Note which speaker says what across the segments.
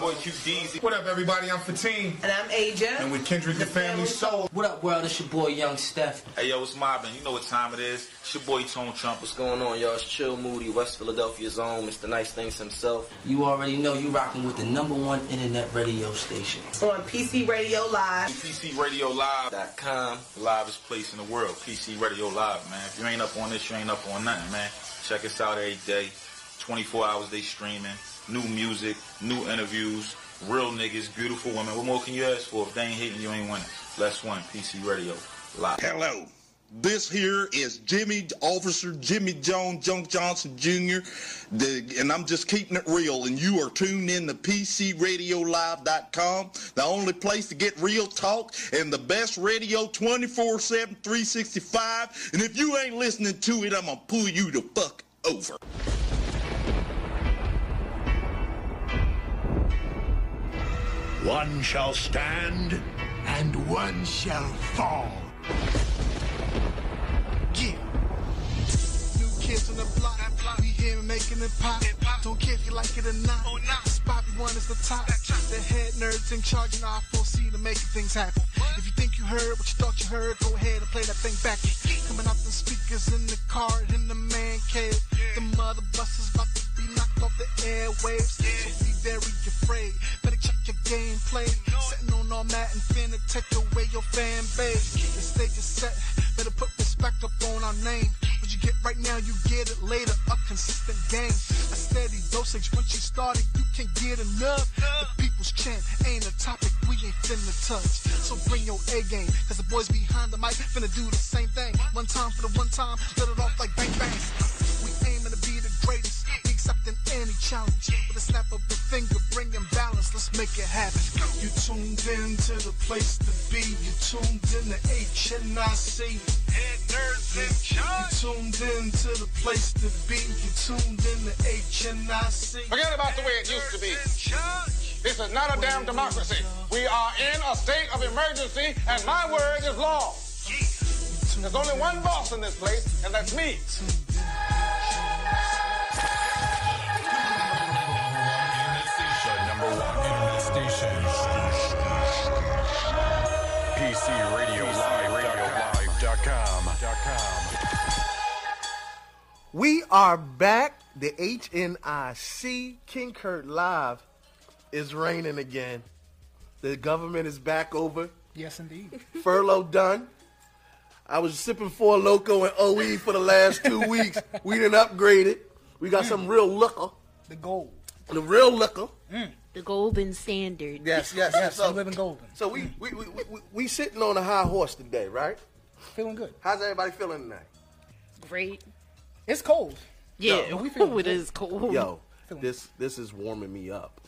Speaker 1: Boy, QDZ. What up, everybody? I'm Fatine.
Speaker 2: And I'm Aja.
Speaker 1: And with Kendrick, the, family soul.
Speaker 3: What up, world? It's your boy Young Steph.
Speaker 1: Hey, yo, it's mobbing. You know what time it is. It's your boy, Tone Trump.
Speaker 4: What's going on, y'all? It's Chill Moody, West Philadelphia's own Mr. Nice Things himself.
Speaker 3: You already know you rocking with the number one internet radio station.
Speaker 2: On PC Radio Live.
Speaker 1: PCRadioLive.com. Livest place in the world. PC Radio Live, man. If you ain't up on this, you ain't up on nothing, man. Check us out every day. 24 hours they streaming. New music, new interviews, real niggas, beautiful women. What more can you ask for? If they ain't hitting, you ain't winning. Let's win. PC Radio Live.
Speaker 5: Hello. This here is Jimmy Officer Jimmy Jones Junk Johnson Jr. The, and I'm just keeping it real. And you are tuned in to PCRadioLive.com, the only place to get real talk and the best radio 24/7, 365. And if you ain't listening to it, I'm gonna pull you the fuck over.
Speaker 6: One shall stand and one shall fall.
Speaker 7: Yeah. New kids on the block. We here making it pop. Don't care if you like it or not. Spot one is the top. The head nerds in charge and I 4C to making things happen. If you think you heard what you thought you heard, go ahead and play that thing back. Coming out the speakers in the car in the man cave. The mother busters about to be knocked off the airwaves. So be very afraid. Better check your gameplay. Sitting on all that and finna take away your fan base. The stage is set. Better put respect up on our name. What you get right now, you get it later. A consistent game. A steady dosage. Once you start it, you can get enough. The people's champ ain't a topic we ain't finna touch. So bring your A game. Cause the boys behind the mic finna do the same thing. One time for the one time. Let it off like bang bangs. We aiming to be the greatest. We accepting any challenge. With a snap of the finger, bringing balance. Let's make it happen. You tuned in to the place to be. You tuned in to HNIC. Head nerds in charge. You tuned in to the place to be. You tuned in to HNIC.
Speaker 8: Forget about the way it used to be. This is not a damn democracy. We are in a state of emergency, and my word is law. There's only one boss in this place, and that's me.
Speaker 6: number one internet station. PC Radio Live.
Speaker 7: We are back. The HNIC King Kurt Live is raining again. The government is back over.
Speaker 9: Yes, indeed.
Speaker 7: Furlough done. I was sipping Four Loco and OE for the last two weeks. We done upgraded. We
Speaker 9: Mm.
Speaker 7: got some real liquor.
Speaker 9: The gold.
Speaker 7: The real liquor.
Speaker 10: The golden standard.
Speaker 7: Yes, yes,
Speaker 9: Mm. Yes, I'm living golden.
Speaker 7: So we we, we, we we we sitting on a high horse today, right?
Speaker 9: Feeling good.
Speaker 7: How's everybody feeling tonight?
Speaker 10: Great.
Speaker 9: It's cold.
Speaker 10: Yeah,
Speaker 9: we feeling
Speaker 10: it is cold.
Speaker 7: Yo, this this is warming me up.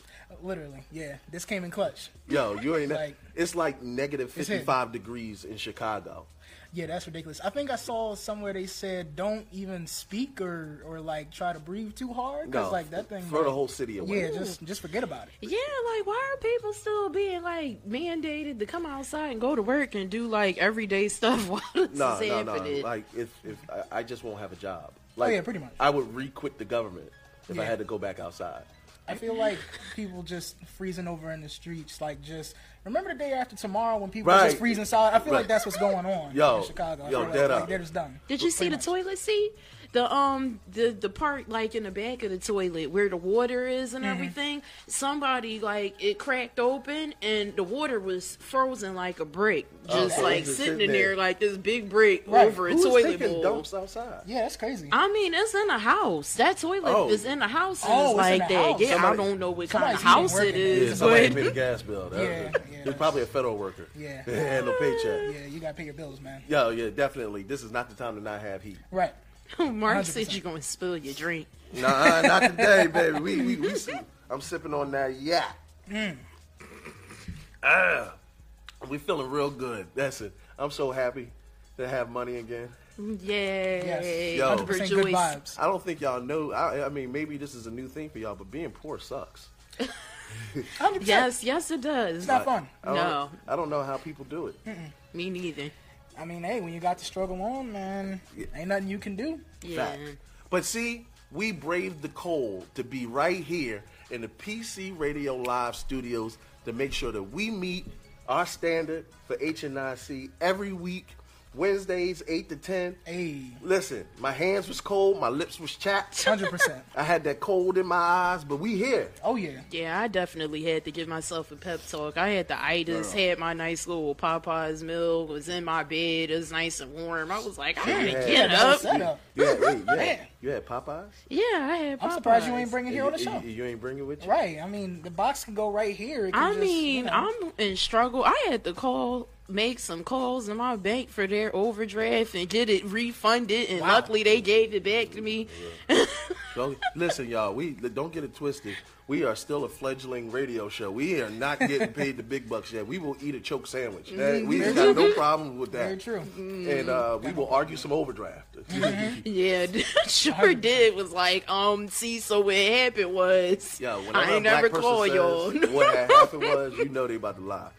Speaker 9: Literally. Yeah. This came in clutch.
Speaker 7: Yo, you ain't.
Speaker 9: Like-
Speaker 7: it's like negative
Speaker 9: It's hitting.
Speaker 7: fifty-five degrees in Chicago.
Speaker 9: Yeah, that's ridiculous. I think I saw somewhere they said don't even speak or, or like try to breathe too hard. Cause
Speaker 7: No,
Speaker 9: like that thing.
Speaker 7: throw the
Speaker 9: like-
Speaker 7: whole city away.
Speaker 9: Yeah, just just forget about it.
Speaker 10: Yeah, like why are people still being like mandated to come outside and go to work and do like everyday stuff while this
Speaker 7: No,
Speaker 10: is
Speaker 7: no, no.
Speaker 10: happening?
Speaker 7: Like if if I, I just won't have a job. Like,
Speaker 9: Oh, yeah, pretty much.
Speaker 7: I would re-quit the government if I
Speaker 9: Yeah.
Speaker 7: had to go back outside.
Speaker 9: I feel like people just freezing over in the streets. Like just remember the day after tomorrow when people are
Speaker 7: Right.
Speaker 9: just freezing solid. I feel
Speaker 7: Right.
Speaker 9: like that's what's going on
Speaker 7: Yo,
Speaker 9: in Chicago. I
Speaker 7: yo,
Speaker 9: feel like,
Speaker 7: dead
Speaker 9: like,
Speaker 7: up.
Speaker 9: they're just done.
Speaker 10: Did you
Speaker 9: Pretty
Speaker 10: see the
Speaker 9: much.
Speaker 10: toilet seat? The um the the part like in the back of the toilet where the water is and everything. Somebody like it cracked open and the water was frozen like a brick, just
Speaker 7: so
Speaker 10: like
Speaker 7: it's just
Speaker 10: sitting
Speaker 7: sitting
Speaker 10: in there
Speaker 7: there.
Speaker 10: like this big brick
Speaker 9: Right.
Speaker 10: over a
Speaker 7: Who's
Speaker 10: toilet
Speaker 7: taking
Speaker 10: bowl.
Speaker 7: dumps outside?
Speaker 9: Yeah, that's crazy.
Speaker 10: I mean, it's in a house. That toilet
Speaker 7: Oh.
Speaker 10: is in a house. And
Speaker 9: Oh,
Speaker 10: it's
Speaker 9: it's in
Speaker 10: like
Speaker 9: the
Speaker 10: that.
Speaker 9: house.
Speaker 10: Yeah,
Speaker 7: Somebody-
Speaker 10: I don't know what kind
Speaker 9: somebody's
Speaker 10: of house
Speaker 9: even
Speaker 10: it
Speaker 9: working
Speaker 7: Yeah,
Speaker 10: is,
Speaker 7: somebody
Speaker 10: but
Speaker 7: paid a gas bill. That
Speaker 9: Yeah, yeah.
Speaker 7: It's probably a federal worker.
Speaker 9: Yeah.
Speaker 7: They had no paycheck.
Speaker 9: yeah, you gotta pay your bills, man.
Speaker 7: Yo, yeah, definitely. This is not the time to not have heat.
Speaker 9: Right.
Speaker 10: Mark said you're gonna spill your drink.
Speaker 7: Nah, not today, baby. We we, we see. I'm sipping on that yak. Hmm. Ah, we feeling real good. That's it. I'm so happy to have money again.
Speaker 10: Yay!
Speaker 7: Yo.
Speaker 9: 100% good
Speaker 10: Rejoice.
Speaker 9: vibes.
Speaker 7: I don't think y'all know. I, I mean, maybe this is a new thing for y'all, but being poor sucks.
Speaker 9: 100%.
Speaker 10: Yes, yes, it does.
Speaker 9: It's not fun.
Speaker 7: I don't,
Speaker 10: No.
Speaker 7: I don't know how people do it.
Speaker 10: Me neither.
Speaker 9: I mean, hey, when you got the struggle on, man, ain't nothing you can do.
Speaker 10: Yeah.
Speaker 7: Fact. But see,
Speaker 4: We braved the cold to be right here in the PC Radio Live studios to make sure that we meet our standard for HNIC every week, Wednesdays, 8 to 10. Hey. Listen, my hands was cold, my lips was chapped.
Speaker 9: 100%.
Speaker 4: I had that cold in my eyes, but we here.
Speaker 9: Oh, yeah.
Speaker 7: Yeah, I definitely had to give myself a pep talk. I had the itis,
Speaker 4: Girl.
Speaker 7: had my nice little Popeye's meal, was in my bed, it was nice and warm. I was like, I
Speaker 4: Yeah.
Speaker 7: gotta get up.
Speaker 4: You, you had, wait, you, had,
Speaker 9: Man.
Speaker 4: you had Popeyes?
Speaker 7: Yeah, I had Popeyes.
Speaker 9: I'm surprised you ain't bring it here on the
Speaker 4: You-
Speaker 9: show.
Speaker 4: You, you ain't bring it with you?
Speaker 9: Right. I mean, the box can go right here. It can
Speaker 7: I
Speaker 9: just,
Speaker 7: mean,
Speaker 9: you know.
Speaker 7: I'm in struggle. I had to call, make some calls in my bank for their overdraft and get it refunded. And luckily, they gave it back to me.
Speaker 4: Don't, listen, y'all. We don't get it twisted. We are still a fledgling radio show. We are not getting paid the big bucks yet. We will eat a choke sandwich. That- we
Speaker 7: Mhm.
Speaker 4: got no problem with
Speaker 9: Very
Speaker 4: that.
Speaker 9: true.
Speaker 4: And uh, we will argue some overdraft.
Speaker 7: Yeah, sure did. Was like, um, see, so what happened was,
Speaker 4: Yeah, whenever
Speaker 7: I
Speaker 4: a
Speaker 7: ain't
Speaker 4: black
Speaker 7: never
Speaker 4: person
Speaker 7: call
Speaker 4: says
Speaker 7: y'all.
Speaker 4: What had happened was, you know they about to lie.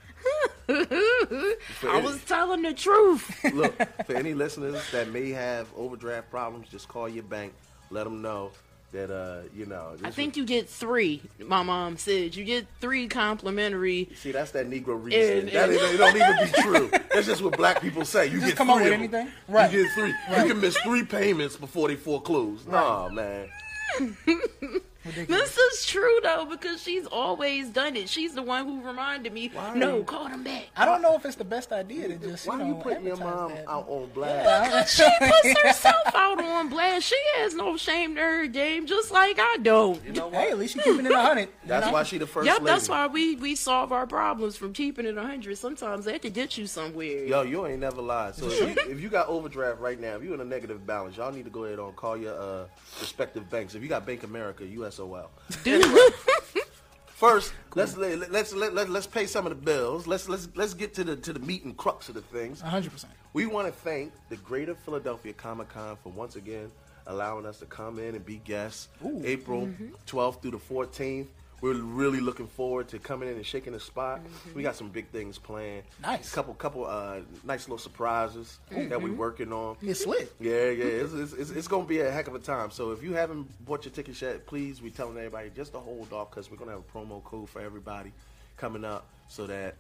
Speaker 4: For
Speaker 7: I
Speaker 4: any-
Speaker 7: was telling the truth.
Speaker 4: Look, for any listeners that may have overdraft problems, just call your bank. Let them know that uh, you know.
Speaker 7: I
Speaker 4: this
Speaker 7: think you get three. My mom said you get three complimentary.
Speaker 4: See, that's that Negro reason.
Speaker 7: And-
Speaker 4: That
Speaker 7: and-
Speaker 4: it, it don't even be true. That's just what black people say. You get
Speaker 9: come
Speaker 4: three
Speaker 9: up with
Speaker 4: of 'em.
Speaker 9: anything? Right.
Speaker 4: You get three. You can miss three payments before they foreclose. Nah, man.
Speaker 7: This is true though because she's always done it. She's the one who reminded me. No, call them back.
Speaker 9: I don't know if it's the best idea to just you
Speaker 4: Why
Speaker 9: know.
Speaker 4: you putting your mom
Speaker 9: advertise
Speaker 4: out on blast?
Speaker 9: that.
Speaker 7: She puts herself out on blast. She has no shame to her game, just like I don't.
Speaker 9: Hey, at least you keeping it a hundred.
Speaker 4: That's why she the first
Speaker 7: Yep,
Speaker 4: lady.
Speaker 7: that's why we we solve our problems from keeping it 100. Sometimes that could get you somewhere.
Speaker 4: Yo, you ain't never lied. So if you, if you got overdraft right now, if you in a negative balance, y'all need to go ahead and call your uh, respective banks. If you got Bank America, USOL. Anyway, First, let's let, let's let, let, let's pay some of the bills. Let's let's let's get to the to the meat and crux of the things.
Speaker 9: hundred percent.
Speaker 4: We want to thank the Greater Philadelphia Comic Con for once again allowing us to come in and be guests. April 12th through the 14th. We're really looking forward to coming in and shaking the spot. We got some big things planned.
Speaker 9: Nice.
Speaker 4: Couple, couple, uh, nice little surprises that we're working on.
Speaker 9: It's lit.
Speaker 4: Yeah, yeah, it's, it's, it's, it's going to be a heck of a time. So if you haven't bought your tickets yet, please, we're telling everybody just to hold off because we're going to have a promo code for everybody coming up so that,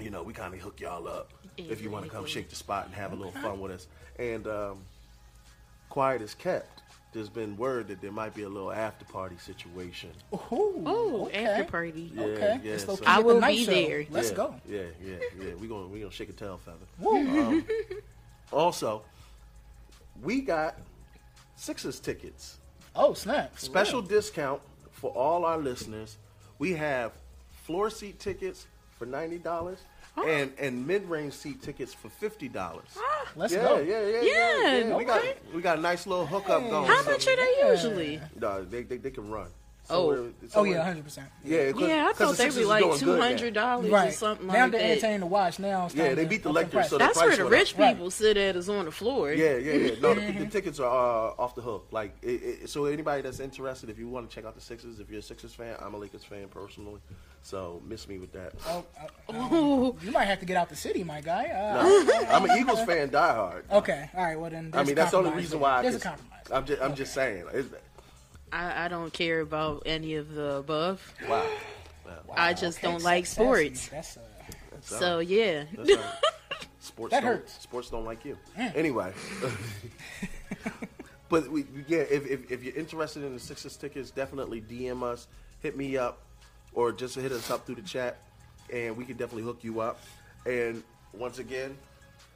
Speaker 4: you know, we kind of hook y'all up if you want to come shake the spot and have a little fun with us. And um, quiet is kept. There's been word that there might be a little after party situation.
Speaker 9: Ooh,
Speaker 7: Ooh,
Speaker 9: okay.
Speaker 7: after party.
Speaker 4: Yeah,
Speaker 9: Okay,
Speaker 4: yeah,
Speaker 9: it's
Speaker 4: so-
Speaker 9: low-key
Speaker 7: I
Speaker 9: at the
Speaker 7: will
Speaker 9: night
Speaker 7: be
Speaker 9: show.
Speaker 7: there.
Speaker 9: Let's
Speaker 4: yeah,
Speaker 9: go.
Speaker 4: Yeah, yeah, yeah. We're going to we gonna shake a tail feather.
Speaker 9: Woo.
Speaker 4: Also, we got Sixers tickets.
Speaker 9: Oh snap! For
Speaker 4: Special
Speaker 9: real.
Speaker 4: discount for all our listeners. We have floor seat tickets for ninety dollars, and and mid range seat tickets for fifty dollars.
Speaker 9: Let's
Speaker 4: yeah,
Speaker 9: go.
Speaker 4: yeah, yeah, yeah,
Speaker 7: Ah. Yeah,
Speaker 4: yeah. We got
Speaker 7: okay.
Speaker 4: we got a nice little hookup going.
Speaker 7: How
Speaker 4: Oh, so-
Speaker 7: much are they usually?
Speaker 4: No, they, they they can run.
Speaker 7: Oh.
Speaker 4: Somewhere-
Speaker 9: Oh
Speaker 4: somewhere-
Speaker 9: yeah, hundred percent.
Speaker 4: Yeah, 'cause-
Speaker 7: Yeah, I
Speaker 4: 'cause
Speaker 7: thought
Speaker 4: the
Speaker 7: they'd
Speaker 4: Sixers
Speaker 7: be
Speaker 4: is
Speaker 7: like
Speaker 4: doing good
Speaker 7: two
Speaker 4: now.
Speaker 7: hundred dollars or
Speaker 9: Right.
Speaker 7: something
Speaker 9: now
Speaker 7: like
Speaker 9: they're
Speaker 7: that.
Speaker 9: entertaining to watch. Now it's
Speaker 4: Yeah,
Speaker 9: time
Speaker 4: they
Speaker 9: to
Speaker 4: beat the
Speaker 9: up
Speaker 4: Lakers, so
Speaker 9: price.
Speaker 7: That's
Speaker 4: price
Speaker 7: where the
Speaker 4: went up.
Speaker 7: rich
Speaker 9: Right.
Speaker 7: people sit at is on the floor.
Speaker 4: Yeah, yeah, yeah. No, the, the tickets are uh, off the hook. Like, it, it, so anybody that's interested, if you want to check out the Sixers, if you're a Sixers fan, I'm a Lakers fan personally, so miss me with that.
Speaker 9: Oh, uh, uh, you might have to get out the city, my guy. Uh,
Speaker 4: No, I'm an Eagles fan, diehard.
Speaker 9: Okay, all right. Well then,
Speaker 4: I
Speaker 9: there's
Speaker 4: mean,
Speaker 9: a
Speaker 4: that's the only
Speaker 9: compromise
Speaker 4: reason
Speaker 9: there.
Speaker 4: why. I
Speaker 9: There's a
Speaker 4: just-
Speaker 9: compromise.
Speaker 4: I'm just, I'm just saying. It's,
Speaker 7: I, I don't care about any of the above.
Speaker 4: wow.
Speaker 7: I just
Speaker 9: Okay,
Speaker 7: don't like
Speaker 9: that's-
Speaker 7: sports.
Speaker 9: That's, uh,
Speaker 7: so yeah.
Speaker 4: That's all right. sports
Speaker 9: That
Speaker 4: don't,
Speaker 9: hurts.
Speaker 4: Sports don't like you. Anyway. but we, yeah, if, if, if you're interested in the Sixers tickets, definitely DM us, hit me up, or just hit us up through the chat, and we can definitely hook you up. And once again,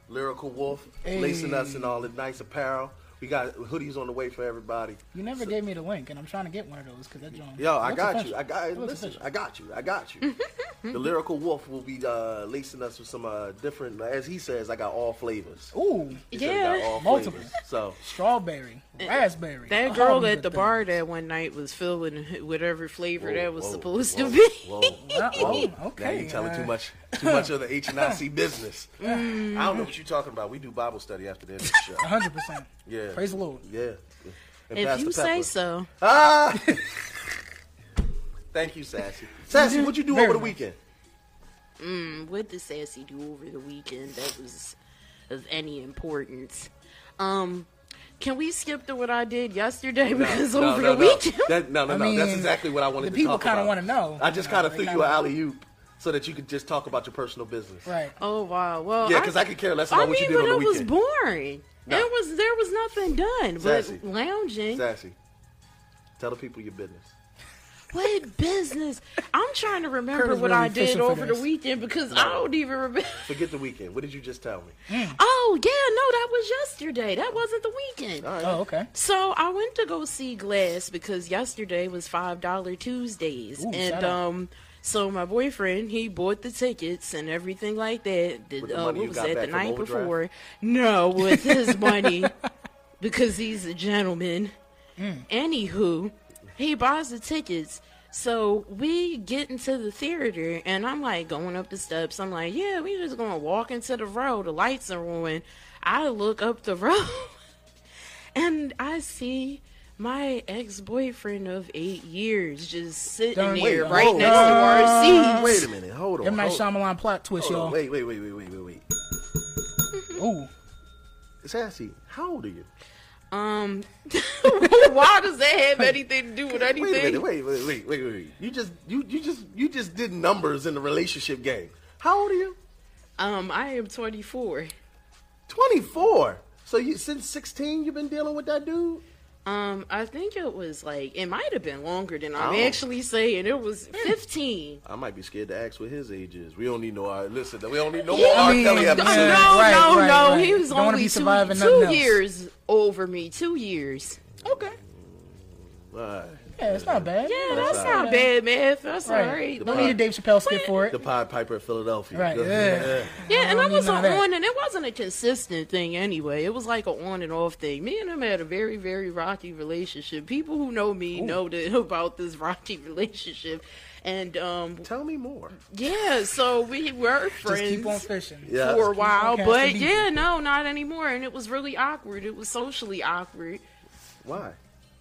Speaker 4: Lyrical Wolf lacing us in all the nice apparel. We got hoodies on the way for everybody.
Speaker 9: you never gave me the link, and I'm trying to get one of those because that joint.
Speaker 4: Yo, I
Speaker 9: looks
Speaker 4: got
Speaker 9: official.
Speaker 4: you. I got
Speaker 9: It looks
Speaker 4: listen.
Speaker 9: official.
Speaker 4: I got you. I got you. the lyrical wolf will be uh, lacing us with some uh, different. As he says, I got all flavors.
Speaker 9: Ooh,
Speaker 4: He said he got
Speaker 7: Yeah.
Speaker 4: all
Speaker 9: Multiple.
Speaker 4: flavors. So
Speaker 9: strawberry, raspberry.
Speaker 7: That
Speaker 4: Oh,
Speaker 9: all
Speaker 7: girl
Speaker 9: them
Speaker 7: at
Speaker 9: good
Speaker 7: the
Speaker 9: things.
Speaker 7: bar that one night was filling whatever flavor that was
Speaker 4: whoa,
Speaker 7: supposed
Speaker 4: whoa,
Speaker 7: to be.
Speaker 4: Whoa,
Speaker 9: Uh-oh,
Speaker 4: whoa. Now
Speaker 9: okay,
Speaker 4: you're telling too
Speaker 9: uh,
Speaker 4: much, too much of the H and I C business. I
Speaker 7: Mm.
Speaker 4: don't know what you're talking about. We do Bible study after this show.
Speaker 9: A hundred percent.
Speaker 4: Yeah.
Speaker 9: Praise the Lord.
Speaker 4: Yeah. And
Speaker 7: If
Speaker 4: Pastor
Speaker 7: you say
Speaker 4: Pepper.
Speaker 7: so.
Speaker 4: Ah. Thank you, Sassy. Sassy, what you do
Speaker 9: Very
Speaker 4: over the
Speaker 9: nice.
Speaker 4: weekend?
Speaker 7: Mm, What did Sassy do over the weekend that was of any importance? Um, Can we skip to what I did yesterday? Because
Speaker 4: no,
Speaker 7: over
Speaker 4: no,
Speaker 7: the
Speaker 4: no.
Speaker 7: weekend,
Speaker 4: That- no, no,
Speaker 7: I
Speaker 4: no. That's
Speaker 7: mean,
Speaker 4: exactly what I wanted
Speaker 9: the
Speaker 4: to
Speaker 9: people
Speaker 4: talk
Speaker 9: kinda
Speaker 4: about.
Speaker 9: wanna know.
Speaker 4: I just kind of
Speaker 9: They
Speaker 4: threw you
Speaker 9: kinda-
Speaker 4: an alley oop so that you could just talk about your personal business.
Speaker 9: Right.
Speaker 7: Oh wow. Well,
Speaker 4: Yeah, 'cause I could care less
Speaker 7: I
Speaker 4: about what you
Speaker 7: mean,
Speaker 4: did
Speaker 7: but
Speaker 4: on the
Speaker 7: it was boring.
Speaker 4: No.
Speaker 7: There was there was nothing done
Speaker 4: Sassy.
Speaker 7: but lounging.
Speaker 4: Sassy, tell the people your business.
Speaker 7: What business? I'm trying to remember
Speaker 4: Curtis
Speaker 7: what
Speaker 4: really
Speaker 7: I did
Speaker 4: fishing for
Speaker 7: over the
Speaker 4: this.
Speaker 7: weekend because I don't even remember.
Speaker 4: Forget the weekend. What did you just tell me?
Speaker 9: Hmm.
Speaker 7: Oh yeah, no, that was yesterday. That wasn't the weekend.
Speaker 9: Oh, okay.
Speaker 7: So I went to go see Glass because yesterday was five dollar Tuesdays,
Speaker 9: Ooh,
Speaker 7: and
Speaker 9: shout out.
Speaker 7: um, so my boyfriend he bought the tickets and everything like that. Did
Speaker 4: With the
Speaker 7: uh,
Speaker 4: money
Speaker 7: what
Speaker 4: you
Speaker 7: was
Speaker 4: got
Speaker 7: that
Speaker 4: back
Speaker 7: the
Speaker 4: from
Speaker 7: night
Speaker 4: overdraft?
Speaker 7: before? No, with his money because he's a gentleman. Anywho, he buys the tickets. So we get into the theater, and I'm like going up the steps. I'm like, yeah, we just gonna walk into the row. The lights are on. I look up the row, and I see my ex boyfriend of eight years just sitting
Speaker 9: Dun-
Speaker 7: there
Speaker 9: wait,
Speaker 7: right
Speaker 9: hold
Speaker 7: next to our
Speaker 9: on.
Speaker 7: seats.
Speaker 4: Wait a minute. Hold on.
Speaker 9: M. Night
Speaker 4: hold-
Speaker 9: Shyamalan plot twist,
Speaker 4: hold on.
Speaker 9: y'all.
Speaker 4: Wait, wait, wait, wait, wait, wait, wait.
Speaker 9: Ooh.
Speaker 4: Sassy, how old are you?
Speaker 7: Um, why does that have anything to do with anything?
Speaker 4: Wait a minute. Wait, wait, wait, wait, wait. You just, you, you just, you just did numbers in the relationship game. How old are you?
Speaker 7: Um, I am 24.
Speaker 4: 24. So you since 16, you've been dealing with that dude.
Speaker 7: Um, I think it was like it might have been longer than I'm
Speaker 4: Oh.
Speaker 7: actually saying. It was 15.
Speaker 4: I might be scared to ask what his age is. We don't need no. Uh, listen, we don't need no
Speaker 7: He-
Speaker 4: more
Speaker 7: I
Speaker 4: R.
Speaker 7: mean,
Speaker 4: Kelly
Speaker 7: no,
Speaker 4: episodes.
Speaker 7: no,
Speaker 9: Right,
Speaker 7: no,
Speaker 9: right,
Speaker 7: no.
Speaker 9: right.
Speaker 7: He was
Speaker 9: Don't wanna
Speaker 7: only
Speaker 9: be
Speaker 7: two,
Speaker 9: surviving nothing
Speaker 7: two
Speaker 9: else.
Speaker 7: years over me. Two years.
Speaker 9: Okay.
Speaker 4: Alright.
Speaker 9: Yeah, it's not bad.
Speaker 7: Yeah, that's, not bad, man. That's
Speaker 9: Right.
Speaker 7: all right.
Speaker 9: Don't need a Dave Chappelle skit for it.
Speaker 4: The Pied Piper of Philadelphia.
Speaker 9: Right,
Speaker 4: Good.
Speaker 9: yeah.
Speaker 7: Yeah, and I
Speaker 9: don't need
Speaker 7: was
Speaker 9: none
Speaker 7: on
Speaker 9: of that.
Speaker 7: on, and it wasn't a consistent thing anyway. It was like a on and off thing. Me and him had a very, very rocky relationship. People who know me know that, about this rocky relationship. And um,
Speaker 4: Tell me more.
Speaker 7: yeah, so we were friends.
Speaker 9: Just keep on fishing.
Speaker 4: Yeah.
Speaker 7: for a while,
Speaker 9: casting
Speaker 7: but
Speaker 9: people.
Speaker 7: yeah, no, not anymore. And it was really awkward. It was socially awkward
Speaker 4: Why?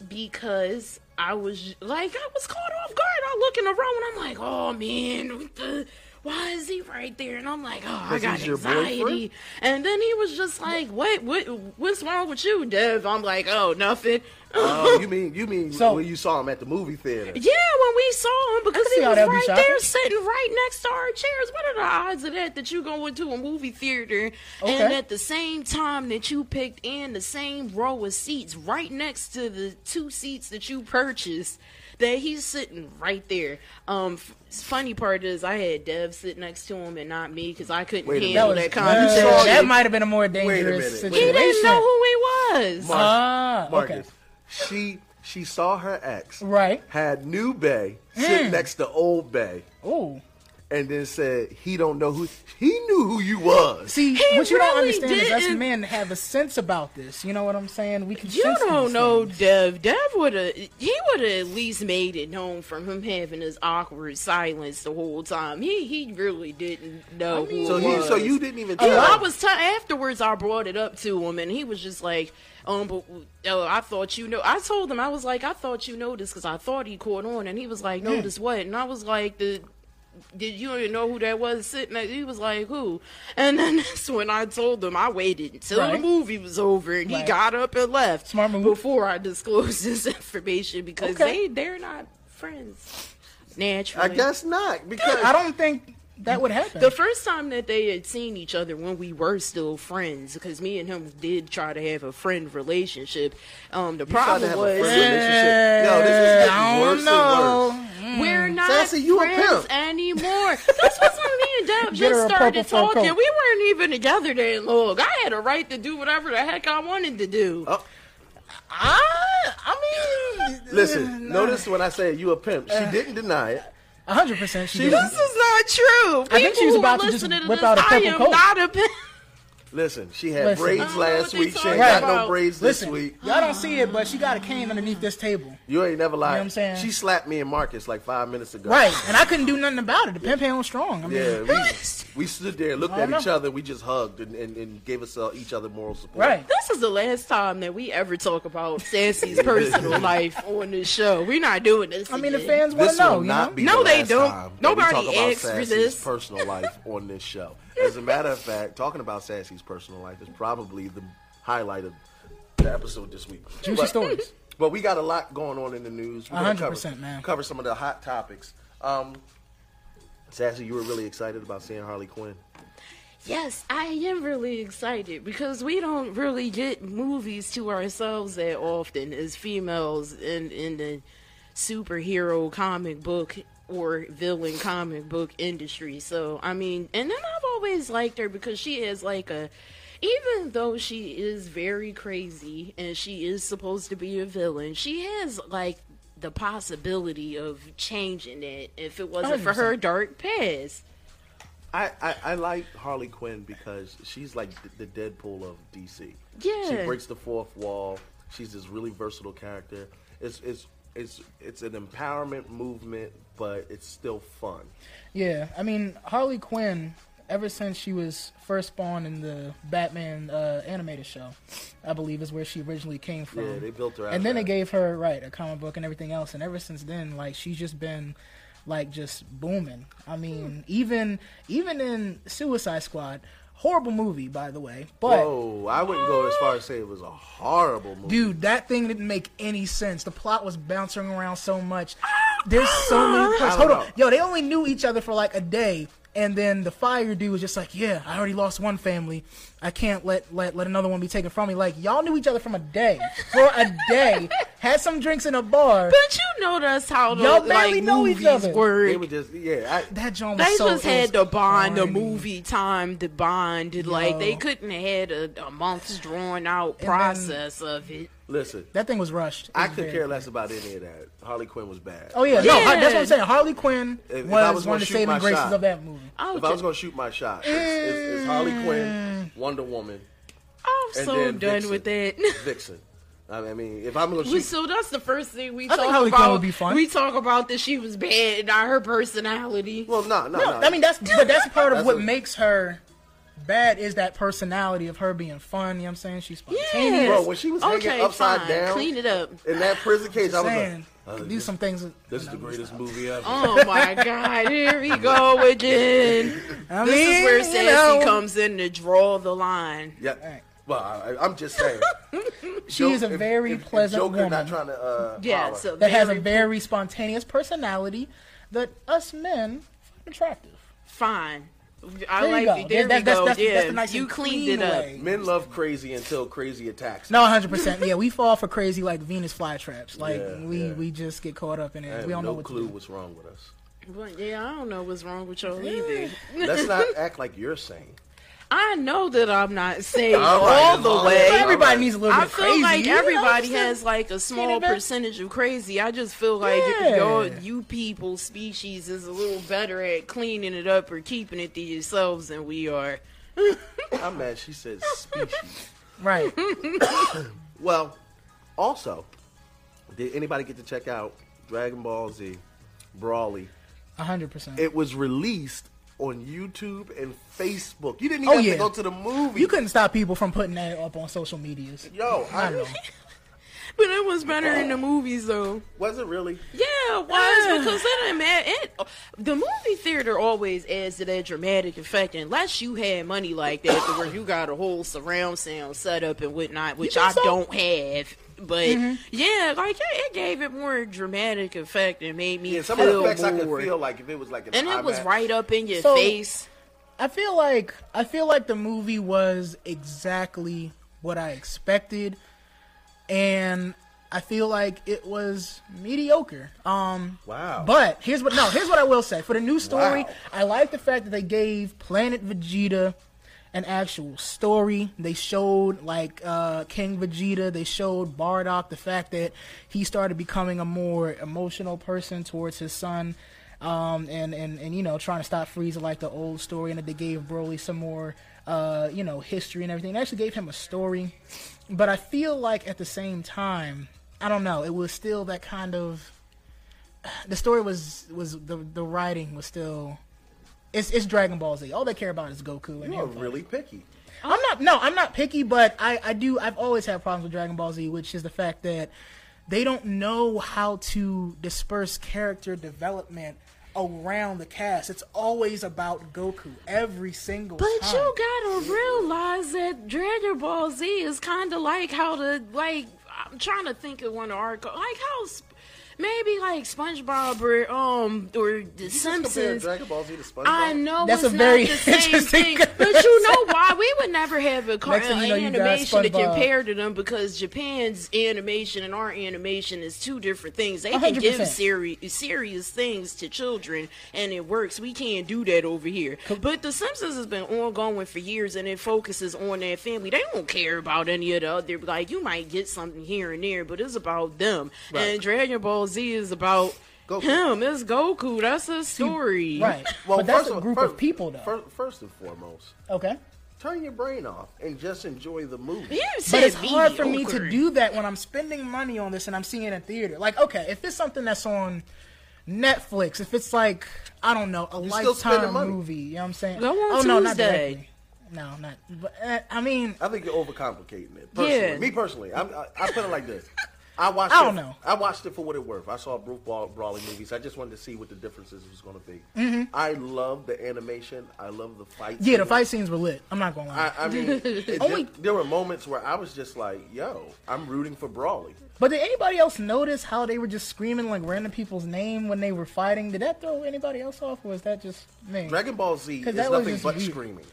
Speaker 7: because I was like, I was caught off guard. I look in the row and I'm like, oh man, what the. Why is he right there? And I'm like, oh, I
Speaker 4: 'Cause
Speaker 7: got
Speaker 4: he's your boyfriend?
Speaker 7: anxiety. And then he was just like, what, what, what's wrong with you, Dev? I'm like, oh, nothing.
Speaker 4: Oh, you mean you mean
Speaker 9: So-
Speaker 4: when you saw him at the movie theater?
Speaker 7: Yeah, when we saw him, because
Speaker 9: see
Speaker 7: he
Speaker 9: how
Speaker 7: was
Speaker 9: that'd be
Speaker 7: right
Speaker 9: shocking.
Speaker 7: there sitting right next to our chairs. What are the odds of that that you go into a movie theater and
Speaker 9: Okay.
Speaker 7: at the same time that you picked in the same row of seats, right next to the two seats that you purchased, that he's sitting right there. Um, f- funny part is I had Dev sit next to him and not me because I couldn't
Speaker 4: Wait a minute.
Speaker 9: That
Speaker 7: handle
Speaker 9: was
Speaker 7: that
Speaker 9: that,
Speaker 7: conversation.
Speaker 9: that might have been a more dangerous
Speaker 4: minute.
Speaker 7: he
Speaker 9: situation.
Speaker 7: didn't know who he was.
Speaker 9: Ah, okay.
Speaker 4: Marcus. She she saw her ex
Speaker 9: Right.
Speaker 4: had new Bay sit next to old Bay
Speaker 9: Ooh.
Speaker 4: and then said he don't know who he knew who you was.
Speaker 9: See,
Speaker 7: He
Speaker 9: what you don't
Speaker 7: really
Speaker 9: understand is us
Speaker 7: didn't-
Speaker 9: men have a sense about this. You know what I'm saying? We can
Speaker 7: You
Speaker 9: sense
Speaker 7: don't
Speaker 9: these
Speaker 7: know
Speaker 9: things.
Speaker 7: Dev. Dev would have he would have at least made it known from him having his awkward silence the whole time. He he really didn't know who
Speaker 4: So
Speaker 7: it
Speaker 4: he
Speaker 7: was.
Speaker 4: so you didn't even
Speaker 7: He-
Speaker 4: tell
Speaker 7: Oh, I
Speaker 4: him.
Speaker 7: was t- afterwards. I brought it up to him, and he was just like, "Um, but oh, I thought you know." I told him I was like, "I thought you noticed," because I thought he caught on, and he was like, "Notice what?" And I was like, "The." Did you even know who that was sitting? At? He was like, "Who?" And then that's when I told him. I waited until the
Speaker 9: Right.
Speaker 7: movie was over, and he
Speaker 9: Right.
Speaker 7: got up and left
Speaker 9: Smart move.
Speaker 7: before I disclose this information because
Speaker 9: Okay.
Speaker 7: they they're not friends naturally.
Speaker 4: I guess not because
Speaker 9: I don't think that would happen.
Speaker 7: The first time that they had seen each other when we were still friends, because me and him did try to have a friend relationship. Um, the
Speaker 4: tried to
Speaker 7: problem
Speaker 4: have a
Speaker 7: was
Speaker 4: friend relationship. Yo, this is getting
Speaker 9: I don't
Speaker 4: worse
Speaker 9: know.
Speaker 4: and worse.
Speaker 7: we're
Speaker 9: Mm.
Speaker 7: not
Speaker 4: Sassy, you a
Speaker 7: friends
Speaker 4: pimp.
Speaker 7: anymore. That's what me and Deb
Speaker 9: Get her
Speaker 7: just
Speaker 9: a purple
Speaker 7: started
Speaker 9: fur
Speaker 7: talking. We
Speaker 9: coat.
Speaker 7: weren't even together that long. I had a right to do whatever the heck I wanted to do.
Speaker 4: Oh.
Speaker 7: I, I mean,
Speaker 4: Listen, notice when I said you a pimp,
Speaker 9: Uh.
Speaker 4: she didn't deny it.
Speaker 9: 100% she
Speaker 4: She-
Speaker 9: did.
Speaker 7: This is not true. People
Speaker 9: I think she was
Speaker 7: who
Speaker 9: about
Speaker 7: are
Speaker 9: to just
Speaker 7: listening to
Speaker 9: whip
Speaker 7: this,
Speaker 9: out a purple
Speaker 7: I am
Speaker 9: coat.
Speaker 7: not a pimp.
Speaker 4: Listen, she had
Speaker 9: Listen. I
Speaker 4: braids
Speaker 7: don't know what
Speaker 4: last
Speaker 7: they
Speaker 4: week. She ain't
Speaker 7: talking
Speaker 4: got no
Speaker 7: about.
Speaker 4: braids
Speaker 9: Listen,
Speaker 4: this week.
Speaker 9: y'all don't see it, but she got a cane underneath this table.
Speaker 4: You ain't never lied.
Speaker 9: what I'm saying?
Speaker 4: She slapped me and Marcus like five minutes ago.
Speaker 9: Right, and I couldn't do nothing about it. The pimp hand was strong. I mean,
Speaker 4: Yeah, we, we stood there, looked
Speaker 9: I
Speaker 4: at
Speaker 9: know.
Speaker 4: each other, we just hugged and, and, and gave us uh, each other moral support.
Speaker 9: right.
Speaker 7: This is the last time that we ever talk about Sassy's personal life on this show. We're not doing this.
Speaker 9: I mean, the
Speaker 7: again.
Speaker 9: fans want to
Speaker 4: This
Speaker 9: know.
Speaker 4: will
Speaker 9: you
Speaker 4: not
Speaker 9: know?
Speaker 4: be
Speaker 7: No,
Speaker 4: the
Speaker 7: they
Speaker 4: last
Speaker 7: don't.
Speaker 4: time that
Speaker 7: Nobody
Speaker 4: we talk about
Speaker 7: asked for
Speaker 4: Sassy's
Speaker 7: this.
Speaker 4: personal life on this show. As a matter of fact, talking about Sassy's personal life is probably the highlight of the episode this week.
Speaker 9: Juicy
Speaker 4: But-
Speaker 9: stories.
Speaker 4: But we got a lot going on in the news. We're gonna
Speaker 9: 100%,
Speaker 4: cover,
Speaker 9: man.
Speaker 4: Cover some of the hot topics. Um, Sassy, you were really excited about seeing Harley Quinn.
Speaker 7: Yes, I am really excited because we don't really get movies to ourselves that often as females in in the superhero comic book or villain comic book industry. So I mean, and then I've always liked her because she has like a even though she is very crazy and she is supposed to be a villain, she has like the possibility of changing it if it wasn't for her
Speaker 4: 100%.
Speaker 7: dark past.
Speaker 4: I, I, I like Harley Quinn because she's like th- the Deadpool of DC.
Speaker 7: Yeah.
Speaker 4: She breaks the fourth wall. She's this really versatile character. It's it's it's it's an empowerment movement, but it's still fun.
Speaker 9: Yeah, I mean Harley Quinn. Ever since she was first spawned in the Batman uh, animated show, I believe is where she originally came from.
Speaker 4: Yeah, they built her out
Speaker 9: And
Speaker 4: of
Speaker 9: then they
Speaker 4: that.
Speaker 9: gave her right a comic book and everything else. And ever since then, like she's just been like just booming. I mean, even even in Suicide Squad, horrible movie by the way, but
Speaker 4: Whoa, Oh, I wouldn't go as far as say it was a horrible movie.
Speaker 9: Dude, that thing didn't make any sense. The plot was bouncing around so much. There's so many
Speaker 4: I
Speaker 9: twists.
Speaker 4: don't
Speaker 9: Hold on.
Speaker 4: know.
Speaker 9: Yo, they only knew each other for like a day. And then the fire dude was just like, Yeah, I already lost one family. I can't let, let let another one be taken from me. Like, y'all knew each other from a day. For a day. Had some drinks in a bar.
Speaker 7: But you know that's how
Speaker 9: Y'all
Speaker 7: those
Speaker 9: barely
Speaker 7: like
Speaker 9: know each
Speaker 7: movies
Speaker 9: other.
Speaker 7: work.
Speaker 4: They were just yeah. I,
Speaker 9: that John
Speaker 7: They just had to bond the movie time to bond. it, Like they
Speaker 9: Yo.
Speaker 7: couldn't have had a, a month's drawn out
Speaker 9: then-
Speaker 7: process of it.
Speaker 4: Listen,
Speaker 9: That thing was rushed. It
Speaker 4: I
Speaker 9: was
Speaker 4: could
Speaker 9: very-
Speaker 4: care less about any of that. Harley Quinn was bad.
Speaker 9: Oh yeah, no, I- that's what I'm saying. Harley Quinn
Speaker 4: If- if I
Speaker 9: was,
Speaker 4: was
Speaker 9: one of the
Speaker 4: gonna shoot my
Speaker 9: saving graces
Speaker 4: shot.
Speaker 9: of that movie.
Speaker 7: Oh,
Speaker 4: if I was gonna shoot my shot, it's, it's, it's Harley Quinn, Wonder Woman,
Speaker 7: I'm
Speaker 4: and
Speaker 7: so
Speaker 4: then
Speaker 7: done
Speaker 4: Vixen.
Speaker 7: with that.
Speaker 4: Vixen. I mean, if I'm gonna
Speaker 7: We,
Speaker 4: shoot,
Speaker 7: so that's the first thing we
Speaker 9: I think
Speaker 7: talk
Speaker 9: Harley Quinn
Speaker 7: about.
Speaker 9: would be fun.
Speaker 7: We talk about that she was bad, not her personality.
Speaker 4: Well, no,
Speaker 9: No,
Speaker 4: no.
Speaker 9: I mean that's but that's part of
Speaker 4: That's
Speaker 9: what
Speaker 4: a-
Speaker 9: makes her bad is that personality of her being fun. You know what I'm saying? She's spontaneous.
Speaker 4: Bro, when she was hanging upside down-
Speaker 7: clean it up.
Speaker 4: in that prison cage, I was
Speaker 9: saying,
Speaker 4: like, oh,
Speaker 9: do some things. with-
Speaker 4: this is the greatest movie ever.
Speaker 7: Oh my God! Here we go again.
Speaker 9: I
Speaker 7: this
Speaker 9: mean,
Speaker 7: is where
Speaker 9: you
Speaker 7: Sassy
Speaker 9: know.
Speaker 7: comes in to draw the line.
Speaker 4: Yeah. Well, I, I'm just saying.
Speaker 9: She is a very
Speaker 4: if,
Speaker 9: pleasant
Speaker 4: if Joker
Speaker 9: woman.
Speaker 4: Not trying to. Uh,
Speaker 7: Yeah,
Speaker 4: holler.
Speaker 7: so
Speaker 9: that has a very spontaneous personality that us men find attractive.
Speaker 7: fine. I
Speaker 9: There you
Speaker 7: like
Speaker 9: go.
Speaker 7: it. There
Speaker 9: That-
Speaker 7: we
Speaker 9: that's-
Speaker 7: go.
Speaker 9: that's-
Speaker 7: yeah,
Speaker 9: that's the nice
Speaker 7: you
Speaker 9: and
Speaker 7: cleaned
Speaker 9: clean
Speaker 7: it up.
Speaker 9: way.
Speaker 4: men love crazy until crazy attacks.
Speaker 9: No, 100. percent Yeah, we fall for crazy like Venus flytraps. Like
Speaker 4: Yeah,
Speaker 9: we
Speaker 4: yeah.
Speaker 9: we just get caught up in
Speaker 4: I
Speaker 9: it.
Speaker 4: have
Speaker 9: We don't
Speaker 4: no
Speaker 9: know what
Speaker 4: clue
Speaker 9: to do.
Speaker 4: what's wrong with us.
Speaker 7: But yeah, I don't know what's wrong with y'all either.
Speaker 4: Let's not act like you're saying.
Speaker 7: I know that I'm not saying
Speaker 4: All
Speaker 7: all,
Speaker 4: right,
Speaker 7: the
Speaker 4: all
Speaker 7: way.
Speaker 4: right, all
Speaker 9: Everybody
Speaker 4: right.
Speaker 9: needs a little
Speaker 7: I
Speaker 9: bit
Speaker 7: feel
Speaker 9: crazy.
Speaker 7: like
Speaker 9: you know,
Speaker 7: everybody
Speaker 9: just-
Speaker 7: has like a small
Speaker 9: back.
Speaker 7: percentage of crazy. I just feel like
Speaker 9: Yeah.
Speaker 7: y'all, you people, species is a little better at cleaning it up or keeping it to yourselves than we are.
Speaker 4: I'm mad. She said species.
Speaker 9: right.
Speaker 4: Well, also, did anybody get to check out Dragon Ball Z Brawly?
Speaker 9: 100. percent
Speaker 4: It was released on YouTube and Facebook. You didn't even
Speaker 9: Oh,
Speaker 4: have
Speaker 9: yeah.
Speaker 4: to go to the movie.
Speaker 9: You couldn't stop people from putting that up on social medias.
Speaker 4: Yo, I,
Speaker 9: I know.
Speaker 7: But it was better in the movies though.
Speaker 4: was it really?
Speaker 7: Yeah, it was
Speaker 9: Yeah.
Speaker 7: because it didn't matter. It, the movie theater always adds to that dramatic effect, unless you had money like that, to where you got a whole surround sound setup and whatnot, which
Speaker 9: think
Speaker 7: I
Speaker 9: so? Mm-hmm.
Speaker 7: don't have. But yeah, like it, it gave it more dramatic effect and made me
Speaker 4: Yeah, some of the
Speaker 7: feel
Speaker 4: effects I
Speaker 7: more.
Speaker 4: could feel like if it was like an
Speaker 7: and it was
Speaker 4: IMAX.
Speaker 7: right up in your
Speaker 9: So-
Speaker 7: face.
Speaker 9: I feel like I feel like the movie was exactly what I expected, and I feel like it was mediocre. Um,
Speaker 4: Wow.
Speaker 9: But here's what no, here's what I will say for the new story.
Speaker 4: Wow.
Speaker 9: I like the fact that they gave Planet Vegeta an actual story. They showed like uh, King Vegeta. They showed Bardock the fact that he started becoming a more emotional person towards his son. Um, and, and, and, you know, trying to stop Frieza like the old story, and that they gave Broly some more, uh, you know, history and everything. They actually gave him a story. But I feel like at the same time, I don't know, it was still that kind of the story was was the the writing was still it's it's Dragon Ball Z. All they care about is Goku and
Speaker 4: You are
Speaker 9: him.
Speaker 4: really picky.
Speaker 9: I'm not no, I'm not picky, but I I do I've always had problems with Dragon Ball Z, which is the fact that they don't know how to disperse character development around the cast. It's always about Goku every single
Speaker 7: But
Speaker 9: time.
Speaker 7: you gotta realize that Dragon Ball Z is kind of like how the like. I'm trying to think of one article like how sp- maybe like SpongeBob or um or The
Speaker 4: You just compared
Speaker 7: Simpsons.
Speaker 4: Dragon Ball Z to SpongeBob.
Speaker 7: I know
Speaker 9: That's
Speaker 7: it's
Speaker 9: a very
Speaker 7: not the same
Speaker 9: interesting
Speaker 7: thing, but you know why we would never have a car-
Speaker 9: Next thing you
Speaker 7: an
Speaker 9: know, you got
Speaker 7: animation to
Speaker 9: SpongeBob.
Speaker 7: compare to them because Japan's animation and our animation is two different things. They can give
Speaker 9: 100%.
Speaker 7: serious serious things to children and it works. We can't do that over here. But The Simpsons has been ongoing for years and it focuses on that family. They don't care about any of the other. Like you might get something here and there, but it's about them.
Speaker 9: Right.
Speaker 7: And Dragon Ball Z is about. Him, it's Goku. That's his story.
Speaker 9: right.
Speaker 4: Well,
Speaker 9: but that's
Speaker 4: first
Speaker 9: a
Speaker 4: of-
Speaker 9: group
Speaker 4: first-
Speaker 9: of people, though.
Speaker 4: First, first and foremost,
Speaker 9: okay.
Speaker 4: turn your brain off and just enjoy the movie.
Speaker 9: But it's hard for me to do that when I'm spending money on this and I'm seeing it in theater. Like, okay, if it's something that's on Netflix, if it's like I don't know a
Speaker 4: You're still spending
Speaker 9: lifetime
Speaker 4: money.
Speaker 9: movie, you know what I'm saying?
Speaker 7: Go on
Speaker 9: oh no, not
Speaker 7: Tuesday.
Speaker 9: directly. No, not. But, uh, I mean,
Speaker 4: I think you're overcomplicating it. Personally,
Speaker 9: Yeah.
Speaker 4: me personally, I'm, I, I put it like this. I watched.
Speaker 9: I
Speaker 4: it,
Speaker 9: don't know.
Speaker 4: I watched it for what it worth. I saw Bruce Bra- Brawley movies. I just wanted to see what the differences was going to be.
Speaker 9: Mhm.
Speaker 4: I love the animation. I love the fight.
Speaker 9: yeah, the
Speaker 4: scenes.
Speaker 9: fight scenes were lit. I'm not gonna
Speaker 4: I,
Speaker 9: lie.
Speaker 4: I mean, it-
Speaker 9: Only-
Speaker 4: there were moments where I was just like, "Yo, I'm rooting for Brawley."
Speaker 9: But did anybody else notice how they were just screaming like random people's name when they were fighting? Did that throw anybody else off, or was that just me?
Speaker 4: Dragon Ball Z is
Speaker 9: 'Cause that was
Speaker 4: nothing
Speaker 9: just
Speaker 4: but
Speaker 9: weird.
Speaker 4: screaming.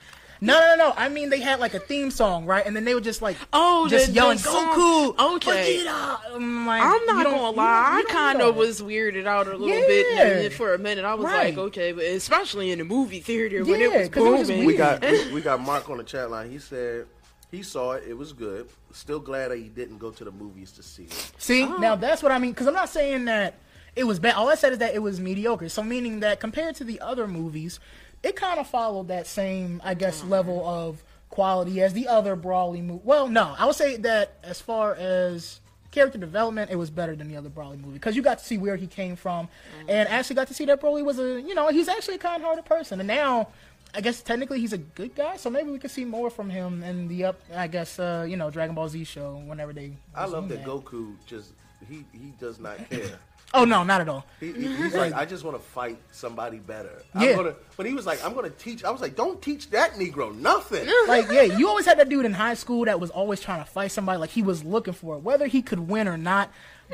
Speaker 9: No, no, no. I mean, they had like a theme song, right? And then they were just like,
Speaker 7: Oh,
Speaker 9: just
Speaker 7: the- the
Speaker 9: yelling,
Speaker 7: song-
Speaker 9: Goku,
Speaker 7: Okay.
Speaker 9: Vegeta. I'm, like,
Speaker 7: I'm
Speaker 9: you
Speaker 7: not
Speaker 9: don't-
Speaker 7: gonna
Speaker 9: you don't- you
Speaker 7: lie.
Speaker 9: don't
Speaker 7: I
Speaker 9: need
Speaker 7: kind
Speaker 9: all
Speaker 7: of
Speaker 9: that.
Speaker 7: was weirded out a little bit and
Speaker 9: Yeah.
Speaker 7: then for a minute. I was
Speaker 9: Right.
Speaker 7: like, okay, but especially in the movie theater when it
Speaker 9: Yeah,
Speaker 7: was
Speaker 9: 'cause it was just
Speaker 7: booming.
Speaker 4: We got we, we got Mark on the chat line. He said he saw it. It was good. Still glad that he didn't go to the movies to see it.
Speaker 9: See, now that's what I mean. Because I'm not saying that it was bad. All I said is that it was mediocre. So meaning that compared to the other movies, it kind of followed that same, I guess,
Speaker 4: Mm-hmm.
Speaker 9: level of quality as the other Brawley movie. Well, no, I would say that as far as character development, it was better than the other Brawley movie because you got to see where he came from,
Speaker 4: Mm-hmm.
Speaker 9: and actually got to see that Broly was a, you know, he's actually a kind-hearted person, and now. I guess technically he's a good guy, so maybe we could see more from him in the up. I guess uh, you know Dragon Ball Z show whenever they.
Speaker 4: I love
Speaker 9: resume
Speaker 4: that Goku just he he does not care.
Speaker 9: Oh no, not at all.
Speaker 4: He, he- he's like, I just want to fight somebody better. I'm
Speaker 9: Yeah.
Speaker 4: gonna, but he was like, I'm going to teach. I was like, don't teach that Negro nothing.
Speaker 9: like yeah, you always had that dude in high school that was always trying to fight somebody. Like he was looking for it, whether he could win or not.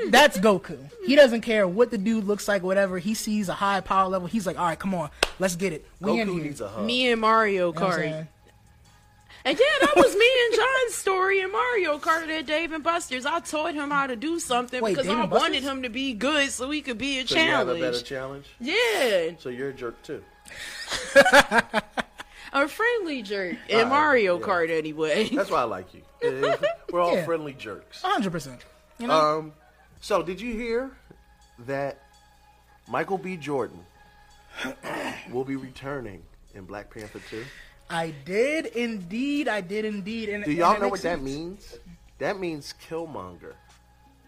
Speaker 9: That's Goku. He doesn't care what the dude looks like, whatever. He sees a high power level. He's like, all right, come on, let's get it. We in
Speaker 4: Goku
Speaker 9: here.
Speaker 4: needs a hug.
Speaker 7: me and Mario
Speaker 9: You know what I'm
Speaker 7: Kart.
Speaker 9: saying?
Speaker 7: And yeah, that was me and John's story in Mario Kart at Dave and Buster's. I taught him how to do something
Speaker 9: Wait,
Speaker 7: because
Speaker 9: Dave
Speaker 7: I
Speaker 9: and
Speaker 7: wanted
Speaker 9: Buster's?
Speaker 7: him to be good so he could be a
Speaker 4: so
Speaker 7: challenge.
Speaker 4: you have a better challenge.
Speaker 7: yeah,
Speaker 4: So you're a jerk too.
Speaker 7: a friendly jerk
Speaker 4: All
Speaker 7: in
Speaker 4: right,
Speaker 7: Mario
Speaker 4: yeah.
Speaker 7: Kart anyway.
Speaker 4: That's why I like you. Eh, We're all
Speaker 9: Yeah.
Speaker 4: friendly jerks.
Speaker 9: A hundred percent. You know,
Speaker 4: Um, so did you hear that Michael B. Jordan will be returning in Black Panther 2?
Speaker 9: I did indeed. I did indeed. And
Speaker 4: Do
Speaker 9: and
Speaker 4: y'all
Speaker 9: it
Speaker 4: know what
Speaker 9: makes
Speaker 4: that
Speaker 9: sense.
Speaker 4: means? That means Killmonger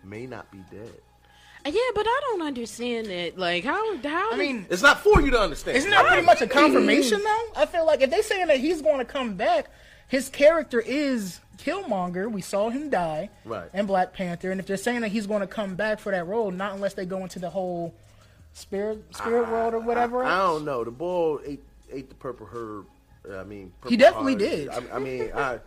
Speaker 4: may not be dead.
Speaker 7: yeah, but I don't understand that. Like how how
Speaker 9: I mean,
Speaker 4: It's not for you to understand.
Speaker 9: Isn't that pretty much a confirmation though? I feel like if they saying that he's going to come back, his character is Killmonger. We saw him die
Speaker 4: Right.
Speaker 9: in Black Panther, and if they're saying that he's going to come back for that role, not unless they go into the whole spirit spirit world or whatever.
Speaker 4: Ah, I, I
Speaker 9: else.
Speaker 4: don't know. The bull ate ate the purple herb. I mean, purple
Speaker 9: He definitely did.
Speaker 4: orange. I, I mean, I,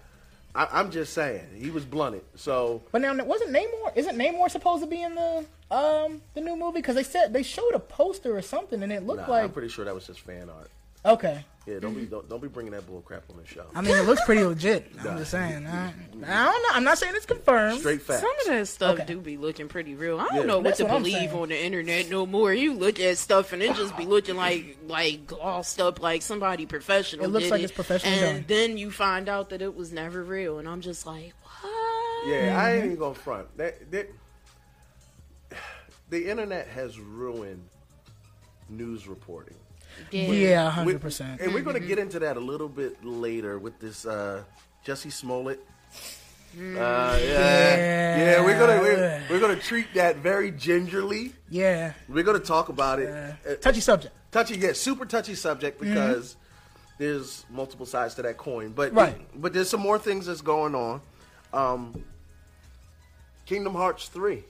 Speaker 4: I, I'm just saying he was blunted. So
Speaker 9: But now, wasn't Namor? Isn't Namor supposed to be in the um the new movie? Because they said they showed a poster or something, and it looked
Speaker 4: nah, I'm
Speaker 9: like
Speaker 4: pretty sure that was just fan art.
Speaker 9: okay.
Speaker 4: Yeah, don't be don't, don't be bringing that bull crap on the show.
Speaker 9: I mean, it looks pretty legit.
Speaker 4: Nah.
Speaker 9: I'm just saying. I, I don't know. I'm not saying it's confirmed.
Speaker 4: Straight facts.
Speaker 7: Some of that stuff
Speaker 9: Okay.
Speaker 7: do be looking pretty real. I don't
Speaker 4: Yeah.
Speaker 7: know what
Speaker 9: That's
Speaker 7: to
Speaker 9: what I'm
Speaker 7: believe
Speaker 9: saying.
Speaker 7: on the internet no more. You look at stuff and it just be looking like like glossed up, like somebody professional.
Speaker 9: It looks
Speaker 7: did
Speaker 9: like it's professionally
Speaker 7: and
Speaker 9: done.
Speaker 7: then you find out that it was never real, and I'm just like, what?
Speaker 4: Yeah, I ain't even gonna front. That, that the internet has ruined news reporting.
Speaker 9: Yeah,
Speaker 4: We-
Speaker 9: hundred percent.
Speaker 4: And we're gonna get into that a little bit later with this uh, Jesse Smollett. Uh, yeah, yeah,
Speaker 9: Yeah.
Speaker 4: we're gonna we're, we're gonna treat that very gingerly.
Speaker 9: Yeah.
Speaker 4: We're gonna talk about it. Uh,
Speaker 9: Touchy subject.
Speaker 4: touchy, yeah, super touchy subject
Speaker 9: Mm-hmm.
Speaker 4: because there's multiple sides to that coin. But
Speaker 9: Right.
Speaker 4: but there's some more things that's going on. Um, Kingdom Hearts three.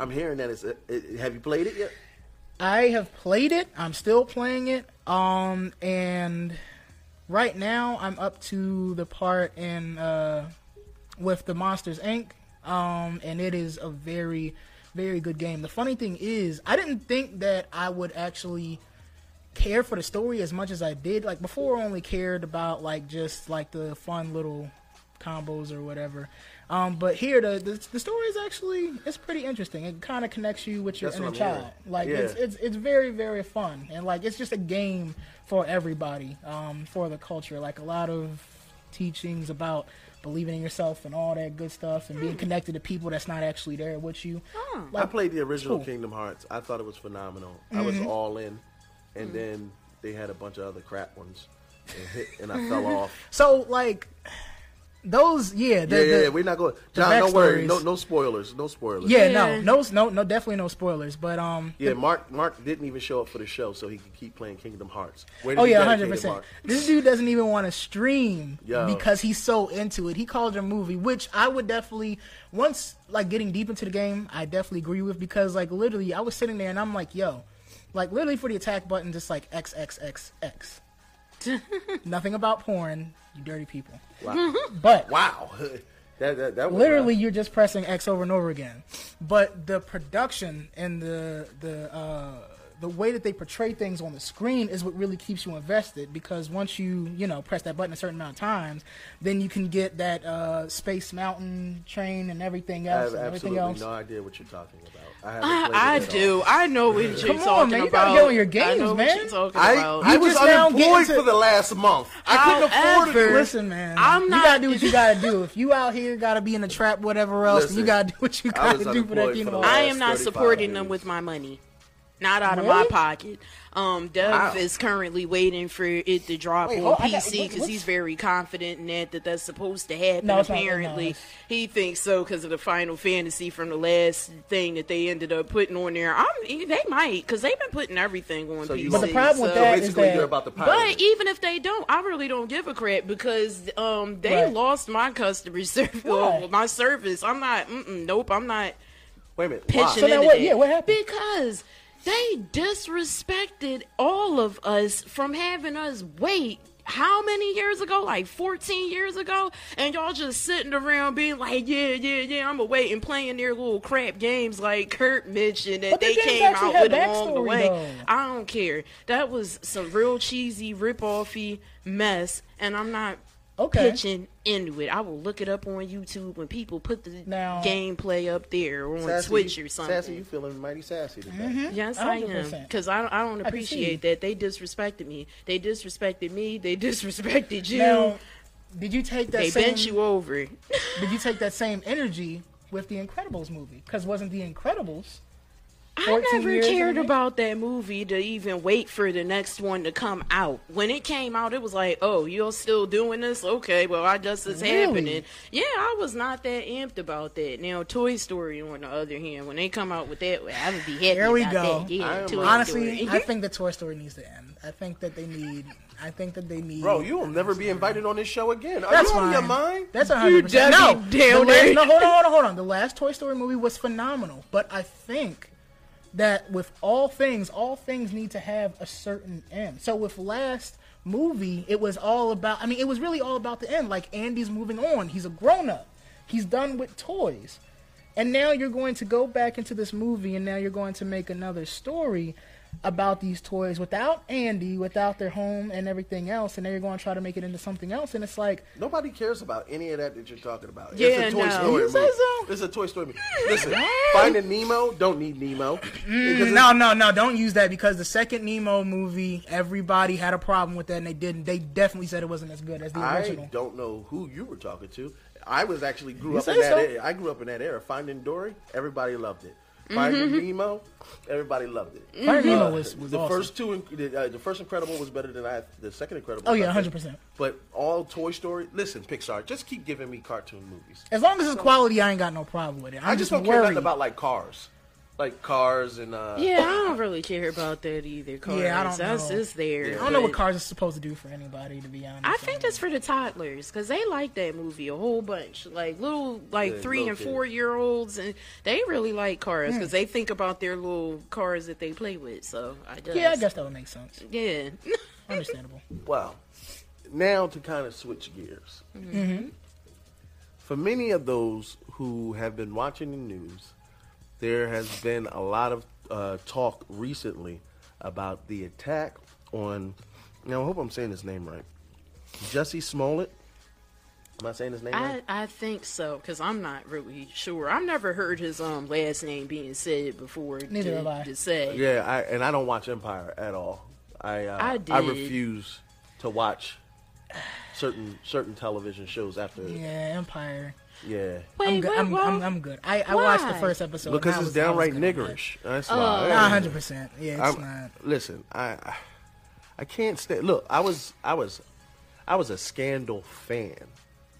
Speaker 4: I'm hearing that it's. A, it, have you played it yet?
Speaker 9: I have played it. I'm still playing it. Um, and right now I'm up to the part in uh, with the Monsters Inc. Um, and it is a very, very good game. The funny thing is, I didn't think that I would actually care for the story as much as I did. Like before, I only cared about like just like the fun little combos or whatever. Um, but here, the, the the story is actually it's pretty interesting. It kind of connects you with your
Speaker 4: That's
Speaker 9: inner
Speaker 4: what I'm
Speaker 9: child.
Speaker 4: hearing.
Speaker 9: Like
Speaker 4: Yeah.
Speaker 9: it's it's it's very very fun and like it's just a game for everybody um, for the culture. Like a lot of teachings about believing in yourself and all that good stuff and being connected to people that's not actually there with you.
Speaker 4: I played the original
Speaker 9: Uh, cool.
Speaker 4: Kingdom Hearts. I thought it was phenomenal. I was
Speaker 9: Mhm.
Speaker 4: all in,
Speaker 9: Mm-hmm.
Speaker 4: and then they had a bunch of other crap ones, and, hit, and I fell off.
Speaker 9: So like those yeah the,
Speaker 4: yeah, yeah,
Speaker 9: the-
Speaker 4: yeah, we're not going.
Speaker 9: the
Speaker 4: John, don't worry.
Speaker 9: backstories.
Speaker 4: No, no spoilers. No spoilers.
Speaker 9: yeah, no, no, no, no, definitely no spoilers. But um,
Speaker 4: Yeah, Mark. Mark didn't even show up for the show, so he could keep playing Kingdom Hearts. Where did
Speaker 9: oh
Speaker 4: he
Speaker 9: yeah,
Speaker 4: get it,
Speaker 9: hundred
Speaker 4: Kingdom
Speaker 9: percent.
Speaker 4: Hearts?
Speaker 9: This dude doesn't even want to stream
Speaker 4: Yo.
Speaker 9: because he's so into it. He called it a movie, which I would definitely once like getting deep into the game, I definitely agree with because like literally, I was sitting there and I'm like, yo, like literally for the attack button, just like X X X X. Nothing about porn, you dirty people.
Speaker 4: Wow.
Speaker 9: But
Speaker 4: wow, that that, that was
Speaker 9: literally you're just pressing X over and over again. But the production and the the uh, the way that they portray things on the screen is what really keeps you invested because once you you know press that button a certain amount of times, then you can get that uh, space mountain train and everything
Speaker 4: I have
Speaker 9: else and everything else.
Speaker 4: absolutely no idea what you're talking about. I, haven't
Speaker 7: I,
Speaker 4: played it
Speaker 7: I
Speaker 4: at all.
Speaker 7: do. I know what you're
Speaker 9: Come on,
Speaker 7: talking
Speaker 9: man, you
Speaker 7: about.
Speaker 9: gotta get on your
Speaker 7: I
Speaker 9: games,
Speaker 7: know
Speaker 9: man.
Speaker 7: What you're talking
Speaker 4: I,
Speaker 7: about.
Speaker 4: I
Speaker 9: You
Speaker 4: was
Speaker 9: just now
Speaker 4: unemployed
Speaker 9: getting to-
Speaker 4: for the last month. I couldn't afford
Speaker 7: However,
Speaker 4: it.
Speaker 9: Listen, man,
Speaker 7: I'm
Speaker 9: you
Speaker 7: not-
Speaker 9: gotta do what you gotta do. If you out here gotta be in the trap, whatever else,
Speaker 4: Listen,
Speaker 9: you gotta do what you
Speaker 4: I
Speaker 9: gotta
Speaker 4: was
Speaker 9: do for
Speaker 4: unemployed for
Speaker 9: that
Speaker 4: the
Speaker 9: kingdom.
Speaker 7: I
Speaker 4: last
Speaker 7: am not
Speaker 4: 35
Speaker 7: supporting them
Speaker 4: days.
Speaker 7: with my money. Not out of my
Speaker 9: Really?
Speaker 7: pocket. Um, Dev
Speaker 4: Wow.
Speaker 7: is currently waiting for it to drop
Speaker 9: Wait,
Speaker 7: on
Speaker 9: hold- I got-
Speaker 7: PC
Speaker 9: what-
Speaker 7: because
Speaker 9: what's-
Speaker 7: he's very confident in that that that's supposed to happen.
Speaker 9: No, it's not- no,
Speaker 7: apparently,
Speaker 9: it's-
Speaker 7: he thinks so because of the Final Fantasy from the last thing that they ended up putting on there. I'm, e, they might because they've been putting everything on
Speaker 4: So
Speaker 7: PC.
Speaker 4: you
Speaker 9: But the problem with
Speaker 7: so-
Speaker 9: that is
Speaker 4: Basically,
Speaker 9: that
Speaker 4: you're about the
Speaker 7: but
Speaker 4: pilot.
Speaker 7: even if they don't, I really don't give a crap because um, they
Speaker 9: Right.
Speaker 7: lost my customer service,
Speaker 9: Why?
Speaker 7: my service. I'm not. Mm-mm, nope, I'm not
Speaker 4: Wait a minute.
Speaker 7: pitching
Speaker 4: Why?
Speaker 9: So now
Speaker 7: into
Speaker 9: what-
Speaker 7: that.
Speaker 9: yeah, what happened?
Speaker 7: Because they disrespected all of us from having us wait how many years ago? Like 14 years ago? And y'all just sitting around being like, yeah, yeah, yeah, I'm going to wait and playing their little crap games like Kurt mentioned that
Speaker 9: But
Speaker 7: they
Speaker 9: their games
Speaker 7: came out
Speaker 9: actually
Speaker 7: with
Speaker 9: had
Speaker 7: along the
Speaker 9: backstory,
Speaker 7: way.
Speaker 9: though.
Speaker 7: I don't care. That was some real cheesy, rip-offy mess. And I'm not
Speaker 9: Okay.
Speaker 7: pitching into it. I will look it up on YouTube when people put the
Speaker 9: Now-
Speaker 7: gameplay up there or on
Speaker 4: Sassy,
Speaker 7: Twitch or something.
Speaker 4: Sassy, you feeling mighty sassy today?
Speaker 9: Mm-hmm.
Speaker 7: Yes, I am.
Speaker 9: 100%.
Speaker 7: Because I, I don't
Speaker 9: can see.
Speaker 7: appreciate that. They disrespected me. They disrespected me. They disrespected you.
Speaker 9: Now, did you take that?
Speaker 7: they
Speaker 9: same...
Speaker 7: bent you over.
Speaker 9: Did you take that same energy with the Incredibles movie? Because wasn't the Incredibles?
Speaker 7: I
Speaker 9: 14
Speaker 7: never
Speaker 9: years
Speaker 7: cared
Speaker 9: in it?
Speaker 7: about that movie to even wait for the next one to come out. When it came out, it was like, oh, you're still doing this? Okay, well, I guess it's
Speaker 9: Really?
Speaker 7: happening. Yeah, I was not that amped about that. Now, Toy Story, on the other hand, when they come out with that, I would be happy
Speaker 9: There we
Speaker 7: about
Speaker 9: go.
Speaker 7: that. Yeah,
Speaker 4: I am
Speaker 7: Toy
Speaker 9: Honestly,
Speaker 7: Story.
Speaker 9: I think the Toy Story needs to end. I think that they need. I think that they need.
Speaker 4: Bro, you will never be invited on this show again. Are
Speaker 9: That's
Speaker 4: you
Speaker 9: fine.
Speaker 4: on your mind?
Speaker 9: That's a hundred percent. No,
Speaker 7: Debbie
Speaker 9: the
Speaker 7: Downer.
Speaker 9: last- no, hold on, hold on, hold on. The last Toy Story movie was phenomenal, but I think that with all things, all things need to have a certain end. So with last movie, it was all about. I mean, it was really all about the end. Like Andy's moving on. He's a grown up. He's done with toys. And now you're going to go back into this movie, and now you're going to make another story about these toys without Andy, without their home and everything else, and now you're going to try to make it into something else. And it's like,
Speaker 4: Nobody cares about any of that that you're talking about.
Speaker 7: Yeah,
Speaker 4: it's a Toy
Speaker 7: no.
Speaker 4: Story
Speaker 9: You say
Speaker 4: movie.
Speaker 9: so?
Speaker 4: It's a Toy Story movie. Listen, Finding Nemo don't need Nemo. Because
Speaker 9: Mm, No, no, no! Don't use that because the second Nemo movie, everybody had a problem with that, and they didn't. They definitely said it wasn't as good as the
Speaker 4: I
Speaker 9: original.
Speaker 4: don't know who you were talking to. I was actually grew
Speaker 9: You
Speaker 4: up in
Speaker 9: say
Speaker 4: that
Speaker 9: so?
Speaker 4: era. I grew up in that era. Finding Dory, everybody loved it. Finding Nemo, everybody loved it.
Speaker 9: Mm-hmm. Mm. Finding Nemo
Speaker 4: Uh,
Speaker 9: was- was
Speaker 4: the
Speaker 9: awesome.
Speaker 4: first two. in- The, uh, the first Incredible was better than I, the second Incredible.
Speaker 9: Oh,
Speaker 4: was
Speaker 9: yeah,
Speaker 4: better.
Speaker 9: 100%.
Speaker 4: But all Toy Story. Listen, Pixar, just keep giving me cartoon movies.
Speaker 9: As long as it's quality, I ain't got no problem with it. I'm
Speaker 4: I just don't
Speaker 9: worried.
Speaker 4: care nothing about like cars. like cars and uh
Speaker 7: yeah, I don't really care about that either. Cars.
Speaker 9: yeah, I don't
Speaker 7: That's
Speaker 9: know.
Speaker 7: just there.
Speaker 9: I don't know
Speaker 7: but-
Speaker 9: what cars are supposed to do for anybody, to be honest.
Speaker 7: I think that's for the toddlers because they like that movie a whole bunch. Like little, like
Speaker 9: Yeah,
Speaker 7: three
Speaker 9: little
Speaker 7: and
Speaker 9: kids.
Speaker 7: four year olds, and they really like cars because
Speaker 9: Hmm.
Speaker 7: they think about their little cars that they play with. So I guess.
Speaker 9: Yeah, I guess that would make sense.
Speaker 7: Yeah.
Speaker 9: Understandable.
Speaker 4: Wow. Now to kind of switch gears.
Speaker 9: Mhm.
Speaker 4: For many of those who have been watching the news, there has been a lot of uh, talk recently about the attack on. Now, I hope I'm saying his name right. Jesse Smollett. Am I saying his name
Speaker 7: I,
Speaker 4: right?
Speaker 7: I think so because I'm not really sure. I've never heard his um last name being said before.
Speaker 9: Neither
Speaker 7: to,
Speaker 9: have I.
Speaker 7: To say.
Speaker 4: Yeah, I, and I don't watch Empire at all. I uh,
Speaker 7: I
Speaker 4: I
Speaker 7: did.
Speaker 4: refuse to watch certain certain television shows after.
Speaker 9: Yeah, Empire.
Speaker 4: yeah.
Speaker 9: I'm good.
Speaker 7: what,
Speaker 9: I'm,
Speaker 7: what?
Speaker 9: I'm, I'm good. I, I watched the
Speaker 7: Why?
Speaker 9: first episode. and
Speaker 4: because
Speaker 9: I
Speaker 4: it's
Speaker 9: was- I was
Speaker 4: downright
Speaker 9: good with it.
Speaker 4: niggerish. That's
Speaker 9: Oh.
Speaker 4: why.
Speaker 9: Nah, 100%. Yeah, it's
Speaker 4: I'm-
Speaker 9: not.
Speaker 4: Listen, I, I, I can't stand. Look, I was, I was, I was a Scandal fan.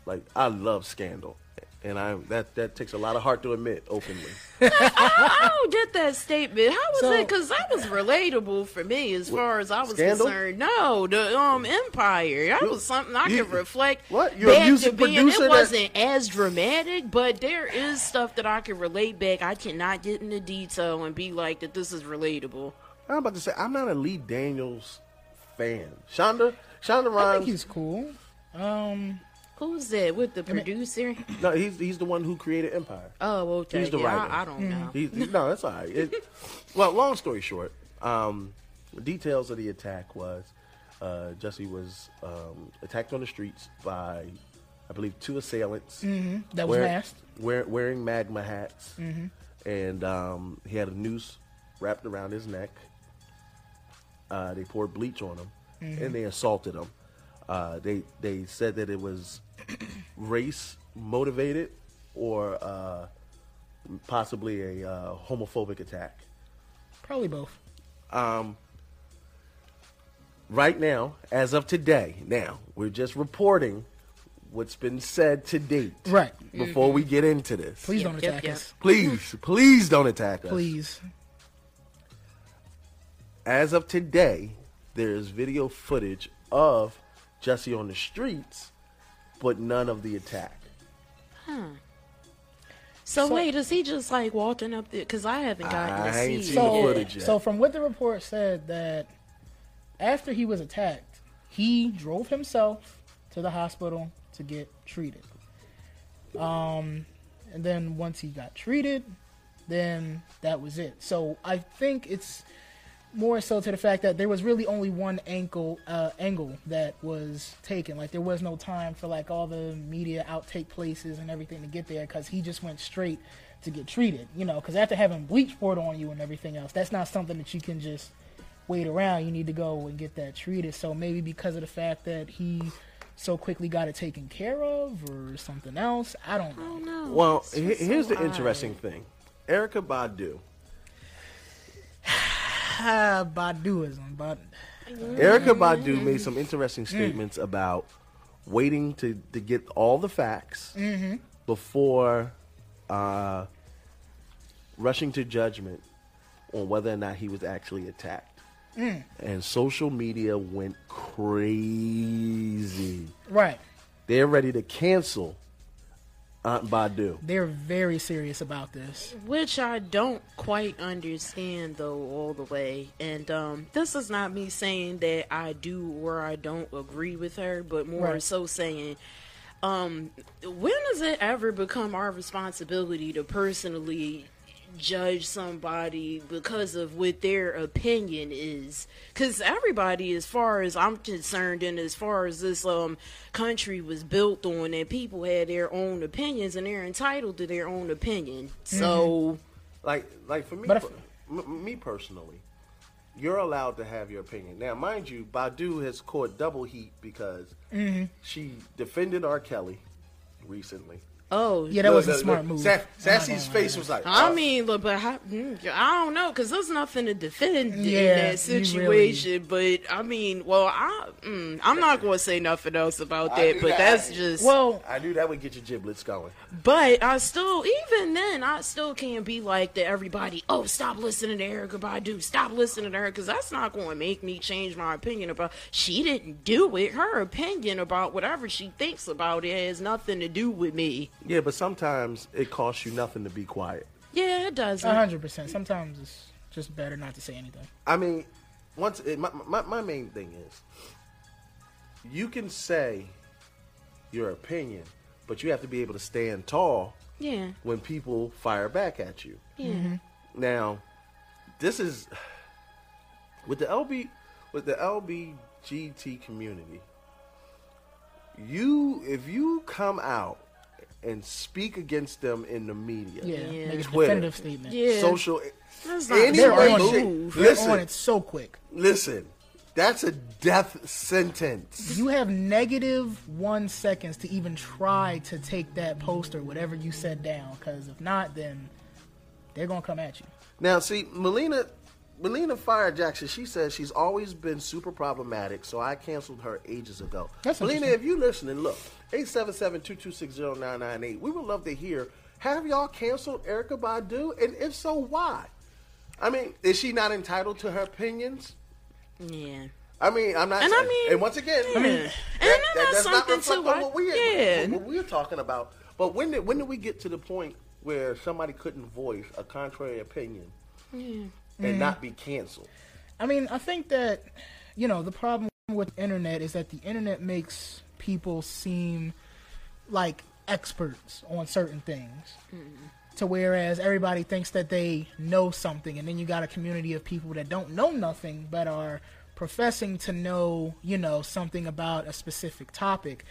Speaker 4: Like I love Scandal, and I that that takes a lot of heart to admit openly.
Speaker 7: I don't get Oh, that statement. How was
Speaker 9: So-
Speaker 7: it? Because that was relatable for me as far as I was
Speaker 4: Scandal?
Speaker 7: concerned. No, the um Empire. That was something I
Speaker 4: you-
Speaker 7: could reflect.
Speaker 4: what? You're a
Speaker 7: back
Speaker 4: music
Speaker 7: to being,
Speaker 4: producer
Speaker 7: It
Speaker 4: that-
Speaker 7: wasn't as dramatic, but there is stuff that I can relate back. I cannot get into detail and be like that. This is relatable.
Speaker 4: I'm about to say I'm not a Lee Daniels fan. Shonda, Shonda Rhimes.
Speaker 9: I think he's cool. Um,
Speaker 7: Who's that with the producer?
Speaker 4: No, he's he's the one who created Empire.
Speaker 7: Oh, okay.
Speaker 4: He's the
Speaker 7: yeah, I-
Speaker 4: writer.
Speaker 7: I, don't know.
Speaker 4: He's, he- no, that's all right. It- well, long story short, um, the details of the attack was uh, Jesse was um, attacked on the streets by, I believe, two assailants.
Speaker 9: Mhm, that was
Speaker 4: wear-
Speaker 9: masked.
Speaker 4: wear- wearing magma hats.
Speaker 9: Mhm.
Speaker 4: And um, he had a noose wrapped around his neck. Uh, they poured bleach on him
Speaker 9: Mhm.
Speaker 4: and they assaulted him. Uh, they they said that it was race motivated or uh, possibly a uh, homophobic attack.
Speaker 9: probably both.
Speaker 4: Um, right now, as of today, now we're just reporting what's been said to date.
Speaker 9: Right.
Speaker 4: Before we get into this,
Speaker 9: Please don't attack us.
Speaker 4: Please, please don't attack us.
Speaker 9: Please.
Speaker 4: As of today, there is video footage of Jesse on the streets, but none of the attack.
Speaker 7: Huh. So,
Speaker 9: So-
Speaker 7: wait, is he just like walking up there? Because I haven't gotten
Speaker 4: I
Speaker 7: to
Speaker 4: ain't
Speaker 7: see.
Speaker 4: seen the
Speaker 7: it.
Speaker 4: footage yet.
Speaker 9: So from what the report said that after he was attacked, he drove himself to the hospital to get treated. Um, and then once he got treated, then that was it. So I think it's more so to the fact that there was really only one ankle uh, angle that was taken. Like there was no time for like all the media outtake places and everything to get there because he just went straight to get treated. You know, because after having bleach poured on you and everything else, that's not something that you can just wait around. You need to go and get that treated. So maybe because of the fact that he so quickly got it taken care of or something else, I don't know.
Speaker 4: Well, he- here's the interesting thing. Erica Badu.
Speaker 9: Ah, Baduism, but
Speaker 4: Erica Badu made some interesting statements about waiting to, to get all the facts
Speaker 9: Mhm.
Speaker 4: before uh, rushing to judgment on whether or not he was actually attacked.
Speaker 9: Mm.
Speaker 4: And social media went crazy.
Speaker 9: Right.
Speaker 4: They're ready to cancel Aunt Badu.
Speaker 9: They're very serious about this.
Speaker 7: which I don't quite understand though all the way. And um, this is not me saying that I do or I don't agree with her, but more
Speaker 9: Right.
Speaker 7: so saying, um, when does it ever become our responsibility to personally judge somebody because of what their opinion is because everybody as far as i'm concerned and as far as this um country was built on and people had their own opinions and they're entitled to their own opinion so
Speaker 4: like, like for me,
Speaker 7: But if-
Speaker 4: per- m- me personally, you're allowed to have your opinion. Now, mind you, Badu has caught double heat because
Speaker 9: Mhm.
Speaker 4: she defended R. Kelly recently.
Speaker 7: Oh,
Speaker 9: yeah, that was a smart move.
Speaker 4: Sa- Sassy's face was like,
Speaker 7: I
Speaker 4: oh.
Speaker 7: mean, look, but I, mm, I don't know because there's nothing to defend
Speaker 9: Yeah,
Speaker 7: in that
Speaker 9: you really-
Speaker 7: situation. But I mean, well, I mm, I'm not going to say nothing else about
Speaker 4: I
Speaker 7: that.
Speaker 4: knew
Speaker 7: But
Speaker 4: that.
Speaker 7: that's just
Speaker 4: I knew that would get your giblets going.
Speaker 7: But I still, even then, I still can't be like to everybody. Oh, stop listening to Erica Badu. Stop listening to her because that's not going to make me change my opinion about. She didn't do it. Her opinion about whatever she thinks about it has nothing to do with me.
Speaker 4: Yeah, but sometimes it costs you nothing to be quiet.
Speaker 7: Yeah, it doesn't.
Speaker 9: hundred percent. Sometimes it's just better not to say anything.
Speaker 4: I mean, once it, my, my my main thing is, you can say your opinion, but you have to be able to stand tall
Speaker 7: Yeah.
Speaker 4: when people fire back at you.
Speaker 7: Yeah.
Speaker 9: Mm-hmm.
Speaker 4: Now, this is with the LB with the LBGT community. You, if you come out and speak against them in the media,
Speaker 9: Yeah, Yeah. make a
Speaker 4: Twitter,
Speaker 9: definitive statement.
Speaker 7: Yeah.
Speaker 4: social,
Speaker 7: That's not
Speaker 4: any
Speaker 9: They're
Speaker 4: way
Speaker 9: on
Speaker 4: they-
Speaker 9: it. They're
Speaker 4: listen,
Speaker 9: on it so quick.
Speaker 4: listen, that's a death sentence.
Speaker 9: You have negative one seconds to even try to take that post or whatever you said down. Because if not, then they're gonna come at you.
Speaker 4: Now, see, Melina, Melina Fire Jackson, she says she's always been super problematic, so I canceled her ages ago.
Speaker 9: That's
Speaker 4: Melina, if
Speaker 9: interesting.
Speaker 4: you listening, look, 877-226-0998. We would love to hear, have y'all canceled Erica Badu? And if so, why? I mean, is she not entitled to her opinions?
Speaker 7: Yeah.
Speaker 4: I mean, I'm not.
Speaker 7: And I mean-
Speaker 4: and once again,
Speaker 7: I mean-
Speaker 4: that,
Speaker 7: And then
Speaker 4: that
Speaker 7: that's
Speaker 4: does not
Speaker 7: something
Speaker 4: reflect
Speaker 7: too,
Speaker 4: on
Speaker 7: I-
Speaker 4: what we're
Speaker 7: yeah.
Speaker 4: what we're talking about. But when did when did we get to the point where somebody couldn't voice a contrary opinion
Speaker 7: Yeah.
Speaker 4: and
Speaker 9: Mhm.
Speaker 4: not be canceled?
Speaker 9: I mean, I think that you know the problem with the internet is that the internet makes people seem like experts on certain things. To whereas everybody thinks that they know something, and then you got a community of people that don't know nothing but are professing to know, you know, something about a specific topic.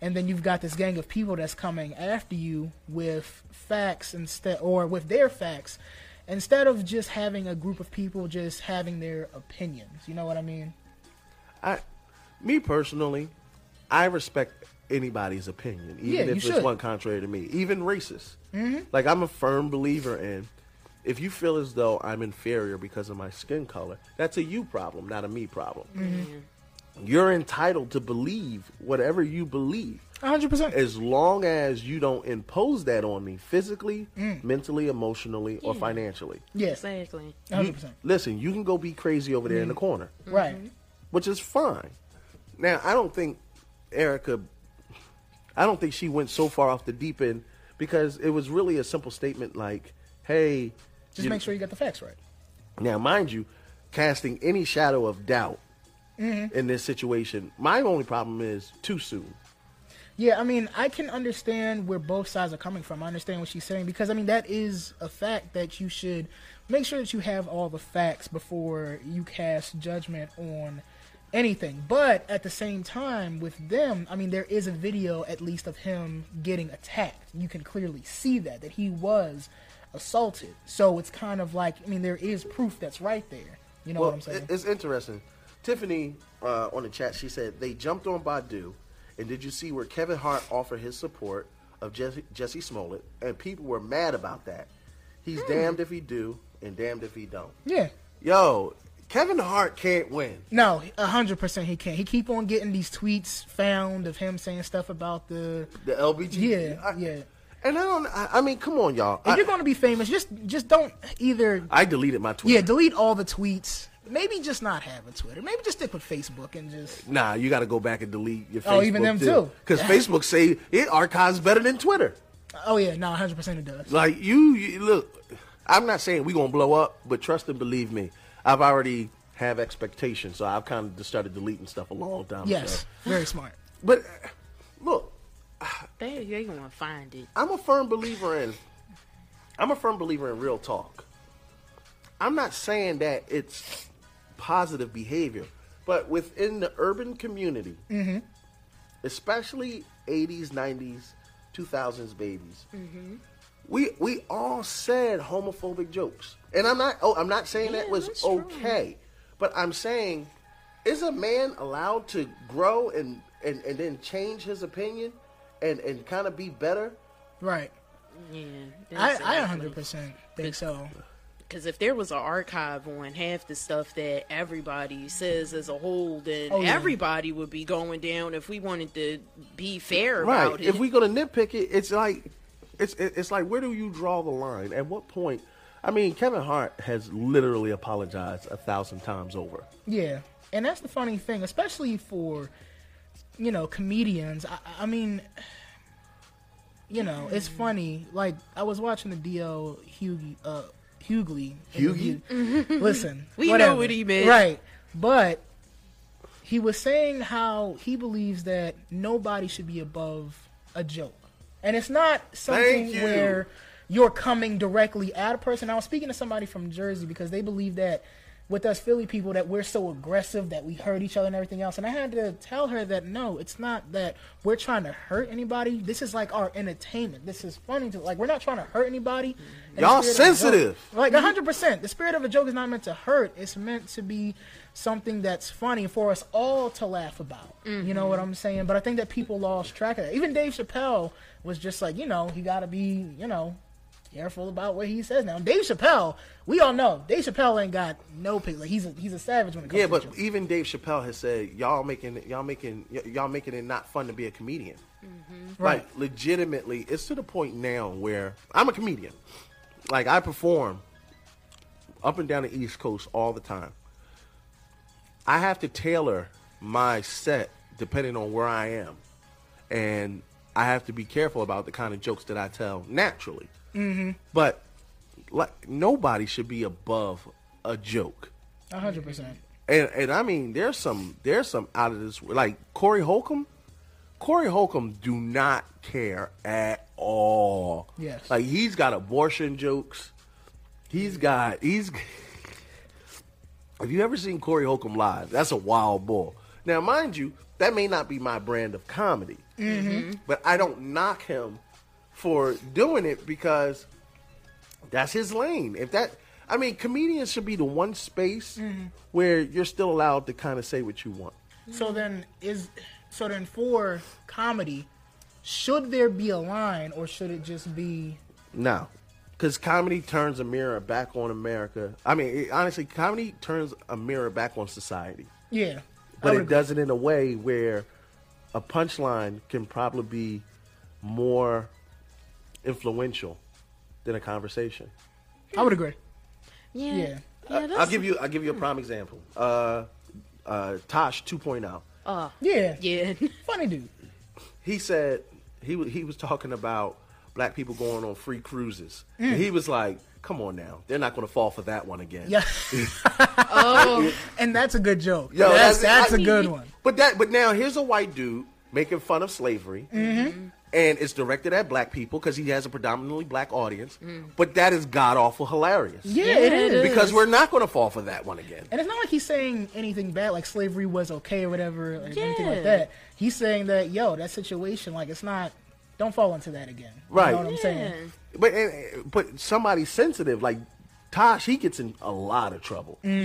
Speaker 9: And then you've got this gang of people that's coming after you with facts instead, or with their facts, instead of just having a group of people just having their opinions. You know what I mean?
Speaker 4: I, me personally, I respect anybody's opinion, even
Speaker 9: Yeah, you
Speaker 4: if it's
Speaker 9: should.
Speaker 4: one contrary to me, even racist.
Speaker 9: Mhm.
Speaker 4: Like I'm a firm believer in. If you feel as though I'm inferior because of my skin color, that's a you problem, not a me problem.
Speaker 9: Mm-hmm.
Speaker 4: You're entitled to believe whatever you believe.
Speaker 9: 100%.
Speaker 4: As long as you don't impose that on me physically,
Speaker 9: Mm.
Speaker 4: mentally, emotionally, or
Speaker 7: Yeah.
Speaker 4: financially.
Speaker 9: Yeah.
Speaker 7: Exactly.
Speaker 4: You- listen, you can go be crazy over there in the
Speaker 9: Mm-hmm.
Speaker 4: corner,
Speaker 9: Right.
Speaker 4: which is fine. Now, I don't think Erica, I don't think she went so far off the deep end because it was really a simple statement like, hey,
Speaker 9: Just
Speaker 4: you-
Speaker 9: make sure you got the facts right.
Speaker 4: now, mind you, casting any shadow of doubt
Speaker 9: Mhm.
Speaker 4: in this situation, my only problem is too soon.
Speaker 9: Yeah, I mean, I can understand where both sides are coming from. I understand what she's saying because I mean that is a fact that you should make sure that you have all the facts before you cast judgment on anything. But at the same time with them, I mean there is a video at least of him getting attacked. You can clearly see that that he was assaulted. So it's kind of like I mean there is proof that's right there. You know
Speaker 4: well,
Speaker 9: what I'm saying?
Speaker 4: it- It's interesting. Tiffany uh, on the chat, she said they jumped on Badu, and did you see where Kevin Hart offered his support of Jesse, Jesse Smollett, and people were mad about that. He's
Speaker 9: Hmm.
Speaker 4: damned if he do, and damned if he don't.
Speaker 9: yeah.
Speaker 4: Yo, Kevin Hart can't win.
Speaker 9: No, hundred percent he can't. He keep on getting these tweets found of him saying stuff about the
Speaker 4: The LBG.
Speaker 9: Yeah, yeah.
Speaker 4: And I don't. I, I mean, come on, y'all.
Speaker 9: If
Speaker 4: I,
Speaker 9: you're gonna be famous, just just don't either.
Speaker 4: I deleted my tweet.
Speaker 9: Yeah, delete all the tweets. Maybe just not have a Twitter. Maybe just stick with Facebook and just.
Speaker 4: Nah, you got to go back and delete your. Facebook
Speaker 9: Oh, even them too.
Speaker 4: Because Facebook say it archives better than Twitter.
Speaker 9: Oh yeah, no, hundred percent it does.
Speaker 4: Like you, you look. I'm not saying we're gonna blow up, but trust and believe me, I've already have expectations, so I've kind of just started deleting stuff a long time
Speaker 9: yes,
Speaker 4: ago.
Speaker 9: very smart.
Speaker 4: But uh, look,
Speaker 7: They they gonna find it.
Speaker 4: I'm a firm believer in. I'm a firm believer in real talk. I'm not saying that it's positive behavior, but within the urban community,
Speaker 9: Mm-hmm.
Speaker 4: especially 80s, 90s, 2000s babies, we we all said homophobic jokes, and I'm not. Oh, I'm not saying that was okay, but I'm saying, is a man allowed to grow and and and then change his opinion, and and kind of be better
Speaker 9: Right.
Speaker 7: Yeah.
Speaker 9: I, I 100% think so.
Speaker 7: Because if there was an archive on half the stuff that everybody says as a whole, then
Speaker 9: Oh, yeah.
Speaker 7: everybody would be going down if we wanted to be fair
Speaker 4: right.
Speaker 7: about
Speaker 4: If
Speaker 7: it.
Speaker 4: we gonna nitpick it, it's like, it's it- it's like where do you draw the line? At what point? I mean, Kevin Hart has literally apologized a thousand times over.
Speaker 9: Yeah, and that's the funny thing, especially for you know comedians. I, I mean, you know, it's funny. Like I was watching the DL Hughley. Uh, Hughley.
Speaker 4: Hughley?
Speaker 9: Listen,
Speaker 7: We know
Speaker 9: whatever.
Speaker 7: what he meant.
Speaker 9: right? But he was saying how he believes that nobody should be above a joke, and it's not something
Speaker 4: Thank you.
Speaker 9: where you're coming directly at a person. I was speaking to somebody from Jersey because they believe that with us Philly people that we're so aggressive that we hurt each other and everything else. And I had to tell her that no, it's not that we're trying to hurt anybody. This is like our entertainment. This is funny to like we're not trying to hurt anybody. And the spirit
Speaker 4: Y'all
Speaker 9: of a joke-
Speaker 4: sensitive.
Speaker 9: Like 100%. The spirit of a joke is not meant to hurt. It's meant to be something that's funny for us all to laugh about. You know
Speaker 4: Mm-hmm.
Speaker 9: what I'm saying? But I think that people lost track of that. Even Dave Chappelle was just like, you know, he got to be, you know, careful about what he says now. Dave Chappelle, we all know Dave Chappelle ain't got no pick. Like he's a, he's a savage when it comes
Speaker 4: Yeah,
Speaker 9: to
Speaker 4: but
Speaker 9: jokes.
Speaker 4: even Dave Chappelle has said y'all making y'all making y- y'all making it not fun to be a comedian.
Speaker 9: Mm-hmm. Right.
Speaker 4: Like legitimately, it's to the point now where I'm a comedian. Like I perform up and down the East Coast all the time. I have to tailor my set depending on where I am. And I have to be careful about the kind of jokes that I tell naturally.
Speaker 9: Mhm.
Speaker 4: But like nobody should be above a joke.
Speaker 9: A hundred percent.
Speaker 4: And and I mean, there's some there's some out of this like Corey Holcomb. Corey Holcomb do not care at all.
Speaker 9: Yes.
Speaker 4: like he's got abortion jokes. He's got he's. Have you ever seen Corey Holcomb live? That's a wild bull. Now, mind you, that may not be my brand of comedy,
Speaker 9: Mm-hmm.
Speaker 4: but I don't knock him for doing it because that's his lane. If that, I mean, comedians should be the one space
Speaker 9: Mm-hmm.
Speaker 4: where you're still allowed to kind of say what you want.
Speaker 9: So then is so then for comedy, should there be a line or should it just be
Speaker 4: No, because comedy turns a mirror back on America. I mean, it, honestly, comedy turns a mirror back on society,
Speaker 9: yeah?
Speaker 4: but
Speaker 9: would
Speaker 4: it
Speaker 9: agree.
Speaker 4: does it in a way where a punchline can probably be more influential than a conversation.
Speaker 9: I would agree.
Speaker 7: Yeah.
Speaker 9: Yeah.
Speaker 7: Yeah,
Speaker 4: I'll
Speaker 7: that's-
Speaker 4: give you. I'll give you a prime example. Uh, uh, Tosh 2.0.
Speaker 7: Uh,
Speaker 9: yeah.
Speaker 7: Yeah.
Speaker 9: Funny dude.
Speaker 4: He said he wa- he was talking about black people going on free cruises.
Speaker 9: Mm.
Speaker 4: And he was like, "Come on now, they're not going to fall for that one again."
Speaker 9: Yeah.
Speaker 7: Oh.
Speaker 9: and that's a good joke.
Speaker 4: Yo,
Speaker 9: that's
Speaker 4: that's-
Speaker 9: that's
Speaker 4: I-
Speaker 9: a good one.
Speaker 4: But that. But now here's a white dude making fun of slavery.
Speaker 9: Mhm.
Speaker 4: And it's directed at black people because he has a predominantly black audience,
Speaker 9: Mm.
Speaker 4: but that is god awful hilarious.
Speaker 9: Yeah, it Yeah, it is.
Speaker 4: because
Speaker 9: is.
Speaker 4: we're not going to fall for that one again.
Speaker 9: And it's not like he's saying anything bad, like slavery was okay or whatever, or anything
Speaker 7: Yeah.
Speaker 9: like that. He's saying that, yo, that situation, like, it's not, don't fall into that again.
Speaker 4: Right.
Speaker 9: You know what I'm saying?
Speaker 4: But and, but somebody sensitive like Tosh, he gets in a lot of trouble.
Speaker 9: Mm-hmm.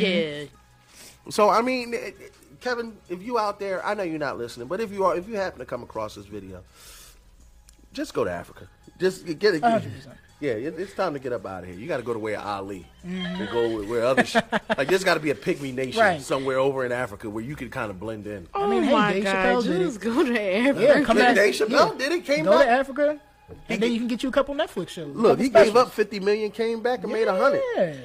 Speaker 7: Yeah.
Speaker 4: So I mean, it- it- Kevin, if you out there, I know you're not listening, but if you are, if you happen to come across this video, just go to Africa. Just get it.
Speaker 9: 100%.
Speaker 4: Yeah, it, it's time to get up out of here. You got to go to where Ali and go where, where others. like there's got to be a pygmy
Speaker 9: Mm-hmm.
Speaker 4: nation
Speaker 9: Right.
Speaker 4: somewhere over in Africa where you could kind of blend in.
Speaker 7: Oh
Speaker 9: mean, hey,
Speaker 7: my
Speaker 9: Dave
Speaker 7: God!
Speaker 9: Chappelle did
Speaker 7: Just go to Africa.
Speaker 9: Yeah, come
Speaker 4: Did
Speaker 9: back.
Speaker 4: Dave Chappelle
Speaker 9: yeah.
Speaker 4: did it? Came
Speaker 9: Go to
Speaker 4: back?
Speaker 9: Africa, and then you can get you a couple Netflix shows. a
Speaker 4: Look,
Speaker 9: couple
Speaker 4: he
Speaker 9: specials.
Speaker 4: gave up fifty million, came back and made a hundred.
Speaker 9: Yeah.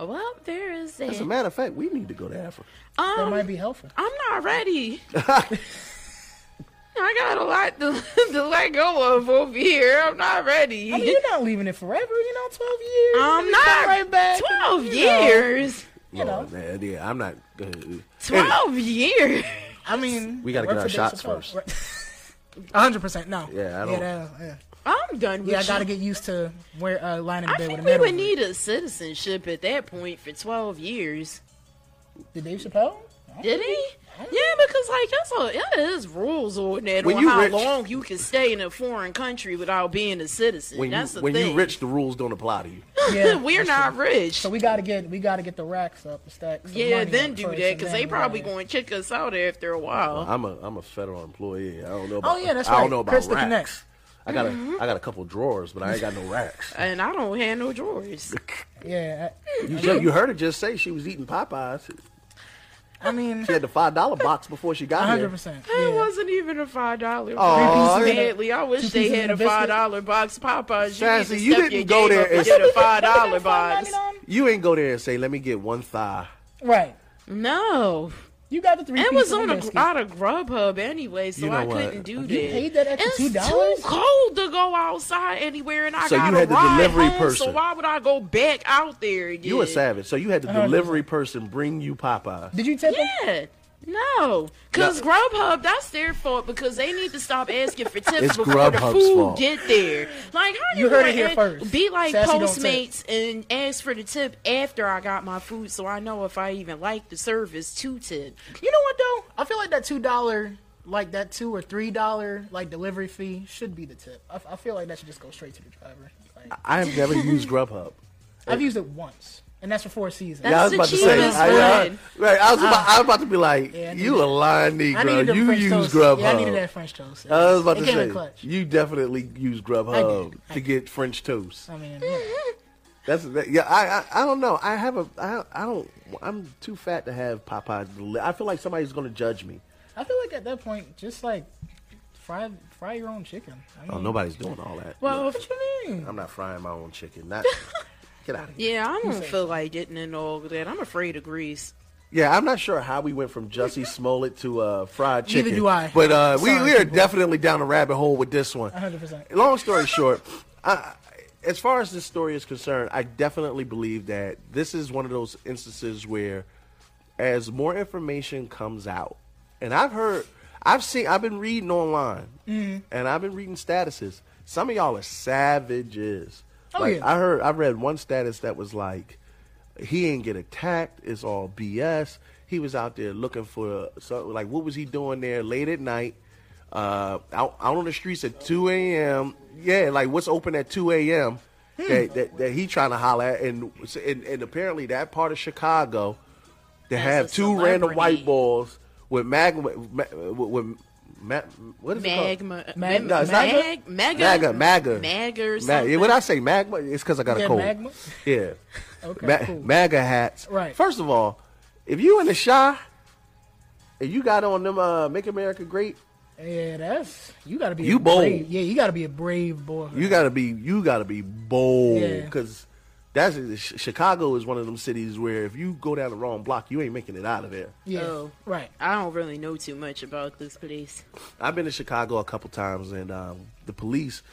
Speaker 7: Oh, Well, there is that.
Speaker 4: As a matter of fact, we need to go to Africa.
Speaker 9: That
Speaker 7: Um,
Speaker 9: might be helpful.
Speaker 7: I'm not ready. I got a lot to, to let go of over here. I'm not ready.
Speaker 9: I mean, you're not leaving it forever, you know, 12 years.
Speaker 7: I'm
Speaker 9: You come
Speaker 7: not-
Speaker 9: Right back,
Speaker 7: 12
Speaker 9: you know.
Speaker 7: years.
Speaker 9: You know.
Speaker 4: Lord, man, yeah, I'm not. uh, anyway,
Speaker 7: 12 years.
Speaker 9: I mean,
Speaker 4: We gotta
Speaker 9: work
Speaker 4: get
Speaker 9: for
Speaker 4: our
Speaker 9: Dave
Speaker 4: shots
Speaker 9: Chappelle.
Speaker 4: first.
Speaker 9: Right. 100%. No.
Speaker 4: Yeah, I
Speaker 9: Yeah,
Speaker 4: don't-
Speaker 9: that, yeah.
Speaker 7: I'm done with
Speaker 9: yeah I got to
Speaker 7: you.
Speaker 9: get used to where, uh, lining the
Speaker 7: I
Speaker 9: bed with
Speaker 7: think
Speaker 9: a
Speaker 7: we
Speaker 9: net
Speaker 7: would
Speaker 9: over it.
Speaker 7: need a citizenship at that point for 12 years.
Speaker 9: Did Dave Chappelle?
Speaker 7: Did he? Yeah, because like that's all that is rules on that
Speaker 4: When
Speaker 7: on
Speaker 4: you
Speaker 7: how
Speaker 4: rich-
Speaker 7: long you can stay in a foreign country without being a citizen.
Speaker 4: when you
Speaker 7: that's the
Speaker 4: when
Speaker 7: thing.
Speaker 4: you rich, the rules don't apply to you.
Speaker 9: Yeah,
Speaker 7: We're not rich.
Speaker 9: So we gotta get we gotta get the racks up, the stacks. the
Speaker 7: Yeah,
Speaker 9: money
Speaker 7: then
Speaker 9: up
Speaker 7: do
Speaker 9: first,
Speaker 7: that
Speaker 9: and
Speaker 7: because
Speaker 9: then
Speaker 7: they
Speaker 9: we
Speaker 7: probably
Speaker 9: gotta-
Speaker 7: going to check us out after a while.
Speaker 4: I'm a I'm a federal employee. I don't know.
Speaker 9: Oh
Speaker 4: About,
Speaker 9: yeah, that's
Speaker 4: I
Speaker 9: right.
Speaker 4: don't know about
Speaker 9: Chris the
Speaker 4: racks.
Speaker 9: Connects. Mm-hmm.
Speaker 4: I got a,
Speaker 7: Mhm.
Speaker 4: I got a couple drawers, but I ain't got no racks.
Speaker 7: And I don't have no drawers.
Speaker 9: yeah.
Speaker 4: You, ju- you heard her just say she was eating Popeyes.
Speaker 9: I mean,
Speaker 4: she had the five dollar box before she got here.
Speaker 9: 100%.
Speaker 7: It wasn't even a five dollar.
Speaker 4: Aw,
Speaker 7: box.
Speaker 4: yeah.
Speaker 7: Badly, I wish
Speaker 4: Oh, Two
Speaker 7: they
Speaker 4: pieces and
Speaker 7: had
Speaker 4: a
Speaker 7: a
Speaker 4: biscuit.
Speaker 7: five dollar box. Popeyes, you
Speaker 4: Sassy,
Speaker 7: need to
Speaker 4: you
Speaker 7: step
Speaker 4: didn't
Speaker 7: your
Speaker 4: go
Speaker 7: game
Speaker 4: there
Speaker 7: up
Speaker 4: and-
Speaker 7: and get a five dollar box.
Speaker 4: You ain't go there and say, "Let me get one thigh."
Speaker 9: Right.
Speaker 7: No.
Speaker 9: You got the three.
Speaker 7: It
Speaker 9: pieces
Speaker 7: was on
Speaker 9: and
Speaker 7: a
Speaker 9: a
Speaker 7: gr-
Speaker 9: biscuit.
Speaker 7: out of Grubhub anyway, so
Speaker 4: You know
Speaker 7: I
Speaker 4: what?
Speaker 7: couldn't do
Speaker 4: You
Speaker 7: that.
Speaker 9: paid that extra
Speaker 7: it's
Speaker 9: $2?
Speaker 7: too cold to go outside anywhere, and I
Speaker 4: So you
Speaker 7: got to
Speaker 4: had the
Speaker 7: ride
Speaker 4: delivery
Speaker 7: home, So
Speaker 4: person.
Speaker 7: why would I go back out there again?
Speaker 4: You a savage. So you had the
Speaker 7: 100%.
Speaker 4: delivery person bring you Popeyes.
Speaker 9: Did you tip
Speaker 7: Yeah. No, because Grubhub, that's their fault because they need to stop asking for tips
Speaker 4: It's
Speaker 7: before the
Speaker 4: Grubhub's
Speaker 7: food
Speaker 4: fault.
Speaker 7: get there. Like, how
Speaker 9: You heard it
Speaker 7: gonna
Speaker 9: here
Speaker 7: ask-
Speaker 9: first.
Speaker 7: Be like
Speaker 9: Sassy don't tip.
Speaker 7: Postmates and ask for the tip after I got my food so I know if I even like the service to tip.
Speaker 9: You know what though? I feel like that two dollar, like that two or three dollar, like delivery fee should be the tip. I, I feel like that should just go straight to the driver. Like,
Speaker 4: I have never used Grubhub.
Speaker 9: I've used it once, and that's for four seasons.
Speaker 4: yeah, I was about to say. I, I, right, I was about, I was about to be like,
Speaker 9: Ah. Yeah, I need
Speaker 4: you a
Speaker 9: that. I
Speaker 4: lying Negro.
Speaker 9: needed the
Speaker 4: You
Speaker 9: French
Speaker 4: use
Speaker 9: toast.
Speaker 4: Grubhub.
Speaker 9: Yeah, I needed that French toast.
Speaker 4: I was about
Speaker 9: It
Speaker 4: to
Speaker 9: came in
Speaker 4: say,
Speaker 9: clutch.
Speaker 4: you definitely use Grubhub to get French toast.
Speaker 9: I mean, yeah.
Speaker 4: That's that, yeah. I, I I don't know. I have a I I don't. I'm too fat to have Popeyes. deli- I feel like somebody's gonna judge me.
Speaker 9: I feel like at that point, just like fry fry your own chicken. I mean,
Speaker 4: Oh, nobody's doing all that.
Speaker 7: Well,
Speaker 9: what you mean?
Speaker 4: I'm not frying my own chicken. Not get out of here.
Speaker 7: Yeah, I
Speaker 9: You
Speaker 7: don't
Speaker 9: say
Speaker 7: feel like getting in all that. I'm afraid of grease.
Speaker 4: Yeah, I'm not sure how we went from Jussie Smollett to uh, fried
Speaker 7: Neither
Speaker 4: chicken.
Speaker 7: do I.
Speaker 4: But uh,
Speaker 7: Sorry,
Speaker 4: we, we are
Speaker 7: people.
Speaker 4: definitely down a rabbit hole with this one.
Speaker 9: 100%.
Speaker 4: Long story short, I, I- as far as this story is concerned, I definitely believe that this is one of those instances where, as more information comes out, and I've heard, I've seen, I've been reading online,
Speaker 9: Mhm.
Speaker 4: and I've been reading statuses. Some of y'all are savages.
Speaker 9: Oh,
Speaker 4: like,
Speaker 9: yeah.
Speaker 4: I heard, I read one status that was like, he didn't get attacked. It's all BS. He was out there looking for so like what was he doing there late at night, uh, out out on the streets at two a.m. Yeah, like what's open at two a.m. That, that that he trying to holler at, and, and and apparently that part of Chicago, they
Speaker 11: That's
Speaker 4: have
Speaker 11: a
Speaker 4: two random
Speaker 11: celebrity.
Speaker 4: white balls with magma with, with ma- what is
Speaker 7: Magma.
Speaker 4: it called?
Speaker 7: Mag-
Speaker 4: no, it's not-
Speaker 7: mag- mega?
Speaker 4: Maga, maga,
Speaker 7: Maga or
Speaker 4: Ma- yeah,
Speaker 7: something.
Speaker 4: when I say magma, it's because I got
Speaker 9: Yeah,
Speaker 4: a cold.
Speaker 9: magma?
Speaker 4: Yeah.
Speaker 9: Okay,
Speaker 4: Ma-
Speaker 9: cool.
Speaker 4: MAGA hats.
Speaker 9: Right.
Speaker 4: First of all, if you in the shy and you got on them uh, Make America Great,
Speaker 9: Yeah, that's you gotta be
Speaker 4: You
Speaker 9: a brave-
Speaker 4: bold.
Speaker 9: Yeah, you gotta be a brave boy.
Speaker 4: you gotta be you gotta be bold
Speaker 9: Yeah.
Speaker 4: because that's Ch- Chicago is one of them cities where if you go down the wrong block, you ain't making it out of there.
Speaker 9: Yeah.
Speaker 7: Oh,
Speaker 9: right.
Speaker 7: I don't really know too much about this place.
Speaker 4: I've been to Chicago a couple times, and um, the police.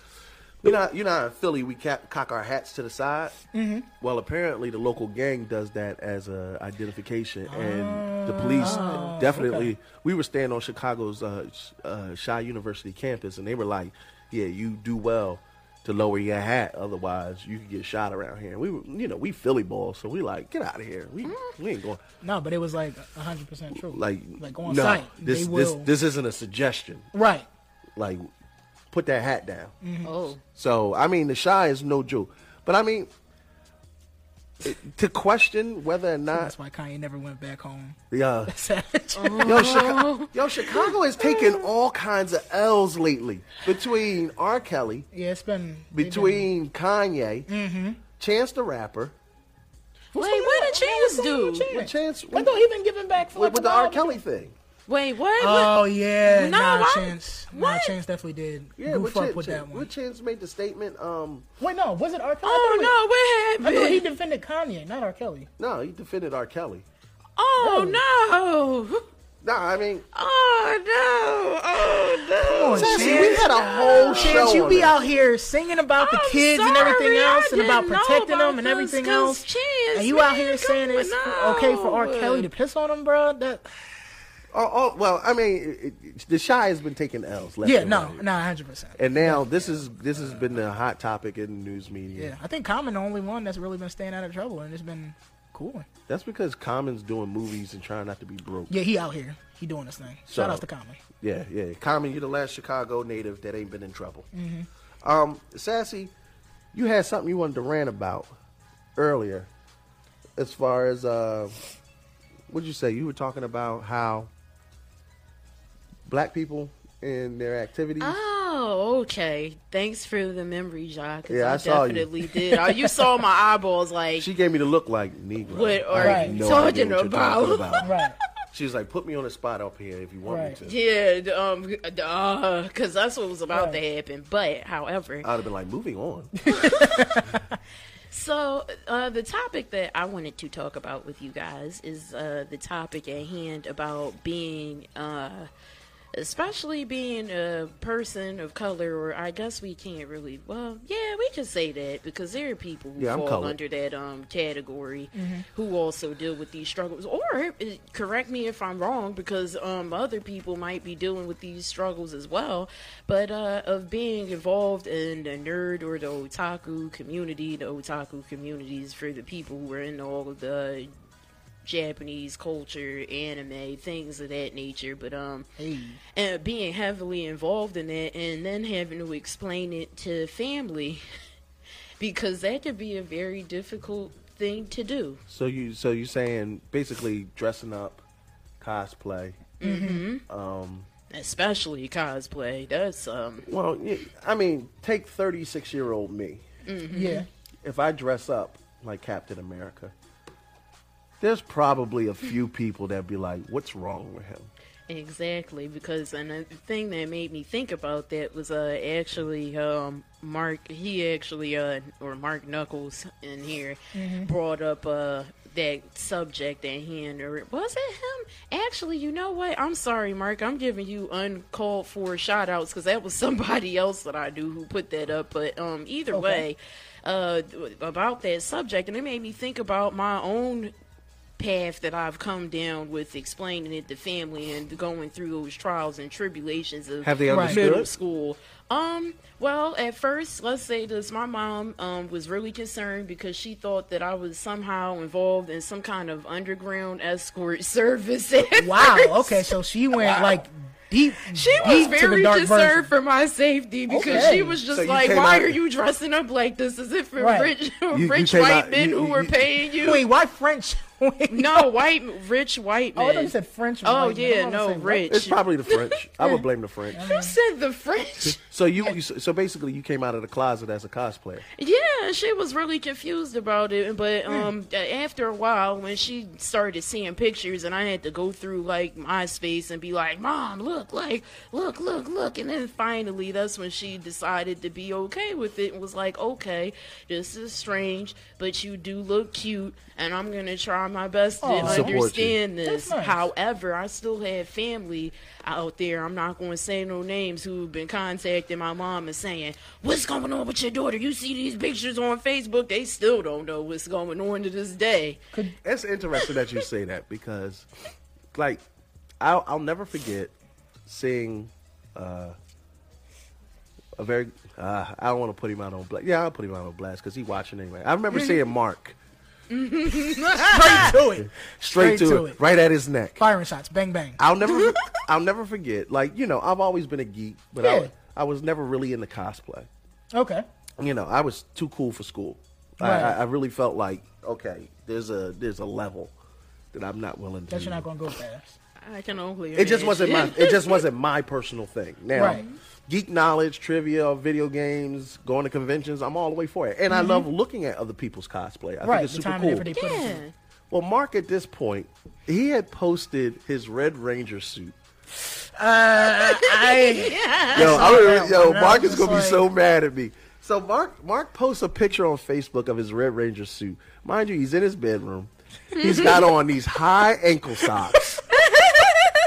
Speaker 4: You know, you know, how in Philly, we cap, cock our hats to the side.
Speaker 9: Mhm.
Speaker 4: Well, apparently, the local gang does that as a identification, and the police
Speaker 9: Oh,
Speaker 4: definitely.
Speaker 9: okay.
Speaker 4: We were staying on Chicago's uh, sh- uh, Shy University campus, and they were like, "Yeah, you do well to lower your hat, otherwise you could get shot around here." And we, were, you know, we Philly balls, so we like, get out of here. We, we ain't going.
Speaker 9: No, but it was like hundred percent true.
Speaker 4: Like,
Speaker 9: Mm-hmm. like on
Speaker 4: no,
Speaker 9: site,
Speaker 4: This,
Speaker 9: they will.
Speaker 4: this, this isn't a suggestion.
Speaker 9: right.
Speaker 4: Like, put that hat down.
Speaker 9: Mm.
Speaker 7: Oh.
Speaker 4: So I mean, the shy is no joke. But I mean, it- to question whether or not,
Speaker 9: That's why Kanye never went back home.
Speaker 4: yeah,
Speaker 9: Savage.
Speaker 4: yo, Chica- yo, Chicago has taken all kinds of L's lately between R. Kelly,
Speaker 9: Yeah, it's been they've
Speaker 4: between Kanye,
Speaker 9: Been, mm-hmm.
Speaker 4: Chance the Rapper.
Speaker 7: Wait, what did Chance do?
Speaker 4: With Chance,
Speaker 9: I thought he been giving back for
Speaker 4: with,
Speaker 9: like
Speaker 4: with
Speaker 9: a
Speaker 4: the R.
Speaker 9: while.
Speaker 4: Kelly thing.
Speaker 7: Wait, what?
Speaker 9: Oh yeah,
Speaker 4: No,
Speaker 9: nah,
Speaker 4: I-
Speaker 9: Chance. Nah, Chance definitely did.
Speaker 4: Yeah,
Speaker 9: Goof
Speaker 4: with
Speaker 9: up
Speaker 4: Chance,
Speaker 9: with that
Speaker 4: Chance-
Speaker 9: one.
Speaker 4: with Chance made the statement. Um,
Speaker 9: Wait, no, was it R. Kelly? I
Speaker 7: Oh
Speaker 9: thought he
Speaker 7: no, what happened?
Speaker 9: defended Kanye, not R. Kelly.
Speaker 4: no, he defended R. Kelly.
Speaker 7: Oh no.
Speaker 4: No, I mean,
Speaker 7: Oh no. Oh no.
Speaker 9: Come on,
Speaker 4: Sassy,
Speaker 9: Chance.
Speaker 4: we had a whole
Speaker 9: Chance,
Speaker 4: show
Speaker 9: you
Speaker 4: on
Speaker 9: be
Speaker 4: it.
Speaker 9: out here singing about the kids and everything
Speaker 7: sorry, I
Speaker 9: else, and about
Speaker 7: didn't know
Speaker 9: protecting
Speaker 7: about
Speaker 9: them and
Speaker 7: this,
Speaker 9: everything
Speaker 7: 'cause
Speaker 9: else.
Speaker 7: Chance,
Speaker 9: and you
Speaker 7: man,
Speaker 9: out here saying it's
Speaker 7: on,
Speaker 9: okay for R.
Speaker 7: no.
Speaker 9: Kelly to piss on him, bro. That
Speaker 4: Oh, oh well, I mean, it, it, the shy has been taking L's. Left
Speaker 9: yeah,
Speaker 4: and
Speaker 9: no,
Speaker 4: right.
Speaker 9: no, hundred percent.
Speaker 4: And now this is this has been the hot topic in the news media.
Speaker 9: Yeah, I think Common the only one that's really been staying out of trouble and it's been cool.
Speaker 4: That's because Common's doing movies and trying not to be broke.
Speaker 9: Yeah, he out here, he doing his thing. Shout
Speaker 4: So-
Speaker 9: outs to Common.
Speaker 4: Yeah, yeah. Common, you're the last Chicago native that ain't been in trouble.
Speaker 9: Mm-hmm.
Speaker 4: Um, Sassy, you had something you wanted to rant about earlier, as far as uh, what'd you say? You were talking about how black people and their activities.
Speaker 7: Oh, Okay, thanks for the memory, Jock. 'cause
Speaker 4: Yeah,
Speaker 7: I,
Speaker 4: I saw you.
Speaker 7: definitely did. Oh, you saw my eyeballs like
Speaker 4: She gave me the look like Negro.
Speaker 7: What
Speaker 4: I
Speaker 7: are
Speaker 4: have
Speaker 7: you
Speaker 4: no
Speaker 7: talking
Speaker 4: idea what you're
Speaker 7: about?
Speaker 9: Right.
Speaker 4: She was like, "Put me on the spot up here if you want me to."
Speaker 7: yeah, d- um, because that's what was about to happen. But however,
Speaker 4: I'd have been like, "Moving on."
Speaker 7: So, uh, the topic that I wanted to talk about with you guys is uh, the topic at hand about being, uh, especially being a person of color, or I guess we can't really, well, yeah, we can say that because there are people who
Speaker 4: Yeah, I'm
Speaker 7: fall
Speaker 4: colored.
Speaker 7: under that um, category
Speaker 4: Mhm.
Speaker 7: who also deal with these struggles. Or, uh, correct me if I'm wrong, because um, other people might be dealing with these struggles as well, but uh, of being involved in the nerd or the otaku community, the otaku communities for the people who are in all of the Japanese culture, anime, things of that nature, but um, and being heavily involved in that, and then having to explain it to family, because that could be a very difficult thing to do.
Speaker 4: So you, so you saying basically dressing up, cosplay.
Speaker 7: Mhm.
Speaker 4: Um.
Speaker 7: especially cosplay. That's um,
Speaker 4: Well, yeah, I mean, take thirty-six year old me. Mm-hmm.
Speaker 7: mhm.
Speaker 4: If I dress up like Captain America, there's probably a few people that be like, "What's wrong with him?"
Speaker 7: Exactly, because another thing that made me think about that was uh, actually um, Mark. He actually uh, or Mark Knuckles in here
Speaker 11: Mhm.
Speaker 7: brought up uh, that subject at hand. Or was it him? Actually, you know what? I'm sorry, Mark. I'm giving you uncalled for shout outs because that was somebody else that I knew who put that up. But um, either
Speaker 11: Okay.
Speaker 7: way, uh, th- about that subject, and it made me think about my own path that I've come down with explaining it to family and going through those trials and tribulations of
Speaker 4: Have they understood?
Speaker 7: middle school. Um, well, at first, let's say this, my mom um was really concerned because she thought that I was somehow involved in some kind of underground escort service. at
Speaker 9: Wow.
Speaker 7: first.
Speaker 9: Okay, so she went like deep.
Speaker 7: She was
Speaker 9: deep to the
Speaker 7: very
Speaker 9: dark version.
Speaker 7: concerned for my safety because
Speaker 9: Okay.
Speaker 7: she was just
Speaker 9: So you
Speaker 7: like,
Speaker 9: came
Speaker 7: "Why
Speaker 9: out-
Speaker 7: are you dressing up like this? Is it for
Speaker 9: Right.
Speaker 7: rich,
Speaker 9: You-
Speaker 7: rich
Speaker 9: you came
Speaker 7: white
Speaker 9: out-
Speaker 7: men
Speaker 9: you-
Speaker 7: who
Speaker 9: you-
Speaker 7: were paying you?"
Speaker 9: Wait, why French?
Speaker 7: no, white, rich white
Speaker 9: Oh, I
Speaker 7: men.
Speaker 9: thought you said French
Speaker 7: Oh
Speaker 9: white men.
Speaker 7: yeah,
Speaker 9: I'm
Speaker 7: no,
Speaker 9: saying, what?
Speaker 7: rich.
Speaker 4: It's probably the French. I would blame the French.
Speaker 7: You said the French.
Speaker 4: So you, you, so basically, you came out of the closet as a cosplayer.
Speaker 7: Yeah, she was really confused about it, but um, after a while, when she started seeing pictures, and I had to go through like MySpace and be like, "Mom, look, like, look, look, look," and then finally, that's when she decided to be okay with it and was like, "Okay, this is strange, but you do look cute, and I'm gonna try my best to
Speaker 11: Aw. Support you.
Speaker 7: understand this."
Speaker 11: That's nice.
Speaker 7: However, I still have family out there. I'm not going to say no names who've been contacting my mom and saying, "What's going on with your daughter? You see these pictures on Facebook? They still don't know what's going on to this day."
Speaker 4: It's interesting that you say that because, like, I'll, I'll never forget seeing uh, a very. Uh, I don't want to put him out on blast. Yeah, I'll put him out on blast because he watching anyway. I remember
Speaker 9: Mhm.
Speaker 4: seeing Mark
Speaker 9: Straight to it.
Speaker 4: straight, to, it, right at his neck.
Speaker 9: Firing shots. Bang bang.
Speaker 4: I'll never, I'll never forget. Like you know, I've always been a geek, but
Speaker 9: Yeah.
Speaker 4: I, I was never really into cosplay.
Speaker 9: Okay.
Speaker 4: you know, I was too cool for school.
Speaker 9: Right.
Speaker 4: I, I, I really felt like, okay, there's a there's a level that I'm not willing to.
Speaker 9: That you're not gonna go fast.
Speaker 7: I can only.
Speaker 4: it just wasn't my
Speaker 7: imagine.
Speaker 4: it just wasn't my personal thing. Now,
Speaker 9: Right.
Speaker 4: geek knowledge, trivia, video games, going to conventions, I'm all the way for it, and I love looking at other people's cosplay. I
Speaker 9: Mm-hmm. right.
Speaker 4: think it's
Speaker 9: the
Speaker 4: super
Speaker 9: time
Speaker 4: cool.
Speaker 9: and effort they put into it.
Speaker 4: Well, Mark at this point, he had posted his Red Ranger suit.
Speaker 9: Uh, I.
Speaker 4: Yo, I remember, yo,
Speaker 9: And I
Speaker 4: Mark
Speaker 9: was
Speaker 4: is gonna
Speaker 9: just
Speaker 4: be so mad at me. So Mark, Mark posts a picture on Facebook of his Red Ranger suit. Mind you, he's in his bedroom. He's got on these high ankle socks.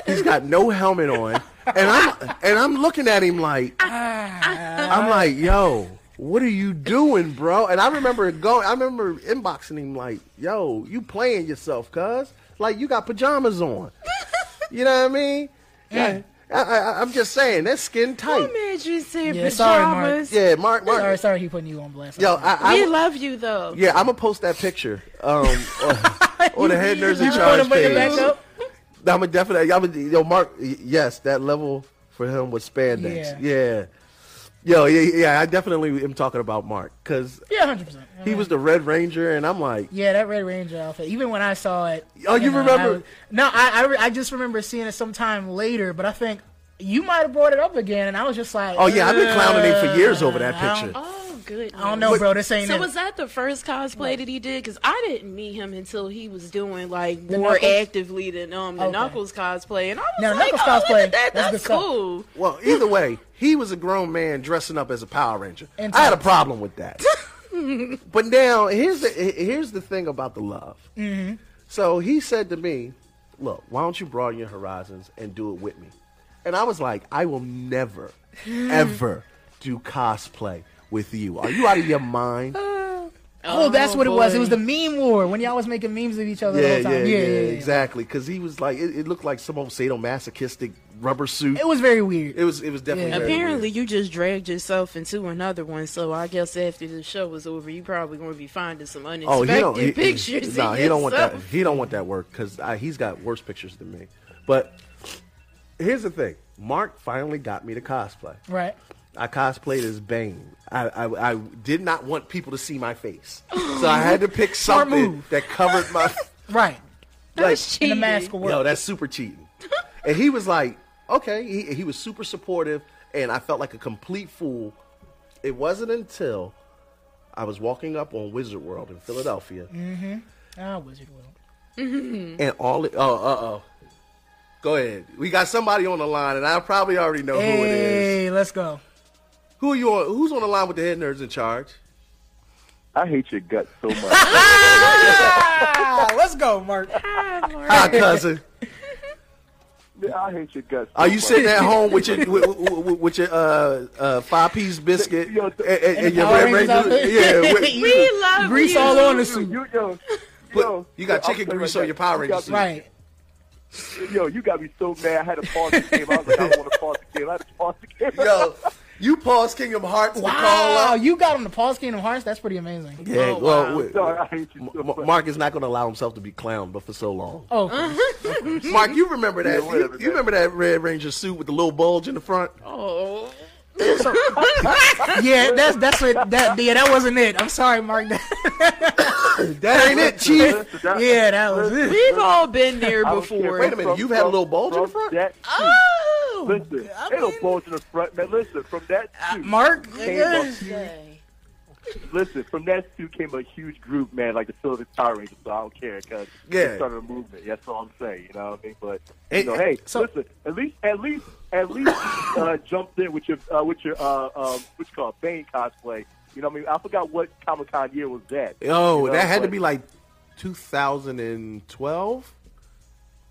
Speaker 4: He's got no helmet on, and I'm and I'm looking at him like I'm like, yo, what are you doing, bro? And I remember going, I remember inboxing him like, yo, you playing yourself, cuz like you got pajamas on. You know what I mean? Yeah. I, I, I'm just saying, that's skin tight.
Speaker 7: Imagine saying
Speaker 9: Yeah, sorry, Mark.
Speaker 7: pajamas.
Speaker 4: Yeah, Mark. Mark.
Speaker 9: Sorry, sorry, he putting you on blast.
Speaker 4: Yo, I, I,
Speaker 7: we love you though.
Speaker 4: yeah, I'm gonna post that picture um, on, on the head nerds in
Speaker 9: You
Speaker 4: charge
Speaker 9: wanna bring it back
Speaker 4: page.
Speaker 9: up?
Speaker 4: I'm a definite. I'm a, yo, Mark. y- Yes, that level for him was spandex. Yeah. Yo, yeah, yeah. I definitely am talking about Mark because
Speaker 9: Yeah, hundred percent.
Speaker 4: he was the Red Ranger, and I'm like,
Speaker 9: Yeah, that Red Ranger outfit. Even when I saw it.
Speaker 4: Oh, you remember-
Speaker 9: I was- no, I, I re- I just remember seeing it sometime later, but I think you might have brought it up again, and I was just like,
Speaker 4: Oh yeah, I've been clowning him for years over that
Speaker 9: I don't-
Speaker 4: picture.
Speaker 7: Oh, good.
Speaker 9: I don't know, bro. This ain't
Speaker 7: So
Speaker 9: it.
Speaker 7: was that the first cosplay that he did? Because I didn't meet him until he was doing like
Speaker 9: The
Speaker 7: more
Speaker 9: Knuckles?
Speaker 7: actively than um the
Speaker 9: Okay.
Speaker 7: Knuckles cosplay, and I was
Speaker 9: Now,
Speaker 7: like,
Speaker 9: Knuckles
Speaker 7: oh, look
Speaker 9: cosplay,
Speaker 7: at that.
Speaker 9: that's
Speaker 7: That's
Speaker 9: good stuff.
Speaker 7: cool.
Speaker 4: Well, either way, he was a grown man dressing up as a Power Ranger.
Speaker 9: And
Speaker 4: I had a
Speaker 9: tights.
Speaker 4: problem with that. but now here's the here's the thing about the love.
Speaker 9: hmm
Speaker 4: So he said to me, "Look, why don't you broaden your horizons and do it with me?" And I was like, "I will never, ever do cosplay with you. Are you out of your mind?"
Speaker 9: Oh, that's what it was. It was
Speaker 4: boy.
Speaker 9: the meme war when y'all was making memes of each other the
Speaker 4: yeah, yeah,
Speaker 9: whole
Speaker 4: yeah,
Speaker 9: time. Yeah, yeah, yeah.
Speaker 4: exactly. Because he was like, it, it looked like some old sadomasochistic rubber suit.
Speaker 9: It was very weird.
Speaker 4: It was, it was definitely. very weird.
Speaker 7: Apparently, you just dragged yourself into another one. So I guess after the show is over, you probably going to be finding some
Speaker 4: Oh,
Speaker 7: unexpected pictures.
Speaker 4: No,
Speaker 7: of
Speaker 4: he don't want that.
Speaker 7: yourself.
Speaker 4: He don't want that work because he's got worse pictures than me. But here's the thing: Mark finally got me to cosplay.
Speaker 9: Right.
Speaker 4: I cosplayed as Bane. I, I, I did not want people to see my face, so I had to pick
Speaker 9: Smart
Speaker 4: something that covered my.
Speaker 9: right.
Speaker 4: That's
Speaker 9: And the mask will work.
Speaker 4: Yo, that's super cheating. and he was like, okay, he, he was super supportive, and I felt like a complete fool. It wasn't until I was walking up on Wizard World in Philadelphia,
Speaker 9: Mm-hmm. Ah, Wizard World.
Speaker 4: and all it, oh, uh oh. Go ahead. We got somebody on the line, and I probably already know who it is.
Speaker 9: Hey, let's go.
Speaker 4: Who are you on? Who's on the line with the head nerds in charge?
Speaker 6: I hate your guts so much.
Speaker 9: Ah, let's go, Mark.
Speaker 4: Hi, cousin.
Speaker 6: Man, I hate your guts.
Speaker 4: Are you
Speaker 6: so
Speaker 4: sitting
Speaker 6: much.
Speaker 4: at home with your with, with, with your uh, uh, five piece biscuit and, and- and your
Speaker 6: Power
Speaker 4: red
Speaker 6: Rangers
Speaker 4: Ranger?
Speaker 6: outfit?
Speaker 4: Yeah,
Speaker 6: We love
Speaker 9: Grease you. all on the
Speaker 6: suit. You, yo,
Speaker 4: But
Speaker 6: yo,
Speaker 4: you got
Speaker 6: yo,
Speaker 4: chicken
Speaker 6: I'll
Speaker 4: grease
Speaker 6: tell
Speaker 4: on
Speaker 6: you
Speaker 4: your Power
Speaker 6: you got
Speaker 4: Rangers.
Speaker 6: me-
Speaker 9: Right.
Speaker 6: Yo, you got me so mad. I had to pause the game. I was like, I don't want to pause the game. I had to pause the game.
Speaker 4: Yo, you paused Kingdom Hearts
Speaker 9: Wow,
Speaker 4: to call
Speaker 6: Oh,
Speaker 4: up.
Speaker 9: you got him to pause Kingdom Hearts. That's pretty amazing.
Speaker 4: Yeah,
Speaker 7: Oh,
Speaker 4: well, wait,
Speaker 6: Sorry, I hate you.
Speaker 4: M- M- Mark is not going to allow himself to be clowned, but for so long.
Speaker 9: Oh,
Speaker 4: Mark, you remember that?
Speaker 6: Yeah,
Speaker 4: you,
Speaker 6: whatever,
Speaker 4: you remember that Red Ranger suit with the little bulge in the front?
Speaker 7: Oh,
Speaker 9: yeah, that's that's what that yeah that wasn't it. I'm sorry, Mark. That,
Speaker 4: That ain't it, Chief.
Speaker 9: yeah, that was it.
Speaker 7: we've all been there
Speaker 6: I don't care
Speaker 7: before.
Speaker 4: Wait a minute,
Speaker 6: from-
Speaker 4: you've had a
Speaker 6: from-
Speaker 4: little bulge in the
Speaker 6: from
Speaker 4: front?
Speaker 6: That
Speaker 7: Oh,
Speaker 6: Listen,
Speaker 9: I
Speaker 6: ain't no
Speaker 9: mean- Uh,
Speaker 6: bulge in the front. Now listen, from that suit,
Speaker 9: Mark,
Speaker 6: came a
Speaker 9: nigga.
Speaker 6: huge, listen, from that suit came a huge group, man, like the Silver Power Rangers. So I don't care because
Speaker 4: Yeah.
Speaker 6: it started a movement. That's all I'm saying. You know what I mean? But
Speaker 4: Hey,
Speaker 6: you know, hey,
Speaker 4: so-
Speaker 6: listen, at least, at least, at least, uh, jumped in with your, uh, with your, uh, um, what's called Bane cosplay. You know what I mean? I forgot what Comic Con year was that.
Speaker 4: Oh,
Speaker 6: You know,
Speaker 4: that had to
Speaker 6: but-
Speaker 4: be like 2012.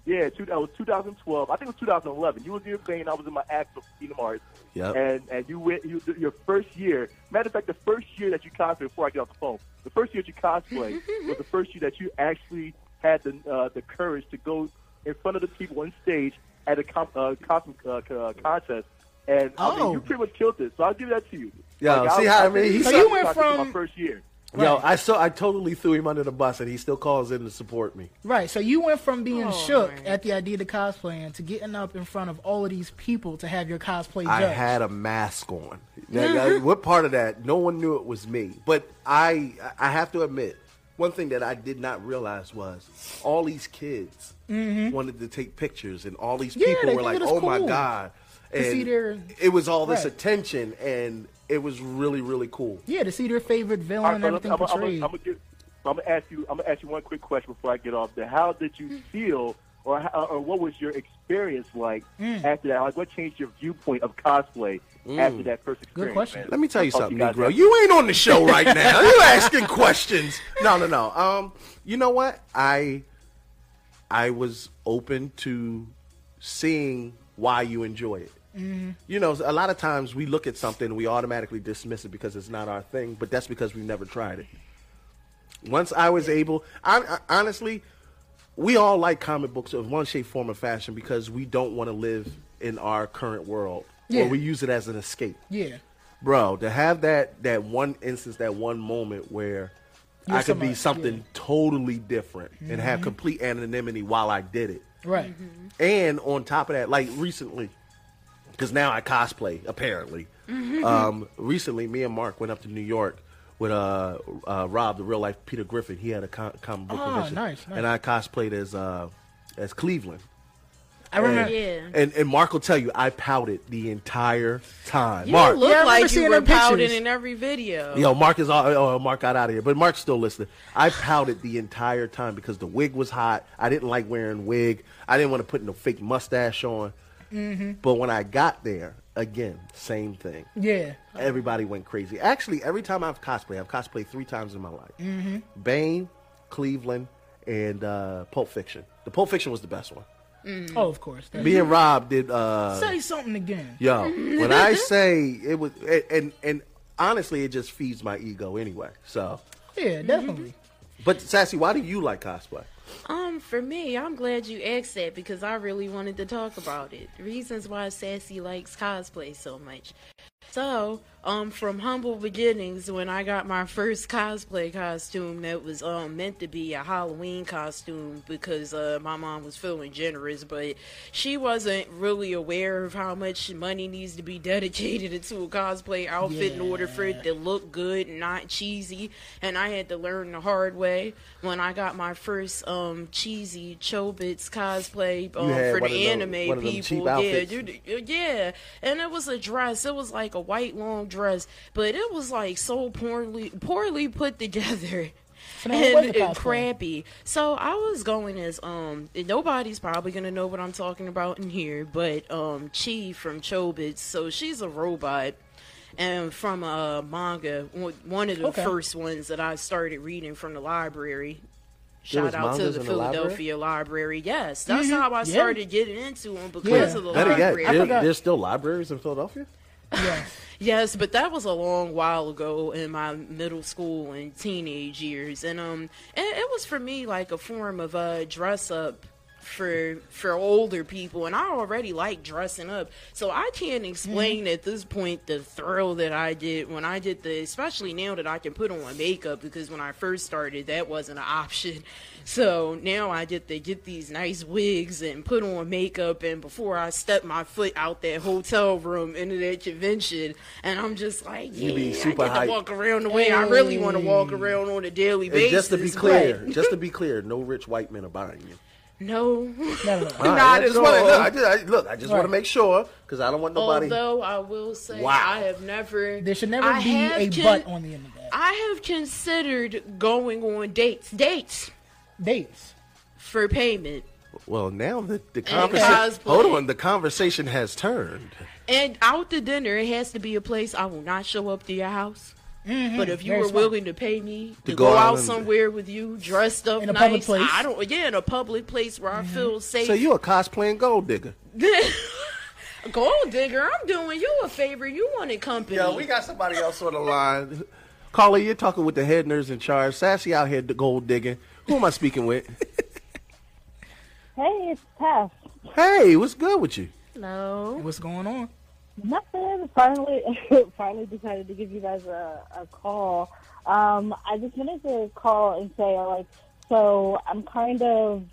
Speaker 6: Yeah, two, that was 2012. I think it was 2011. You was in your Bane. I was in my act of Kingdom Hearts.
Speaker 4: Yep.
Speaker 6: And and you went you, your first year. Matter of fact, the first year that you cosplay before I get off the phone, the first year that you cosplay was the first year that you actually had the uh, the courage to go in front of the people on stage at a com- uh, costume uh, co- uh, contest. And I
Speaker 9: Oh.
Speaker 6: mean, you pretty much killed it. So I'll give that to you.
Speaker 4: Yeah, see how I mean, he So
Speaker 9: you sucked. went
Speaker 6: I took it
Speaker 9: from-
Speaker 6: my first year.
Speaker 4: Yo, I so I totally threw him under the bus, and he still calls in to support me.
Speaker 9: Right, so you went from being
Speaker 7: Oh,
Speaker 9: shook
Speaker 7: man.
Speaker 9: at the idea of the cosplaying to getting up in front of all of these people to have your cosplay
Speaker 4: I
Speaker 9: judged.
Speaker 4: had a mask on. Now, guys, what part of that? No one knew it was me. But I, I have to admit, one thing that I did not realize was all these kids wanted to take pictures, and all these
Speaker 9: Yeah,
Speaker 4: people
Speaker 9: they
Speaker 4: were
Speaker 9: think
Speaker 4: like,
Speaker 9: it is
Speaker 4: "Oh my
Speaker 9: cool
Speaker 4: god!"
Speaker 9: to see their-
Speaker 4: it was all this
Speaker 9: Right.
Speaker 4: attention, and it was really, really cool.
Speaker 9: yeah, to see their favorite villain and everything
Speaker 6: I'm,
Speaker 9: portrayed.
Speaker 6: I'm, gonna ask you. I'm gonna ask you one quick question before I get off there. How did you feel, or how, or what was your experience like after that? Like, what changed your viewpoint of cosplay after that first experience?
Speaker 9: question.
Speaker 6: man?
Speaker 4: Hmm. Let me tell you
Speaker 6: Hope
Speaker 4: something,
Speaker 6: guys
Speaker 4: Negro.
Speaker 6: have-
Speaker 4: You ain't on the show right now. You asking questions. No, no, no. Um, you know what? I I was open to seeing why you enjoy it.
Speaker 6: Mm-hmm.
Speaker 4: You know, a lot of times we look at something and we automatically dismiss it because it's not our thing, but that's because we've never tried it. Once I was able, I, I- honestly, we all like comic books of one shape, form, or fashion because we don't want to live in our current world,
Speaker 9: Yeah.
Speaker 4: or we use it as an escape
Speaker 9: yeah,
Speaker 4: bro to have that that one instance that one moment where
Speaker 9: You're
Speaker 4: i could
Speaker 9: somebody-
Speaker 4: be something
Speaker 9: yeah. Mm-hmm.
Speaker 4: totally different and have complete anonymity while i did it
Speaker 9: right.
Speaker 7: Mm-hmm.
Speaker 4: and on top of that like recently because now i cosplay apparently
Speaker 9: Mm-hmm.
Speaker 4: um, recently me and mark went up to new york with uh, uh, rob the real life peter griffin he had a com- comic book
Speaker 9: Ah,
Speaker 4: convention
Speaker 9: nice, nice.
Speaker 4: and i cosplayed as uh, as cleveland
Speaker 9: I remember-
Speaker 4: And,
Speaker 7: Yeah.
Speaker 4: and and Mark will tell you I pouted the entire time.
Speaker 7: You
Speaker 4: Mark,
Speaker 7: look
Speaker 9: Yeah, I remember
Speaker 7: like you
Speaker 9: seeing
Speaker 7: were
Speaker 9: them pictures.
Speaker 7: pouting in every video.
Speaker 4: Yo, Mark is all. Oh, Mark got out of here, but Mark's still listening. I pouted the entire time because the wig was hot. I didn't like wearing wig. I didn't want to put no fake mustache on.
Speaker 9: hmm
Speaker 4: But when I got there, again, same thing.
Speaker 9: Yeah.
Speaker 4: Everybody went crazy. Actually, every time I've cosplayed, I've cosplayed three times in my life:
Speaker 9: Mm-hmm.
Speaker 4: Bane, Cleveland, and uh, Pulp Fiction. The Pulp Fiction was the best one.
Speaker 7: Mm-hmm.
Speaker 9: Oh, of course. That-
Speaker 4: Me and Rob did. Uh,
Speaker 9: Say something again.
Speaker 4: Yo, when I say it was, and, and and honestly, it just feeds my ego anyway. So,
Speaker 7: Mm-hmm.
Speaker 9: yeah, definitely.
Speaker 4: but Sassy, why do you like cosplay?
Speaker 7: Um, for me, I'm glad you asked that because I really wanted to talk about it. Reasons why Sassy likes cosplay so much. So, um, from humble beginnings, when I got my first cosplay costume that was um meant to be a Halloween costume because uh my mom was feeling generous, but she wasn't really aware of how much money needs to be dedicated to a cosplay outfit in order for it to look good and not cheesy. And I had to learn the hard way when I got my first um cheesy Chobits cosplay
Speaker 4: You
Speaker 7: um,
Speaker 4: had
Speaker 7: for
Speaker 4: one of
Speaker 7: the
Speaker 4: them-
Speaker 7: anime
Speaker 4: one of them cheap
Speaker 7: people. Yeah,
Speaker 4: outfits.
Speaker 7: you you- yeah and it was a dress it was like a white long dress but it was like so poorly poorly put together
Speaker 9: So
Speaker 7: and,
Speaker 9: now what was the
Speaker 7: and
Speaker 9: cosplay?
Speaker 7: crappy so i was going as um nobody's probably gonna know what i'm talking about in here but um chi from chobits so she's a robot and from a manga one- one of the
Speaker 9: Okay.
Speaker 7: first ones that i started reading from the library
Speaker 4: There was
Speaker 7: Shout out to
Speaker 4: mangas
Speaker 7: the
Speaker 4: in the library?
Speaker 7: Philadelphia library. Yes, that's
Speaker 9: Mhm.
Speaker 7: how I
Speaker 9: Yeah.
Speaker 7: started getting into them because of the
Speaker 4: Better yet,
Speaker 7: library.
Speaker 4: there- there's still libraries in Philadelphia.
Speaker 7: Yes, but that was a long while ago in my middle school and teenage years, and um, it, it was for me like a form of uh, dress up for for older people, and I already like dressing up, so I can't explain at this point the thrill that I did when I did the, especially now that I can put on makeup because when I first started that wasn't an option, so now I get to get these nice wigs and put on makeup, and before I step my foot out that hotel room into that convention, and I'm just like, yeah,
Speaker 4: You be super
Speaker 7: I get
Speaker 4: hype.
Speaker 7: to walk around the way I really want to walk around on a daily
Speaker 4: And
Speaker 7: basis.
Speaker 4: just to be
Speaker 7: but
Speaker 4: clear, just to be clear, no rich white men are buying you.
Speaker 7: no,
Speaker 4: All right,
Speaker 7: not
Speaker 4: I just
Speaker 7: at all.
Speaker 4: wanna- look, I just, I, look, I just want
Speaker 7: Right.
Speaker 4: to make sure because I don't want nobody.
Speaker 7: Although I will say,
Speaker 4: Wow.
Speaker 7: I have never.
Speaker 9: There should never
Speaker 7: I
Speaker 9: be
Speaker 7: have
Speaker 9: a
Speaker 7: con-
Speaker 9: butt on the internet.
Speaker 7: I have considered going on dates, dates,
Speaker 9: dates
Speaker 7: for payment.
Speaker 4: well, now the, the
Speaker 7: And
Speaker 4: conversation.
Speaker 7: cosplay.
Speaker 4: Hold on, the conversation has turned.
Speaker 7: And out to dinner, it has to be a place I will not show up to your house. But if you
Speaker 9: Mm-hmm. very
Speaker 7: were
Speaker 9: smart.
Speaker 7: willing to pay me
Speaker 4: To
Speaker 7: to,
Speaker 4: go
Speaker 7: go,
Speaker 4: out
Speaker 7: out
Speaker 4: and-
Speaker 7: somewhere with you, dressed up
Speaker 9: In a
Speaker 7: nice,
Speaker 9: public place. Mm-hmm.
Speaker 7: I don't. Yeah, in a public place where I feel safe.
Speaker 4: So you a cosplaying gold digger?
Speaker 7: Gold digger, I'm doing you a favor. You wanted company.
Speaker 4: Yo, we got somebody else on the line. Carla, you're talking with the head nurse in charge. Sassy out here gold digging. Who am I speaking with?
Speaker 12: Hey, it's Tess.
Speaker 4: hey, what's good with you?
Speaker 7: Hello.
Speaker 9: What's going on?
Speaker 12: Nothing. Finally, finally decided to give you guys a, a call. Um, I just wanted to call and say, like, so I'm kind of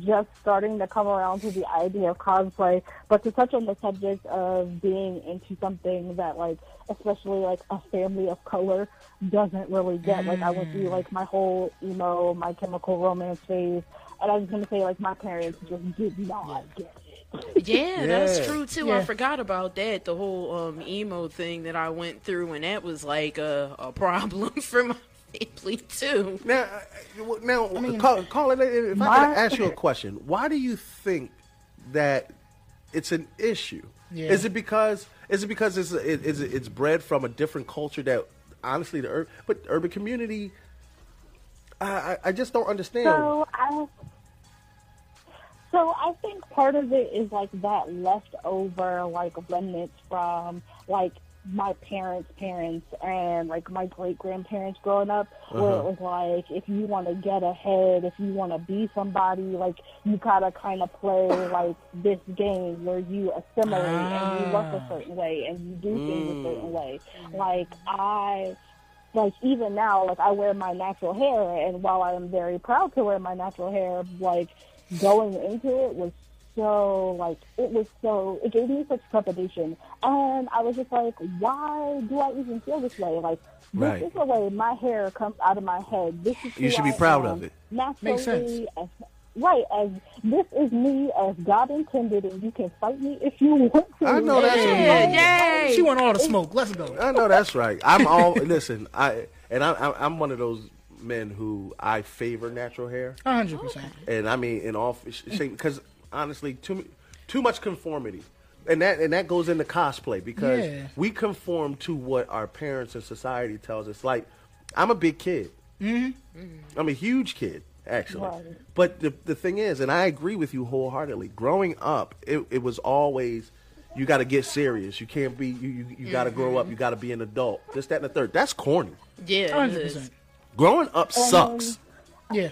Speaker 12: just starting to come around to the idea of cosplay, but to touch on the subject of being into something that, like, especially like a family of color doesn't really get. Like, I went through like my whole emo, my chemical romance phase, and I was going to say, like, my parents just did not get it.
Speaker 7: Yeah, that's
Speaker 12: Yeah.
Speaker 7: true too. I
Speaker 12: Yeah.
Speaker 7: forgot about that. The whole um, emo thing that I went through, and that was like a, a problem for my family too.
Speaker 4: Now, now, Carla, Carla, if I
Speaker 7: My-
Speaker 4: could ask you a question, why do you think that it's an issue?
Speaker 13: Yeah.
Speaker 4: Is it because is it because it's it, it's, it's bred from a different culture that honestly the ur- but urban community, I I, I just don't understand.
Speaker 12: So I, so I think part of it is like that leftover like remnants from like my parents' parents and like my great grandparents growing up, where
Speaker 14: Uh-huh.
Speaker 12: it was like if you want to get ahead, if you want to be somebody, like you gotta kind of play like this game where you assimilate and you look a certain way and you do things a certain way. Like I like even now, like I wear my natural hair, and while I am very proud to wear my natural hair, like going into it was so like it was so it gave me such trepidation, and I was just like, why do I even feel this way? Like this
Speaker 4: Right.
Speaker 12: is the way my hair comes out of my head. This is
Speaker 4: You
Speaker 12: who
Speaker 4: should be
Speaker 12: I
Speaker 4: proud
Speaker 12: am
Speaker 4: of it.
Speaker 12: Naturally,
Speaker 4: Makes sense.
Speaker 12: as-
Speaker 7: Right, as uh, this is me as God intended, and you can fight me if you want to.
Speaker 4: I know that's
Speaker 7: Right.
Speaker 9: She want all the smoke. Let's go.
Speaker 4: I know that's right. I'm all listen. I and I, I, I'm one of those men who I favor natural hair,
Speaker 12: Oh
Speaker 9: hundred percent.
Speaker 4: and I mean in all because honestly, too mu- too much conformity, and that and that goes into cosplay because
Speaker 9: Yeah.
Speaker 4: we conform to what our parents and society tells us. Like I'm a big kid. Mm-hmm. I'm a huge kid, actually.
Speaker 7: Right.
Speaker 4: But the the thing is, and I agree with you wholeheartedly. Growing up, it, it was always you got to get serious. You can't be you you, you got to grow up. You got to be an adult. This, that, and the third. That's corny.
Speaker 15: Yeah,
Speaker 9: hundred percent.
Speaker 4: Growing up
Speaker 7: And-
Speaker 4: sucks.
Speaker 9: Yeah.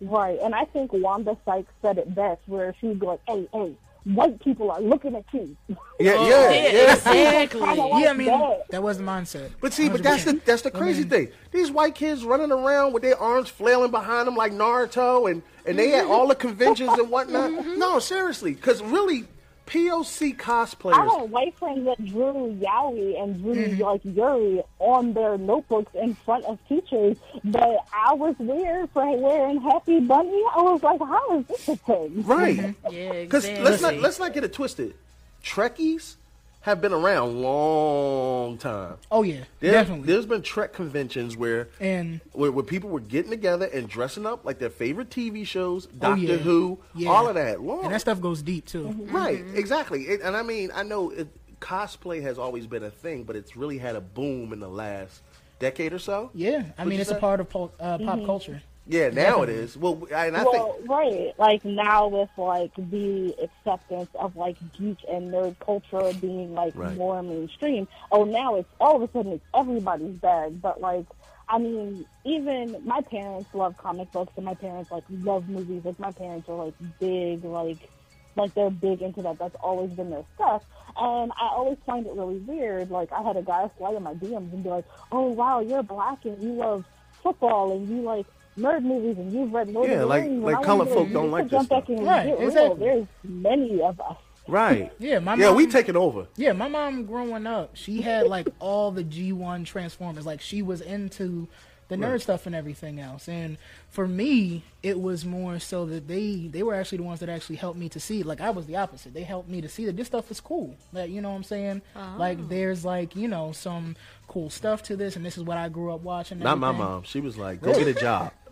Speaker 7: Right, and I think Wanda Sykes said it best, where she was like, "Hey, hey, white people are looking at you."
Speaker 4: Yeah,
Speaker 9: Oh,
Speaker 4: yeah,
Speaker 9: yeah,
Speaker 4: yeah.
Speaker 9: exactly.
Speaker 7: Kinda like
Speaker 9: Yeah, I mean
Speaker 7: that.
Speaker 9: that was the mindset.
Speaker 4: But see, but that's the that's the crazy thing. These white kids running around with their arms flailing behind them like Naruto, and and they at all the conventions and whatnot.
Speaker 9: Mm-hmm.
Speaker 4: No, seriously, because really, POC cosplayers.
Speaker 7: I
Speaker 9: Oh.
Speaker 7: had white friends that drew Yaoi and drew
Speaker 4: Mm-hmm.
Speaker 7: like Yuri on their notebooks in front of teachers, but I was weird for wearing Happy Bunny. I was like, "How is this a thing?"
Speaker 4: Right.
Speaker 9: Mm-hmm.
Speaker 15: Yeah,
Speaker 4: Because
Speaker 15: exactly.
Speaker 4: let's not let's not get it twisted. Trekkies have been around long time.
Speaker 9: Oh yeah,
Speaker 4: There,
Speaker 9: definitely.
Speaker 4: There's been Trek conventions where
Speaker 9: And
Speaker 4: where, where people were getting together and dressing up like their favorite TV shows,
Speaker 9: Oh,
Speaker 4: Doctor
Speaker 9: yeah.
Speaker 4: Who,
Speaker 9: Yeah.
Speaker 4: all of that. Long.
Speaker 9: and that stuff goes deep too.
Speaker 12: Mm-hmm.
Speaker 4: Right, exactly. It, and I mean, I know it, cosplay has always been a thing, but it's really had a boom in the last decade or so.
Speaker 9: Yeah, I
Speaker 4: Would
Speaker 9: mean
Speaker 4: you
Speaker 9: it's a
Speaker 4: say?
Speaker 9: part of pop, uh,
Speaker 12: Mm-hmm.
Speaker 9: pop culture.
Speaker 4: Yeah, now it is. Well, I- and I think
Speaker 7: well, right, like now with like the acceptance of like geek and nerd culture being like
Speaker 4: Right.
Speaker 7: more mainstream. Oh, now it's all of a sudden it's everybody's bag. But like, I mean, even my parents love comic books, and my parents like love movies. Like my parents are like big like like they're big into that. That's always been their stuff. And I always find it really weird. Like I had a guy slide in my DMs and be like, "Oh wow, you're black and you love football and you like nerd movies and you've read Lord
Speaker 4: Yeah,
Speaker 7: of the
Speaker 4: like-
Speaker 7: Rings." and
Speaker 4: like
Speaker 7: I wanna
Speaker 4: colored
Speaker 7: be
Speaker 4: folk
Speaker 7: you
Speaker 4: don't
Speaker 7: can
Speaker 4: like this
Speaker 7: jump
Speaker 4: stuff.
Speaker 7: back and
Speaker 9: Right,
Speaker 7: get real.
Speaker 9: exactly.
Speaker 7: There's many of us.
Speaker 4: right.
Speaker 9: Yeah, my
Speaker 4: yeah,
Speaker 9: mom-
Speaker 4: we taking over.
Speaker 9: Yeah, my mom growing up, she had like all the G1 Transformers. Like she was into the nerd
Speaker 4: Right.
Speaker 9: stuff and everything else. And for me, it was more so that they they were actually the ones that actually helped me to see. Like I was the opposite. They helped me to see that this stuff is cool. Like you know what I'm saying?
Speaker 4: Oh.
Speaker 9: Like there's like, you know, some cool stuff to this and this is what I grew up watching. and
Speaker 4: Not my
Speaker 9: everything.
Speaker 4: mom. She was like, "Go get a job."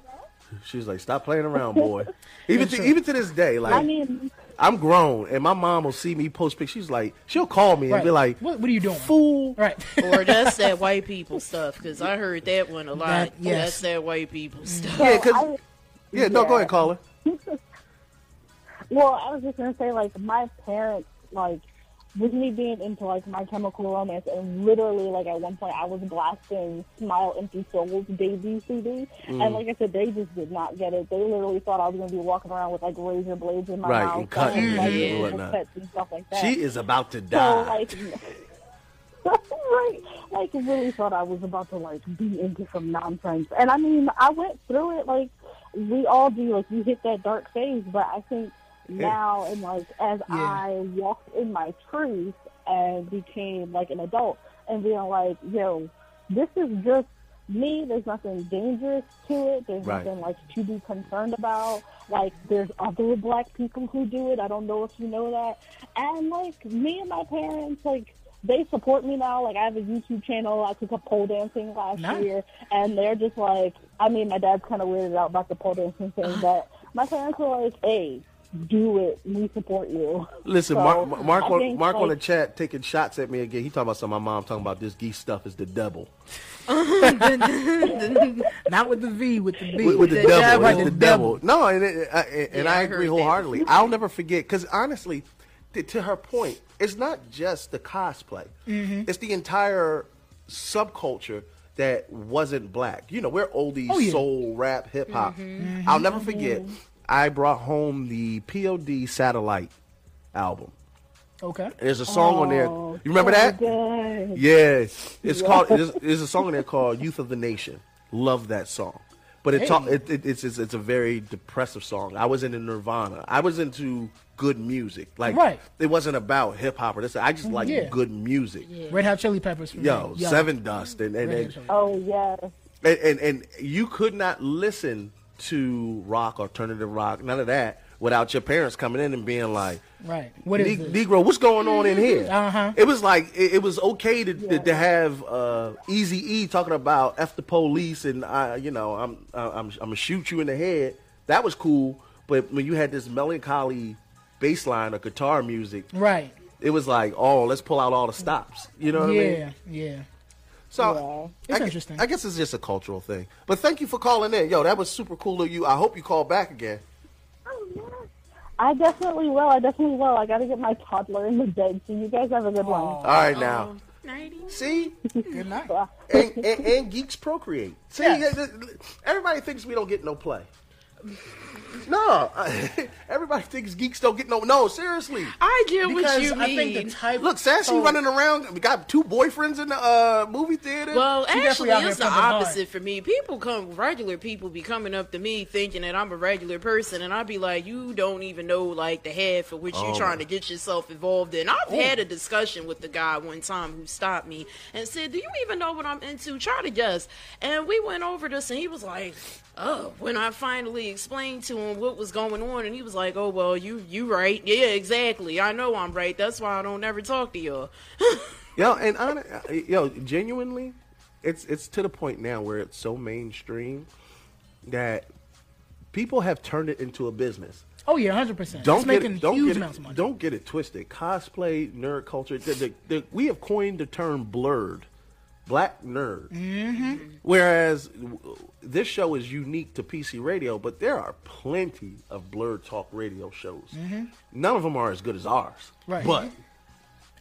Speaker 4: She was like, "Stop playing around, boy." Even to, even to this day, like
Speaker 7: I mean,
Speaker 4: I'm grown, and my mom will see me post pictures. She's like, she'll call me and be
Speaker 9: Right.
Speaker 4: like,
Speaker 9: what, what are you doing?
Speaker 4: "Fool."
Speaker 9: Right.
Speaker 15: or that's that white people stuff because I heard that one a lot.
Speaker 9: That- yes.
Speaker 15: That's that white people stuff.
Speaker 4: Mm. Yeah, 'cause-
Speaker 7: I-
Speaker 4: yeah, no, go
Speaker 7: yeah.
Speaker 4: ahead, call her.
Speaker 7: Well, I was just gonna say, like, my parents, like, with me being into like my chemical romance, and literally, like, at one point, I was blasting "Smile Empty Souls" debut CD,
Speaker 4: Mm.
Speaker 7: and like I said, they just did not get it. They literally thought I was gonna be walking around with like razor blades in my
Speaker 4: Right,
Speaker 7: mouth,
Speaker 4: and cutting
Speaker 7: and, like,
Speaker 4: and
Speaker 7: little
Speaker 4: whatnot.
Speaker 7: cuts and stuff like that.
Speaker 4: She is about to
Speaker 9: Ah.
Speaker 7: so,
Speaker 4: die.
Speaker 7: like. right, like really thought I was about to like be into some nonsense, and I mean I went through it like we all do. Like you hit that dark phase, but I think now and like as
Speaker 9: Yeah.
Speaker 7: I walked in my truth and became like an adult and being like, yo, this is just me. There's nothing dangerous to it. There's
Speaker 4: Right.
Speaker 7: nothing like to be concerned about. Like there's other black people who do it. I don't know if you know that. And like me and my parents, like they support me now. Like I have a YouTube channel. I took up pole dancing last
Speaker 9: Nice.
Speaker 7: year, and they're just like, I mean, my dad's kind of weirded out about the pole dancing
Speaker 9: Uh-huh.
Speaker 7: thing, but my parents were like, "Hey, do it. We support you."
Speaker 4: Listen,
Speaker 7: So,
Speaker 4: Mark, Mark, Mark,
Speaker 7: I
Speaker 4: on,
Speaker 7: think,
Speaker 4: Mark on the
Speaker 7: like,
Speaker 4: chat taking shots at me again. He talking about something. My mom talking about this geese stuff is the devil.
Speaker 9: Not with the V, with the B.
Speaker 4: with, with the, devil,
Speaker 9: Right,
Speaker 4: It's the devil. No, and it, I, and, and
Speaker 15: Yeah,
Speaker 4: I
Speaker 15: I
Speaker 4: agree
Speaker 15: heard that.
Speaker 4: wholeheartedly. I'll never forget because honestly, to, to her point, it's not just the cosplay; it's the entire subculture that wasn't black. You know, we're oldies,
Speaker 9: Oh, yeah.
Speaker 4: soul, rap, hip hop. I'll never forget. I brought home the POD Satellite album.
Speaker 9: Okay.
Speaker 4: There's a song on there.
Speaker 7: Oh,
Speaker 4: You remember
Speaker 7: so
Speaker 4: that?
Speaker 7: good.
Speaker 4: Yes, it's
Speaker 7: Yeah.
Speaker 4: called. There's, there's a song in there called "Youth of the Nation." Love that song, but it, talk,
Speaker 9: Hey.
Speaker 4: it, it it's, it's it's a very depressive song. I was into Nirvana. I was into good music. Like
Speaker 9: Right.
Speaker 4: it wasn't about hip hop or this. I just like
Speaker 9: Yeah.
Speaker 4: good music.
Speaker 9: Red Hot Chili Peppers. for me.
Speaker 4: Yo, Seven Dust and and,
Speaker 9: Red Hot
Speaker 4: and,
Speaker 9: Chili
Speaker 7: Oh yes.
Speaker 4: and and and you could not listen to rock, alternative rock, none of that, without your parents coming in and being like,
Speaker 9: Right. What is
Speaker 4: "Ne-
Speaker 9: this?
Speaker 4: Negro, what's going on in here?
Speaker 9: Uh-huh.
Speaker 4: It was like it, it was okay to, to, to have uh, Easy E talking about f the police and I, you know, I'm I- I'm I'm gonna shoot you in the head. That was cool, but when you had this melancholy bass line or guitar music,
Speaker 9: Right.
Speaker 4: it was like, oh, let's pull out all the stops. You know what
Speaker 9: yeah,
Speaker 4: I mean?
Speaker 9: Yeah.
Speaker 4: So
Speaker 9: It's
Speaker 4: I, gu-
Speaker 9: interesting.
Speaker 4: I guess it's just a cultural thing. But thank you for calling in, yo. That was super cool of you. I hope you call back again.
Speaker 16: Oh, I definitely will. I definitely will. I got to get my toddler in the bed. So you guys have a good one.
Speaker 4: All right now. See?
Speaker 9: Good night.
Speaker 4: And, and, and geeks procreate. See,
Speaker 16: Yes.
Speaker 4: th- th- everybody thinks we don't get no play. No, everybody thinks geeks don't get no. No, seriously.
Speaker 7: I get what
Speaker 4: Because
Speaker 7: you
Speaker 4: I think the
Speaker 7: mean.
Speaker 4: Look, Sassy
Speaker 9: Oh.
Speaker 4: running around. We got two boyfriends in the uh, movie theater.
Speaker 7: Well,
Speaker 4: She definitely
Speaker 7: actually,
Speaker 4: out
Speaker 7: it's the
Speaker 4: here fucking hard.
Speaker 7: opposite for me. People come, regular people be coming up to me thinking that I'm a regular person, and I be like, you don't even know like the half for which
Speaker 17: Oh.
Speaker 7: you're trying to get yourself involved in. I've
Speaker 17: Ooh.
Speaker 7: had a discussion with the guy one time who stopped me and said, "Do you even know what I'm into? Try to guess." And we went over this, and he was like. Oh, when I finally explained to him what was going on, and he was like, "Oh well, you you right, yeah, exactly. I know I'm right. That's why I don't ever talk to y'all."
Speaker 4: Yo, and on, yo, genuinely, it's it's to the point now where it's so mainstream that people have turned it into a business.
Speaker 9: Oh yeah, hundred percent.
Speaker 4: Don't
Speaker 9: it's
Speaker 4: get
Speaker 9: making
Speaker 4: it, don't
Speaker 9: huge
Speaker 4: get
Speaker 9: amounts of money.
Speaker 4: it, don't get it twisted. Cosplay, nerd culture. the- the- the- we have coined the term blurred, black nerd.
Speaker 9: Mm-hmm.
Speaker 4: Whereas w- this show is unique to PC radio, but there are plenty of blurred talk radio shows.
Speaker 9: Mm-hmm.
Speaker 4: None of them are as good as ours.
Speaker 9: Right.
Speaker 4: But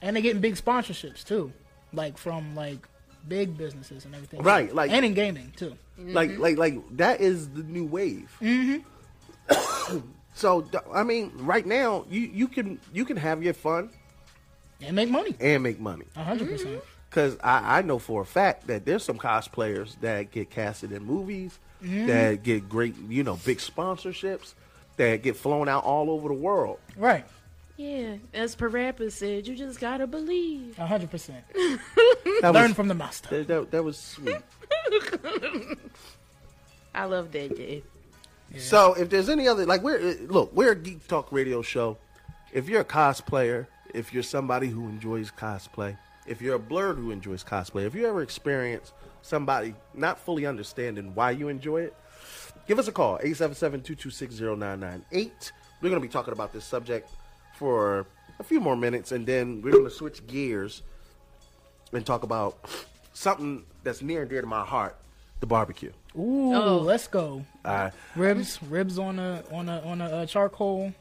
Speaker 9: And they're getting big sponsorships too, like from like big businesses and everything.
Speaker 4: Right, like-
Speaker 9: and in gaming too. Mm-hmm.
Speaker 4: like like like that is the new wave.
Speaker 9: Mm-hmm.
Speaker 4: so th- I mean, right now you you can you can have your fun
Speaker 9: and make money
Speaker 4: and make money.
Speaker 9: hundred percent.
Speaker 4: Because I, I know for a fact that there's some cosplayers that get casted in movies,
Speaker 9: Mhm.
Speaker 4: that get great, you know, big sponsorships, that get flown out all over the world.
Speaker 9: Right.
Speaker 7: Yeah, as Parappa said, you just gotta believe.
Speaker 9: hundred percent.
Speaker 4: That
Speaker 9: Learn
Speaker 4: was-
Speaker 9: from the master.
Speaker 4: That, that, that was sweet.
Speaker 7: I love that day.
Speaker 4: So if there's any other like we're uh, look, we're a Geek Talk radio show. If you're a cosplayer, if you're somebody who enjoys cosplay, if you're a blurred who enjoys cosplay, if you ever experience somebody not fully understanding why you enjoy it, give us a call 877-226-0998. We're going to be talking about this subject for a few more minutes and then we're going to switch gears and talk about something that's near and dear to my heart, the barbecue.
Speaker 9: Ooh,
Speaker 4: Oh.
Speaker 9: let's go.
Speaker 4: All right.
Speaker 9: Ribs, ribs on a on a on a uh, charcoal.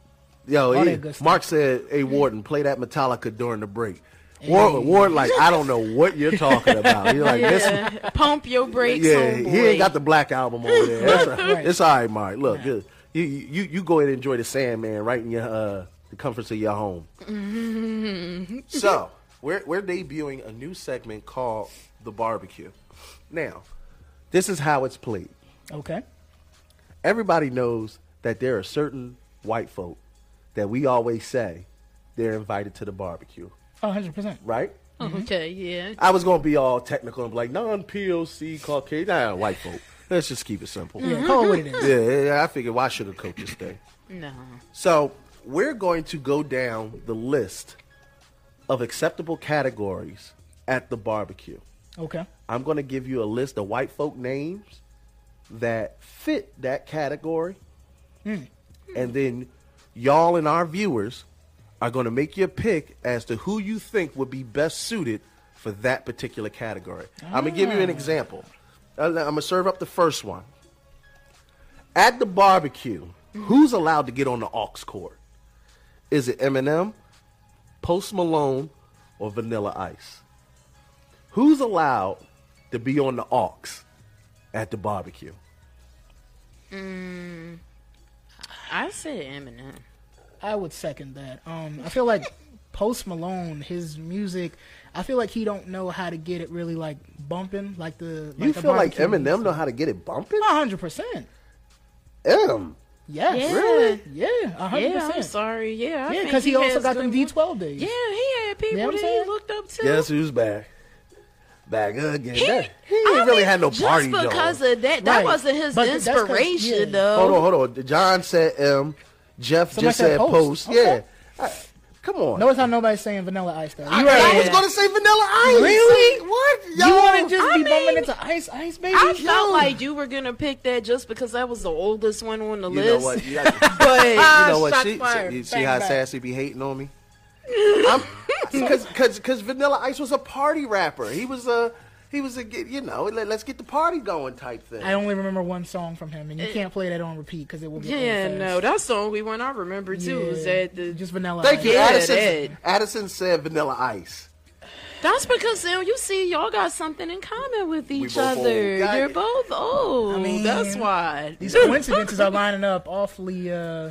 Speaker 4: Yo,
Speaker 9: All
Speaker 4: he-
Speaker 9: that good stuff.
Speaker 4: Mark said, "Hey Warden, play that Metallica during the break." Ward, Ward, like I don't know what you're talking about. You're like this.
Speaker 7: yeah. Pump your brakes,
Speaker 4: Yeah,
Speaker 7: homeboy.
Speaker 4: he ain't got the black album over there. That's right.
Speaker 7: Right.
Speaker 4: It's all right, Mark. Look, good. You, you you go ahead and enjoy the Sandman right in your uh, the comforts of your home. so we're we're debuting a new segment called the barbecue. Now, this is how it's played.
Speaker 9: Okay.
Speaker 4: Everybody knows that there are certain white folk that we always say they're invited to the barbecue,
Speaker 9: hundred percent.
Speaker 4: right?
Speaker 7: Okay, yeah.
Speaker 4: I was gonna be all technical and be like non POC Caucasian nah, white folk. Let's just keep it simple.
Speaker 9: Yeah, call it what it is.
Speaker 4: Yeah, yeah, yeah, I figured why should coach this thing?
Speaker 7: No.
Speaker 4: So we're going to go down the list of acceptable categories at the barbecue.
Speaker 9: Okay.
Speaker 4: I'm going to give you a list of white folk names that fit that category.
Speaker 9: Mm.
Speaker 4: And then y'all and our viewers are going to make your pick as to who you think would be best suited for that particular category. I'm going to give you an
Speaker 18: Ah.
Speaker 4: example. I'm going to serve up the first one. At the barbecue, who's allowed to get on the aux cord? Is it Eminem, Post Malone, or Vanilla Ice? Who's allowed to be on the aux at the barbecue?
Speaker 7: Mm, I said Eminem.
Speaker 9: I would second that. Um, I feel like Post Malone, his music, I feel like he don't know how to get it really like bumping, like the. Like
Speaker 4: you
Speaker 9: the
Speaker 4: feel like
Speaker 9: barbecue
Speaker 4: Eminem know how to get it bumping?
Speaker 9: One hundred percent.
Speaker 4: M.
Speaker 9: Yes.
Speaker 7: Yeah.
Speaker 4: Really?
Speaker 9: Yeah. a hundred
Speaker 7: Yeah, I'm
Speaker 9: percent.
Speaker 7: sorry. Yeah, I
Speaker 9: Yeah,
Speaker 7: think
Speaker 9: because he, also
Speaker 7: has
Speaker 9: got
Speaker 7: good
Speaker 9: them D twelve days.
Speaker 7: Yeah, he had
Speaker 9: You know
Speaker 7: people
Speaker 9: what I'm
Speaker 7: that
Speaker 9: saying?
Speaker 7: he looked up to.
Speaker 4: Guess who's back? back again.
Speaker 7: He-
Speaker 4: That- he ain't really had no party
Speaker 7: just because
Speaker 4: though.
Speaker 7: of that. That
Speaker 9: Right.
Speaker 7: wasn't his
Speaker 9: But that's 'cause-
Speaker 7: inspiration,
Speaker 9: yeah.
Speaker 7: though.
Speaker 4: Hold on, hold on. John said M. Jeff
Speaker 9: Somebody
Speaker 4: just said post. Yeah. Come on.
Speaker 9: Notice how nobody's saying Vanilla Ice though.
Speaker 4: I, I was gonna say Vanilla Ice.
Speaker 9: Really?
Speaker 4: What?
Speaker 9: You
Speaker 4: Yo.
Speaker 9: want to just
Speaker 7: I
Speaker 9: be bumping
Speaker 7: mean,
Speaker 9: into Ice Ice, baby?
Speaker 7: I felt
Speaker 9: Yo.
Speaker 7: like you were gonna pick that just because that was the oldest one on the
Speaker 4: You
Speaker 7: list.
Speaker 4: know what? You, got- Ah,
Speaker 7: But
Speaker 4: you know what?
Speaker 7: Shots
Speaker 4: She,
Speaker 7: fired.
Speaker 4: she, you see
Speaker 7: Bang,
Speaker 4: how
Speaker 7: bang.
Speaker 4: sassy be hating on me? I'm because because Vanilla Ice was a party rapper. He was a he was a get- you know let, us get the party going type thing.
Speaker 9: I only remember one song from him, and you can't play that on repeat because it will. Get old
Speaker 7: Uh, Yeah,
Speaker 9: fast.
Speaker 7: no, that's the only one I remember too. Is
Speaker 9: Yeah,
Speaker 7: that the
Speaker 9: just Vanilla
Speaker 4: Thank you,
Speaker 7: Yeah, that.
Speaker 4: Addison. Addison said Vanilla Ice.
Speaker 7: That's because now you see, y'all got something in common with each
Speaker 4: both old.
Speaker 7: other.
Speaker 4: Got
Speaker 7: You're
Speaker 4: it.
Speaker 7: both old.
Speaker 9: I mean,
Speaker 7: that's why.
Speaker 9: These coincidences are lining up awfully. Uh,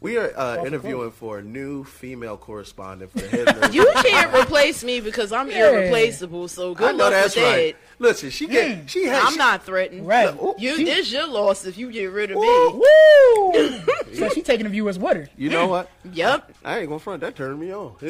Speaker 4: We are uh,
Speaker 9: cool.
Speaker 4: interviewing for a new female correspondent for Hitler.
Speaker 7: You can't replace me because I'm
Speaker 9: Yeah.
Speaker 7: irreplaceable. So good
Speaker 4: I know
Speaker 7: luck
Speaker 4: that's
Speaker 7: with
Speaker 4: right. Listen, she get she
Speaker 7: that.
Speaker 4: had
Speaker 7: I'm
Speaker 4: she-
Speaker 7: not threatened.
Speaker 9: Right.
Speaker 7: You,
Speaker 9: She-
Speaker 7: it's your loss if you get rid of me.
Speaker 9: Woo! so she taking the view as water.
Speaker 4: You know what?
Speaker 7: Yep.
Speaker 4: I ain't gonna front. That turned me on.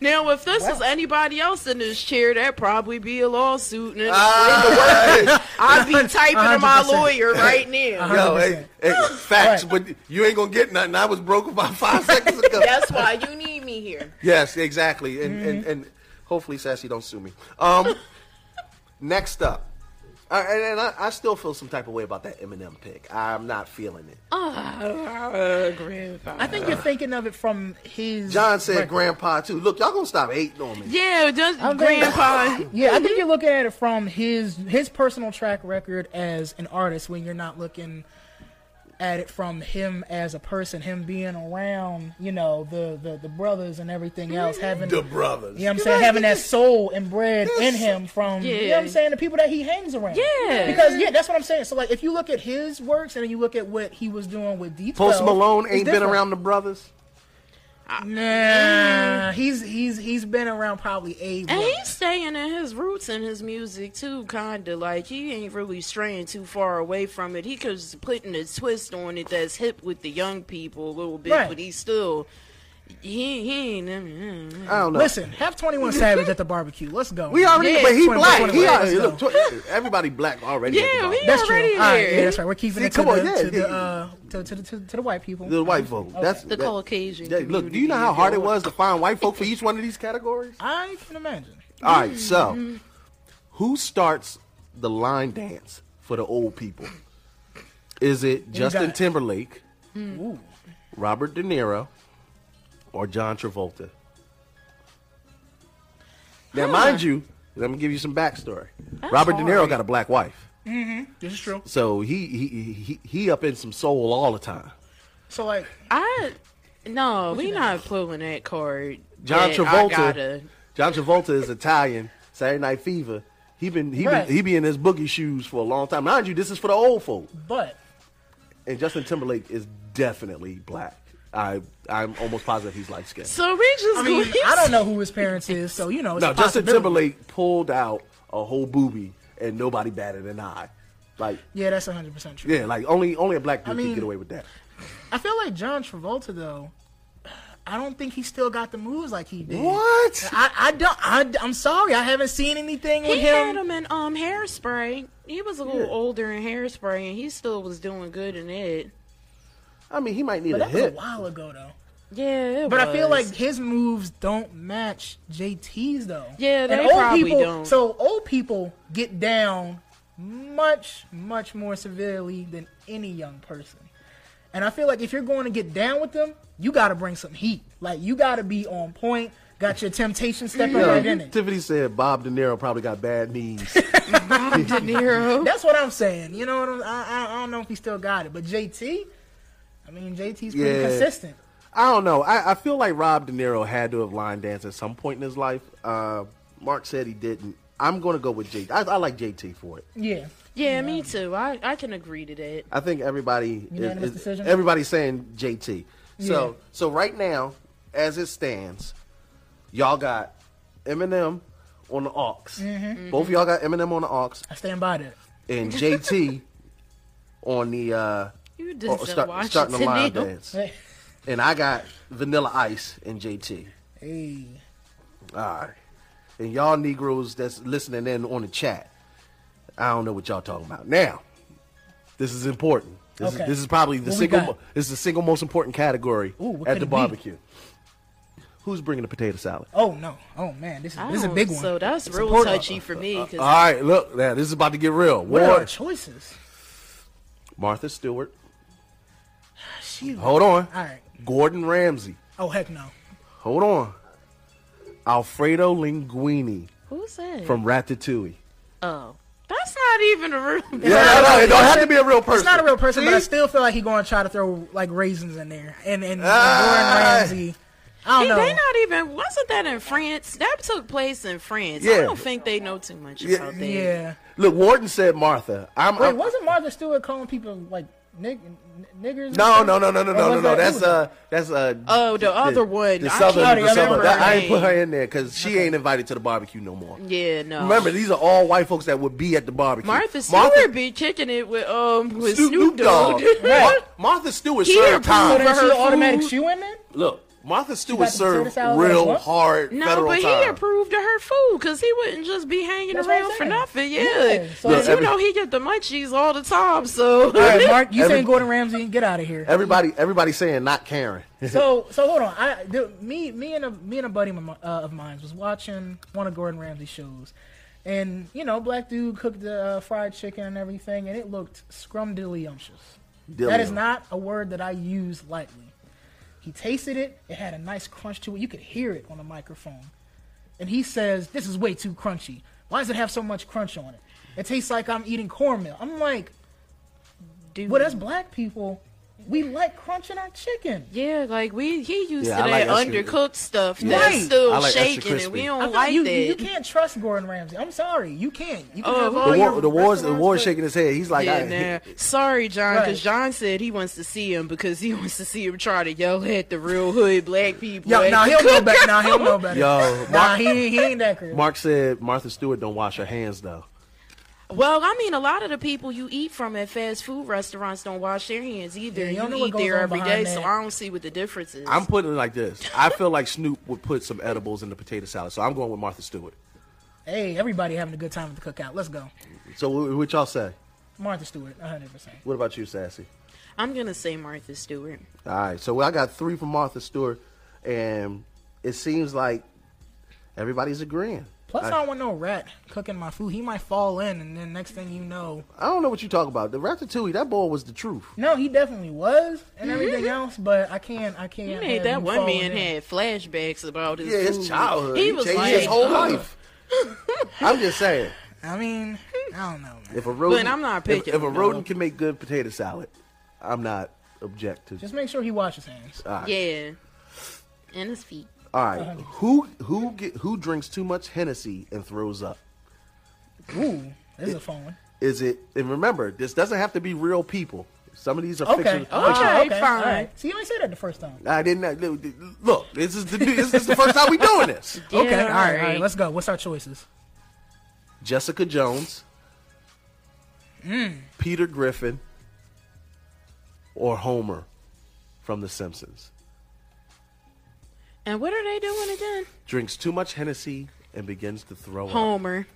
Speaker 7: Now, if this is anybody else in this chair, that'd probably be a lawsuit. And
Speaker 4: Uh,
Speaker 7: I'd be typing to my
Speaker 9: 100%.
Speaker 7: lawyer right now.
Speaker 4: Yo, hey, hey, facts, but you ain't gonna get nothing. I was broke about five seconds ago.
Speaker 7: That's why you need me here.
Speaker 4: Yes, exactly. And and, and hopefully Sassy don't sue me. Um next up. Uh, and and I, I still feel some type of way about that Eminem pick. I'm not feeling it.
Speaker 7: Oh, grandpa.
Speaker 9: I think you're thinking of it from his.
Speaker 4: John said
Speaker 9: record.
Speaker 4: grandpa too. Look, y'all gonna stop hating on me.
Speaker 7: Yeah, just
Speaker 9: I'm thinking-
Speaker 7: grandpa.
Speaker 9: Yeah, I think you're looking at it from his his personal track record as an artist when you're not looking at it from him as a person, him being around, you know, the the, the brothers and everything else, having
Speaker 4: The brothers.
Speaker 9: You know what I'm saying? Having that soul inbred in him from, you know what I'm
Speaker 7: Yeah.
Speaker 9: saying? The people that he hangs around.
Speaker 7: Yeah.
Speaker 9: Because, yeah, that's what I'm saying. So, like, if you look at his works and then you look at what he was doing with D12.
Speaker 4: Post Malone
Speaker 9: it's
Speaker 4: ain't been
Speaker 9: different.
Speaker 4: around the brothers.
Speaker 9: Nah. He's, he's, he's been around probably eight.
Speaker 7: And
Speaker 9: months.
Speaker 7: he's staying in his roots and his music too, kinda like he ain't really straying too far away from it. He could putting a twist on it that's hip with the young people a little bit,
Speaker 9: Right.
Speaker 7: but he still he he ain't. mm, mm, mm.
Speaker 4: I don't know.
Speaker 9: Listen, have 21 Savage at the barbecue. Let's go.
Speaker 4: we already,
Speaker 7: yeah,
Speaker 4: but he
Speaker 9: 21,
Speaker 4: black. He
Speaker 9: 21,
Speaker 4: already,
Speaker 9: let's
Speaker 4: look, tw- everybody black already. at the
Speaker 7: Yeah,
Speaker 4: bottom.
Speaker 7: we
Speaker 9: That's true.
Speaker 7: already
Speaker 9: All right,
Speaker 7: there.
Speaker 9: yeah, that's right. We're keeping
Speaker 4: See,
Speaker 9: it to,
Speaker 4: come
Speaker 9: the,
Speaker 4: on, yeah,
Speaker 9: to,
Speaker 4: yeah.
Speaker 9: the, uh, to, to, to, to the white people.
Speaker 4: The white folk. That's
Speaker 7: The
Speaker 4: that-
Speaker 7: Caucasian.
Speaker 4: that- look, do you know how hard it was to find white folk for each one of these categories?
Speaker 9: I can imagine.
Speaker 7: Mm-hmm.
Speaker 4: All right, so who starts the line dance for the old people? Is it Justin
Speaker 9: got?
Speaker 4: Timberlake,
Speaker 7: Mm.
Speaker 9: Ooh.
Speaker 4: Robert De Niro, or John Travolta? Now, mind you, let me give you some backstory. Robert De Niro
Speaker 7: hard.
Speaker 4: got a black wife,
Speaker 9: This is true.
Speaker 4: so he he he, he up in some soul all the time.
Speaker 9: So, like,
Speaker 7: I no, we not pulling that card.
Speaker 4: John
Speaker 7: yet. I
Speaker 4: Travolta.
Speaker 7: gotta-
Speaker 4: John Travolta is Italian. Saturday Night Fever. He been he
Speaker 9: Right.
Speaker 4: been he be in his boogie shoes for a long time. Mind you, this is for the old folk.
Speaker 9: but
Speaker 4: And Justin Timberlake is definitely black. I I'm almost positive he's light skinned.
Speaker 7: So we just
Speaker 9: I mean,
Speaker 7: going-
Speaker 9: I don't know who his parents is, so you know. It's
Speaker 4: No,
Speaker 9: a
Speaker 4: Justin
Speaker 9: possibility.
Speaker 4: Timberlake pulled out a whole booby and nobody batted an eye. Like
Speaker 9: Yeah, that's 100% true.
Speaker 4: yeah, like only only a black dude
Speaker 9: I
Speaker 4: can
Speaker 9: mean-
Speaker 4: get away with that.
Speaker 9: I feel like John Travolta, though, I don't think he still got the moves like he did.
Speaker 4: What?
Speaker 9: I, I don't. I, I'm sorry. I haven't seen anything
Speaker 7: He
Speaker 9: with him.
Speaker 7: had him in um hairspray. He was a little older in hairspray, and he still was doing good in it.
Speaker 4: I mean, he might need
Speaker 9: but
Speaker 4: a
Speaker 9: that was a
Speaker 4: hit.
Speaker 9: while ago, though.
Speaker 7: Yeah, it
Speaker 9: But I feel
Speaker 7: was.
Speaker 9: like his moves don't match JT's though.
Speaker 7: Yeah, they
Speaker 9: and old
Speaker 7: probably
Speaker 9: people,
Speaker 7: don't.
Speaker 9: So old people get down much, much more severely than any young person. And I feel like if you're going to get down with them, you got to bring some heat. Like you got to be on point. Got your temptation stepping right in it.
Speaker 4: Tiffany said Bob De Niro probably got bad knees.
Speaker 7: De Niro.
Speaker 9: That's what I'm saying. You know what I'm, I, I- I don't know if he still got it, but JT, I mean JT's pretty
Speaker 4: Yeah.
Speaker 9: consistent.
Speaker 4: I don't know. I, I feel like Rob De Niro had to have line danced at some point in his life. Uh, Mark said he didn't. I'm going to go with JT. I, I like JT for it.
Speaker 9: Yeah.
Speaker 7: yeah, me too. I, I can agree to that.
Speaker 4: I think everybody
Speaker 9: Unanimous
Speaker 4: is, is-
Speaker 9: decision?
Speaker 4: everybody's saying JT. So
Speaker 9: Yeah.
Speaker 4: so right now, as it stands, y'all got Eminem on the aux.
Speaker 9: Mm-hmm.
Speaker 4: Both of y'all got Eminem on the aux
Speaker 9: I stand by that.
Speaker 4: and JT on the uh,
Speaker 7: You
Speaker 4: oh,
Speaker 7: just
Speaker 4: start-
Speaker 7: watch
Speaker 4: starting the line
Speaker 7: Neil.
Speaker 4: dance. And I got Vanilla Ice and JT.
Speaker 9: Hey.
Speaker 4: All right. And y'all Negroes that's listening in on the chat, I don't know what y'all talking about. Now, this is important. This,
Speaker 9: Okay.
Speaker 4: is, this is probably
Speaker 9: What
Speaker 4: the
Speaker 9: we
Speaker 4: single.
Speaker 9: got?
Speaker 4: mo- This is the single most important category
Speaker 9: Ooh, what
Speaker 4: at
Speaker 9: could it be?
Speaker 4: the barbecue. Who's bringing the potato salad?
Speaker 9: Oh no. Oh man, this is this is a
Speaker 7: Oh,
Speaker 9: big one.
Speaker 7: So that's
Speaker 9: It's
Speaker 7: real
Speaker 9: important.
Speaker 7: touchy for me. 'cause
Speaker 4: All right, look, now this is about to get real.
Speaker 9: What are our
Speaker 4: Ward,
Speaker 9: choices?
Speaker 4: Martha Stewart.
Speaker 9: She-
Speaker 4: Hold on.
Speaker 9: All right.
Speaker 4: Gordon Ramsay.
Speaker 9: Oh heck no.
Speaker 4: Hold on. Alfredo Linguini
Speaker 7: Who's that?
Speaker 4: from Ratatouille.
Speaker 7: oh, that's not even a real.
Speaker 4: Yeah, no, no, it don't have to be a real person.
Speaker 9: It's not a real person, but I
Speaker 4: See?
Speaker 9: still feel like he going to try to throw like raisins in there and and, and
Speaker 4: Ah.
Speaker 9: Gordon Ramsay. I don't
Speaker 7: Hey,
Speaker 9: know.
Speaker 7: They not even wasn't that in France? That took place in France. I
Speaker 4: Yeah.
Speaker 7: don't think they know too much
Speaker 4: Yeah.
Speaker 7: about that.
Speaker 9: Yeah.
Speaker 4: Look, Warden said Martha. I'm,
Speaker 9: Wait,
Speaker 4: I'm-
Speaker 9: wasn't Martha Stewart calling people like nig- n- niggers? and
Speaker 4: no,
Speaker 9: stuff?
Speaker 4: no, no, no, no,
Speaker 9: Or
Speaker 4: no, no,
Speaker 9: was
Speaker 4: no.
Speaker 9: that-
Speaker 4: That's
Speaker 9: who was
Speaker 4: uh, that's uh.
Speaker 7: Oh, the other one.
Speaker 4: The
Speaker 7: I
Speaker 4: southern,
Speaker 7: can't
Speaker 4: the southern.
Speaker 7: remember
Speaker 4: That-
Speaker 7: her
Speaker 4: I ain't put
Speaker 7: name.
Speaker 4: her in there because she ain't invited to the barbecue no more.
Speaker 7: Yeah, no.
Speaker 4: Remember, these are all white folks that would be at the barbecue.
Speaker 7: Martha Stewart be kicking it with um with Snoop, Dogg.
Speaker 4: Mar- Martha Stewart
Speaker 7: He
Speaker 4: served
Speaker 9: that?
Speaker 4: time.
Speaker 9: So then she
Speaker 7: her
Speaker 9: an automatic
Speaker 7: food.
Speaker 9: shoe in then?
Speaker 4: Look, Martha
Speaker 9: got
Speaker 4: Stewart
Speaker 9: the potato
Speaker 4: served
Speaker 9: salad as
Speaker 4: real
Speaker 9: well?
Speaker 4: hard
Speaker 7: No,
Speaker 4: federal
Speaker 7: but he
Speaker 4: time.
Speaker 7: approved of her food because he wouldn't just be hanging
Speaker 9: That's what
Speaker 7: around
Speaker 9: I'm
Speaker 7: for
Speaker 9: saying.
Speaker 7: nothing. Yeah,
Speaker 9: Yeah, so-
Speaker 7: Because
Speaker 4: Look, every-
Speaker 7: you know he get the munchies all the time. So
Speaker 9: All right, Mark, you
Speaker 4: Every-
Speaker 9: saying Gordon Ramsay? Get out of here.
Speaker 4: Everybody, everybody saying not Karen.
Speaker 9: so so hold on. I the, me me and a me and a buddy of mi- uh, of mine was watching one of Gordon Ramsay's shows, and you know black dude cooked the uh, fried chicken and everything, and it looked scrumdiddlyumptious. That is
Speaker 4: Dillium.
Speaker 9: not a word that I use lightly. He tasted it. It had a nice crunch to it. You could hear it on the microphone, and he says, "This is way too crunchy. Why does it have so much crunch on it? It tastes like I'm eating cornmeal." I'm like,
Speaker 7: Dude.
Speaker 9: "Well, as black people, we like crunch in our chicken."
Speaker 7: Yeah, like we he used
Speaker 9: Yeah,
Speaker 7: to
Speaker 9: I
Speaker 7: that
Speaker 9: like extra-
Speaker 7: undercooked stuff
Speaker 9: Yeah.
Speaker 7: that's
Speaker 9: Right.
Speaker 7: still
Speaker 4: I like extra
Speaker 7: shaking and we
Speaker 4: crispy.
Speaker 7: don't
Speaker 9: I feel
Speaker 7: like
Speaker 9: you,
Speaker 7: that.
Speaker 9: you, you can't trust Gordon Ramsay. I'm sorry, you can't. You can
Speaker 7: Oh,
Speaker 9: have
Speaker 7: who-
Speaker 9: all
Speaker 4: the
Speaker 9: your
Speaker 4: war, the war's, the
Speaker 9: restaurants,
Speaker 4: war's
Speaker 9: but-
Speaker 4: shaking his head. He's like,
Speaker 7: yeah,
Speaker 4: I,
Speaker 7: nah. sorry, John, because
Speaker 9: Right.
Speaker 7: John said he wants to see him because he wants to see him try to yell at the real hood black people.
Speaker 9: Yo,
Speaker 7: at
Speaker 9: nah,
Speaker 7: the
Speaker 9: he'll know
Speaker 7: cookout.
Speaker 9: better. Nah, he'll know better.
Speaker 4: Yo,
Speaker 9: nah,
Speaker 4: Mark-
Speaker 9: he, ain't- he ain't that crazy.
Speaker 4: Mark said Martha Stewart don't wash her hands though.
Speaker 7: Well, I mean, a lot of the people you eat from at fast food restaurants don't wash their hands either.
Speaker 9: Yeah, you don't know
Speaker 7: you
Speaker 9: what
Speaker 7: eat
Speaker 9: goes
Speaker 7: there
Speaker 9: on
Speaker 7: every day,
Speaker 9: behind
Speaker 7: so
Speaker 9: that.
Speaker 7: I don't see what the difference is.
Speaker 4: I'm putting it like this. I feel like Snoop would put some edibles in the potato salad, so I'm going with Martha Stewart.
Speaker 9: Hey, everybody having a good time at the cookout. Let's go,
Speaker 4: So wh- what y'all say?
Speaker 9: Martha Stewart, 100. percent
Speaker 4: What about you, Sassy?
Speaker 7: I'm gonna say Martha Stewart.
Speaker 4: All right. So I got three from Martha Stewart, and it seems like everybody's agreeing.
Speaker 9: Plus, I
Speaker 4: I,
Speaker 9: don't want no rat cooking my food. He might fall in, and then next thing you know,
Speaker 4: I don't know what you talk about. The Ratatouille, that boy was the truth.
Speaker 9: no, he definitely was and everything else. But I can't, I can't.
Speaker 7: Mm-hmm. You
Speaker 9: have
Speaker 7: made that
Speaker 9: you
Speaker 7: one
Speaker 9: falling
Speaker 7: man
Speaker 9: in.
Speaker 7: had flashbacks about his
Speaker 4: Yeah, his
Speaker 7: food.
Speaker 4: childhood.
Speaker 7: He,
Speaker 4: He
Speaker 7: was
Speaker 4: changed
Speaker 7: like, oh,
Speaker 4: his whole
Speaker 7: "Ugh."
Speaker 4: life. I'm just saying,
Speaker 9: I mean, I don't know.
Speaker 4: if a rodent,
Speaker 7: I'm not
Speaker 4: if-
Speaker 7: picking
Speaker 4: if, a
Speaker 7: him, no.
Speaker 4: rodent can make good potato salad, I'm not objective.
Speaker 9: Just make sure he washes hands.
Speaker 4: All right.
Speaker 7: Yeah, and his feet.
Speaker 4: All right. Who who get, who drinks too much Hennessy and throws up?
Speaker 9: Ooh, this is a fun one.
Speaker 4: Is it? And remember, this doesn't have to be real people. Some of these are
Speaker 9: Okay,
Speaker 4: fictional. fictional-
Speaker 9: Ah,
Speaker 7: fine.
Speaker 9: all right. See, you ain't say that the first time.
Speaker 4: I didn't know- look. This is the this is the first time we doing this.
Speaker 9: okay, all right, all
Speaker 7: right.
Speaker 9: right. Let's go. What's our choices?
Speaker 4: Jessica Jones,
Speaker 9: Hmm.
Speaker 4: Peter Griffin, or Homer from The Simpsons
Speaker 7: And what are they doing again?
Speaker 4: drinks too much Hennessy and begins to throw up.
Speaker 7: Homer.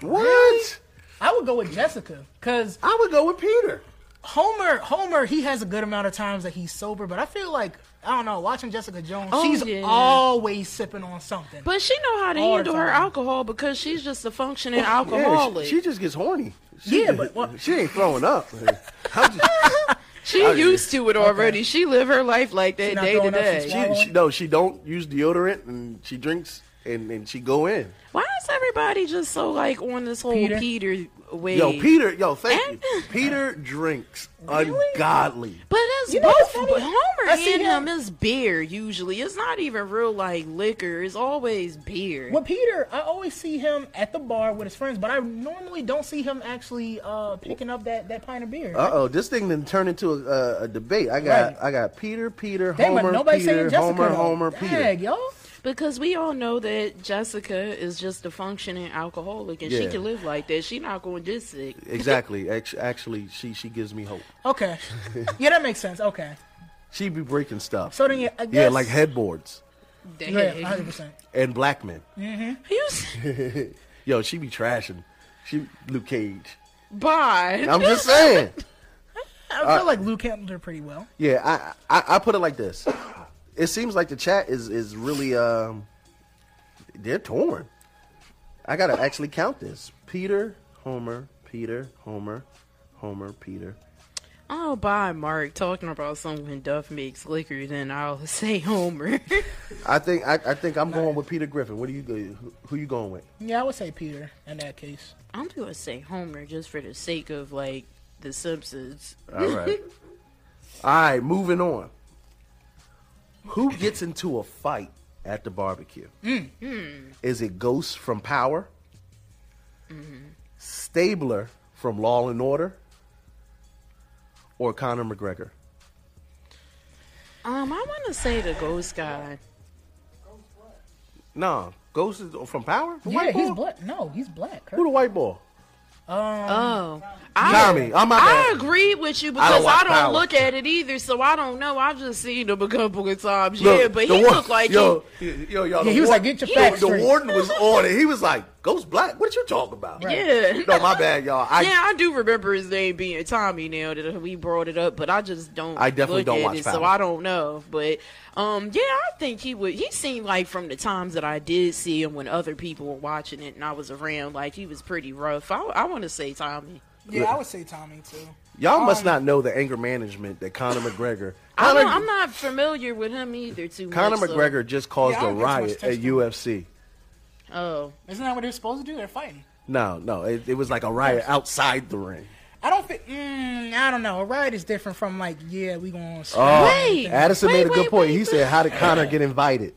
Speaker 4: What?
Speaker 9: I would go with Jessica because
Speaker 4: I would go with Peter.
Speaker 9: Homer. Homer, he has a good amount of times that he's sober, but I feel like I don't know. Watching Jessica Jones,
Speaker 7: Oh,
Speaker 9: she's
Speaker 7: yeah.
Speaker 9: always sipping on something.
Speaker 7: But she know how to
Speaker 9: All the
Speaker 7: handle her
Speaker 9: time.
Speaker 7: alcohol because she's just a functioning
Speaker 4: Yeah, she-
Speaker 7: alcoholic.
Speaker 4: she, just gets horny. She
Speaker 9: Yeah,
Speaker 4: ju-
Speaker 9: but what-
Speaker 4: she ain't throwing up. I'm just-
Speaker 7: She
Speaker 4: I-
Speaker 7: used to it already. She live her life like
Speaker 9: She
Speaker 7: that
Speaker 9: not
Speaker 7: day to
Speaker 9: throwing up, she's
Speaker 7: day.
Speaker 9: swallowing.
Speaker 4: she, she, no, she don't use deodorant and she drinks and, and she go in.
Speaker 7: Why is everybody just so like on this whole
Speaker 9: Peter?
Speaker 7: Peter, way?
Speaker 4: Yo, Peter, yo, thank you. Peter drinks ungodly.
Speaker 7: But it's
Speaker 9: You know what's
Speaker 7: both
Speaker 9: funny?
Speaker 7: but Homer
Speaker 9: I see
Speaker 7: and
Speaker 9: him-
Speaker 7: him is beer usually. It's not even real like liquor. It's always beer.
Speaker 9: With Peter, I always see him at the bar with his friends, but I normally don't see him actually uh, picking up that, that pint of beer.
Speaker 4: Uh oh, this thing then turned into a, a, a debate. I got
Speaker 9: Right.
Speaker 4: I got Peter, Peter,
Speaker 9: Damn, but
Speaker 4: Homer,
Speaker 9: nobody
Speaker 4: Peter,
Speaker 9: saying Jessica.
Speaker 4: Homer,
Speaker 9: though.
Speaker 4: Homer,
Speaker 9: Dag,
Speaker 4: Peter.
Speaker 9: y'all.
Speaker 7: Because we all know that Jessica is just a functioning alcoholic and she
Speaker 4: Yeah.
Speaker 7: can live like that. She not going to get sick.
Speaker 4: Exactly. Act- Actually, she she gives me hope.
Speaker 9: Okay. yeah, that makes sense. Okay.
Speaker 4: She be breaking stuff.
Speaker 9: So then, yeah, I guess.
Speaker 4: yeah, like headboards.
Speaker 9: Yeah, 100%.
Speaker 4: and black men.
Speaker 7: Mm-hmm.
Speaker 4: Yo, she be trashing. She Luke Cage.
Speaker 7: Bye.
Speaker 4: I'm just saying.
Speaker 9: I feel
Speaker 4: Uh,
Speaker 9: like Luke handled her pretty well.
Speaker 4: Yeah, I, I I put it like this. It seems like the chat is is really um they're torn. I gotta actually count this. Peter, Homer, Peter, Homer, Homer, Peter.
Speaker 7: Oh, bye, Mark. Talking about someone Duff makes liquor, then I'll say Homer.
Speaker 4: I think I, I think I'm going with Peter Griffin. What do you go- who you going with?
Speaker 9: Yeah, I would say Peter in that case.
Speaker 7: I'm gonna say Homer just for the sake of like the Simpsons.
Speaker 4: All right. All right, moving on. Who gets into a fight at the barbecue?
Speaker 7: Mm.
Speaker 4: Is it Ghost from Power? Stabler from Law and Order? Or Conor McGregor?
Speaker 7: Um, I want to say the Ghost guy.
Speaker 4: No, Ghost is from Power? The
Speaker 9: yeah,
Speaker 4: white
Speaker 9: he's
Speaker 4: boy?
Speaker 9: black. No, he's black.
Speaker 4: Who the white boy?
Speaker 9: Um,
Speaker 7: oh,
Speaker 4: Tommy. I'm my
Speaker 7: I
Speaker 4: bad.
Speaker 7: agree with you
Speaker 4: I
Speaker 7: because I
Speaker 4: don't
Speaker 7: don't,
Speaker 4: watch Power.
Speaker 7: look at it either, so I don't know. I've just seen him a couple of times.
Speaker 4: Look,
Speaker 7: yeah, but he
Speaker 4: the war-
Speaker 7: looked like
Speaker 4: yo,
Speaker 7: he-
Speaker 4: yo, yo, yo,
Speaker 9: Yeah,
Speaker 4: the
Speaker 9: he was
Speaker 4: war-
Speaker 9: like, "Get your
Speaker 4: yo,
Speaker 9: facts
Speaker 4: The
Speaker 9: straight."
Speaker 4: warden was on it. He was like, "Ghost Black, what you talking about?"
Speaker 7: Yeah.
Speaker 4: No, my bad, y'all. I
Speaker 7: yeah, I do remember his name being Tommy now that we brought it up, but I just don't.
Speaker 4: I definitely
Speaker 7: look
Speaker 4: don't
Speaker 7: at
Speaker 4: watch
Speaker 7: it, so
Speaker 4: Power.
Speaker 7: I don't know. But um, yeah, I think he would. He seemed like from the times that I did see him when other people were watching it and I was around, like he was pretty rough. I, I want to say Tommy.
Speaker 9: yeah, I would say Tommy too.
Speaker 4: y'all must not know the anger management that Conor McGregor.
Speaker 7: I
Speaker 4: Conor,
Speaker 7: don't, I'm not familiar with him either. Too
Speaker 4: Conor
Speaker 7: much, so-
Speaker 4: McGregor just caused
Speaker 9: Yeah, I
Speaker 4: a
Speaker 9: don't get too much
Speaker 4: riot at
Speaker 9: attention.
Speaker 4: UFC.
Speaker 7: Oh,
Speaker 9: isn't that what they're supposed to do? They're fighting.
Speaker 4: No, no, it, it was like a riot outside the ring.
Speaker 9: I don't think. Mm, I don't know. A riot is different from like, yeah, we going.
Speaker 4: Oh, Addison made a good point. he said, "How did Conor get invited?"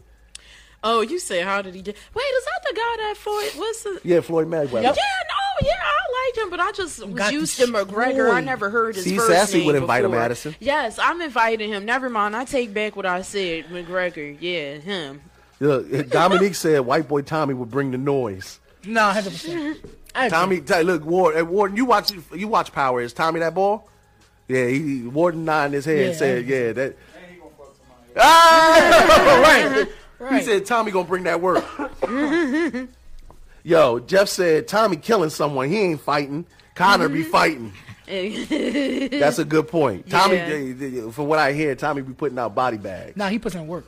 Speaker 7: Oh, you said how did he get? Wait, is that the guy that Floyd? What's the?
Speaker 4: Yeah, Floyd Mayweather.
Speaker 7: Yeah, no, yeah, I liked him, but I just was
Speaker 4: got
Speaker 7: used to McGregor. I
Speaker 4: destroyed.
Speaker 7: never heard his
Speaker 4: See,
Speaker 7: first
Speaker 4: Sassy
Speaker 7: name
Speaker 4: would invite him,
Speaker 7: before.
Speaker 4: Addison.
Speaker 7: Yes, I'm inviting him. Never mind, I take back what I said. McGregor, yeah, him.
Speaker 4: Look, Dominique said, "White boy Tommy would bring the noise."
Speaker 9: No, hundred percent.
Speaker 4: Tommy, t- look, Warden, Warden, you watch, you watch Power. Is Tommy that ball? Yeah, he Warden nodded his head and
Speaker 9: Yeah.
Speaker 4: said, "Yeah, that." Ah, right. He said Tommy gonna bring that work. Yo, Jeff said Tommy killing someone. He ain't fighting. Connor be
Speaker 7: Mm-hmm.
Speaker 4: fighting. That's a good point. Tommy,
Speaker 7: Yeah.
Speaker 4: eh, eh, from what I hear, Tommy be putting out body bags.
Speaker 9: Nah, he puts in work.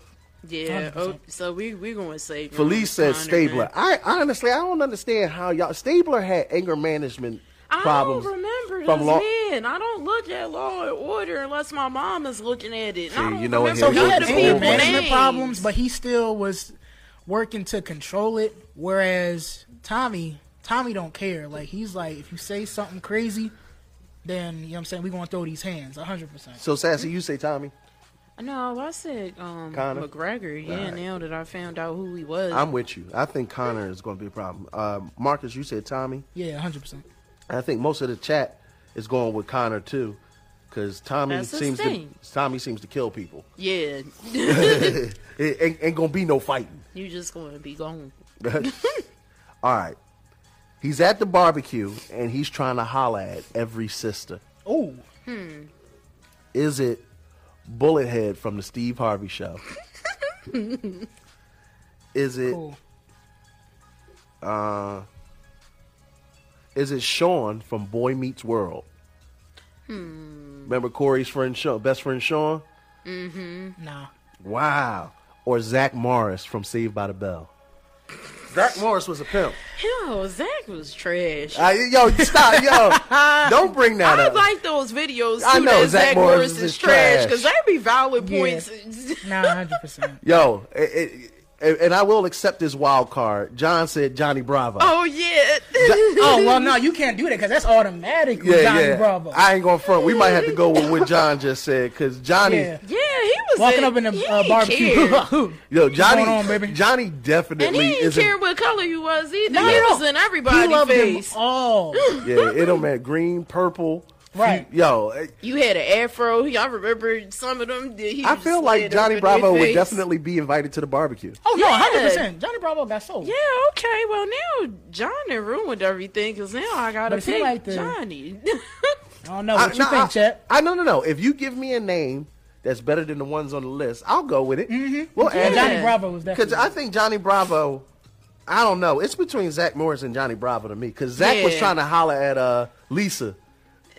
Speaker 7: yeah. Oh, so we we gonna say
Speaker 4: Felice says
Speaker 7: Conor,
Speaker 4: Stabler.
Speaker 7: man.
Speaker 4: I honestly, I don't understand how y'all. Stabler had anger management
Speaker 7: I
Speaker 4: problems.
Speaker 7: don't remember
Speaker 4: from
Speaker 7: this
Speaker 4: law-
Speaker 7: man. I don't look at Law and Order unless my mom is looking at it. And I
Speaker 4: See,
Speaker 7: don't
Speaker 4: you know what,
Speaker 7: remember
Speaker 4: here
Speaker 9: He
Speaker 4: goes
Speaker 9: had
Speaker 4: this
Speaker 9: anger
Speaker 4: old boy.
Speaker 9: management problems, but he still was working to control it. Whereas Tommy, Tommy don't care. Like he's like, if you say something crazy, then you know what I'm saying we gonna throw these hands. hundred percent.
Speaker 4: So sassy, you say Tommy?
Speaker 7: No, I said um,
Speaker 4: Conor?
Speaker 7: McGregor. Yeah,
Speaker 4: Alright.
Speaker 7: now that I found out who he was,
Speaker 4: I'm with you. I think Connor is going to be a problem. Uh, Marcus, you said Tommy.
Speaker 9: Yeah, hundred percent.
Speaker 4: I think most of the chat is going with Connor too, because Tommy
Speaker 7: That's his
Speaker 4: seems to
Speaker 7: thing.
Speaker 4: Tommy seems to kill people.
Speaker 7: Yeah,
Speaker 4: it ain't, ain't gonna be no fighting.
Speaker 7: you just gonna be gone.
Speaker 4: All right, he's at the barbecue and he's trying to holler at every sister.
Speaker 9: Oh,
Speaker 7: hmm.
Speaker 4: Is it Bullethead from the Steve Harvey Show? Is it? Uh, is it Sean from Boy Meets World?
Speaker 7: hmm.
Speaker 4: Remember Corey's friend, Sean, best friend Sean?
Speaker 7: Mm-hmm.
Speaker 9: Nah.
Speaker 4: Wow. Or Zach Morris from Saved by the Bell. Zach Morris was a pimp.
Speaker 7: Yo, Zach was trash.
Speaker 4: Uh, yo, stop, yo. Don't bring that
Speaker 7: I
Speaker 4: up.
Speaker 7: like those videos. Too,
Speaker 4: I know
Speaker 7: that
Speaker 4: Zach
Speaker 7: Zach
Speaker 4: Morris
Speaker 7: Morris
Speaker 4: is
Speaker 7: is
Speaker 4: just
Speaker 7: trash
Speaker 4: trash.
Speaker 7: because they be valid
Speaker 9: Yeah.
Speaker 7: points.
Speaker 9: Nah, hundred percent.
Speaker 4: Yo, it, it, and I will accept this wild card. John said Johnny Bravo.
Speaker 7: Oh yeah.
Speaker 9: oh well, no, you can't do that because that's automatic. with
Speaker 4: yeah,
Speaker 9: Johnny
Speaker 4: yeah.
Speaker 9: Bravo.
Speaker 4: I ain't going to front. We might have to go with what John just said because Johnny.
Speaker 9: Yeah.
Speaker 7: Yeah, he was
Speaker 9: walking
Speaker 7: a-
Speaker 9: up in the
Speaker 7: he
Speaker 9: uh,
Speaker 7: ain't care.
Speaker 9: barbecue.
Speaker 4: Yo, Johnny,
Speaker 9: going on,
Speaker 4: Johnny
Speaker 7: and he
Speaker 4: definitely
Speaker 7: didn't
Speaker 4: isn't.
Speaker 7: care what color you was either.
Speaker 9: No,
Speaker 7: he
Speaker 9: no.
Speaker 7: was in everybody's
Speaker 9: He loved them
Speaker 7: face. Oh,
Speaker 9: all.
Speaker 4: Yeah, it don't matter. Green, purple,
Speaker 9: right?
Speaker 4: Yo, eh,
Speaker 7: You had an afro. I remember some of them. that He
Speaker 4: I feel
Speaker 7: just
Speaker 4: like
Speaker 7: slid
Speaker 4: Johnny
Speaker 7: up in their
Speaker 4: Bravo would
Speaker 7: face.
Speaker 4: definitely be invited to the barbecue.
Speaker 9: Oh no,
Speaker 7: Yeah.
Speaker 9: hundred percent. Johnny Bravo got sold.
Speaker 7: Yeah, okay. Well, now Johnny ruined everything because now I gotta
Speaker 9: But it seem
Speaker 7: pick
Speaker 9: like the-
Speaker 7: Johnny.
Speaker 9: I don't know what you
Speaker 4: nah,
Speaker 9: think,
Speaker 4: I,
Speaker 9: Chet.
Speaker 4: I no no no. If you give me a name that's better than the ones on the list. I'll go with it. Mm-hmm. Well,
Speaker 9: Yeah, Johnny Bravo was
Speaker 4: because
Speaker 9: definitely-
Speaker 4: I think Johnny Bravo. I don't know. It's between Zach Morris and Johnny Bravo to me because Zach was
Speaker 7: Yeah.
Speaker 4: trying to holler at uh, Lisa.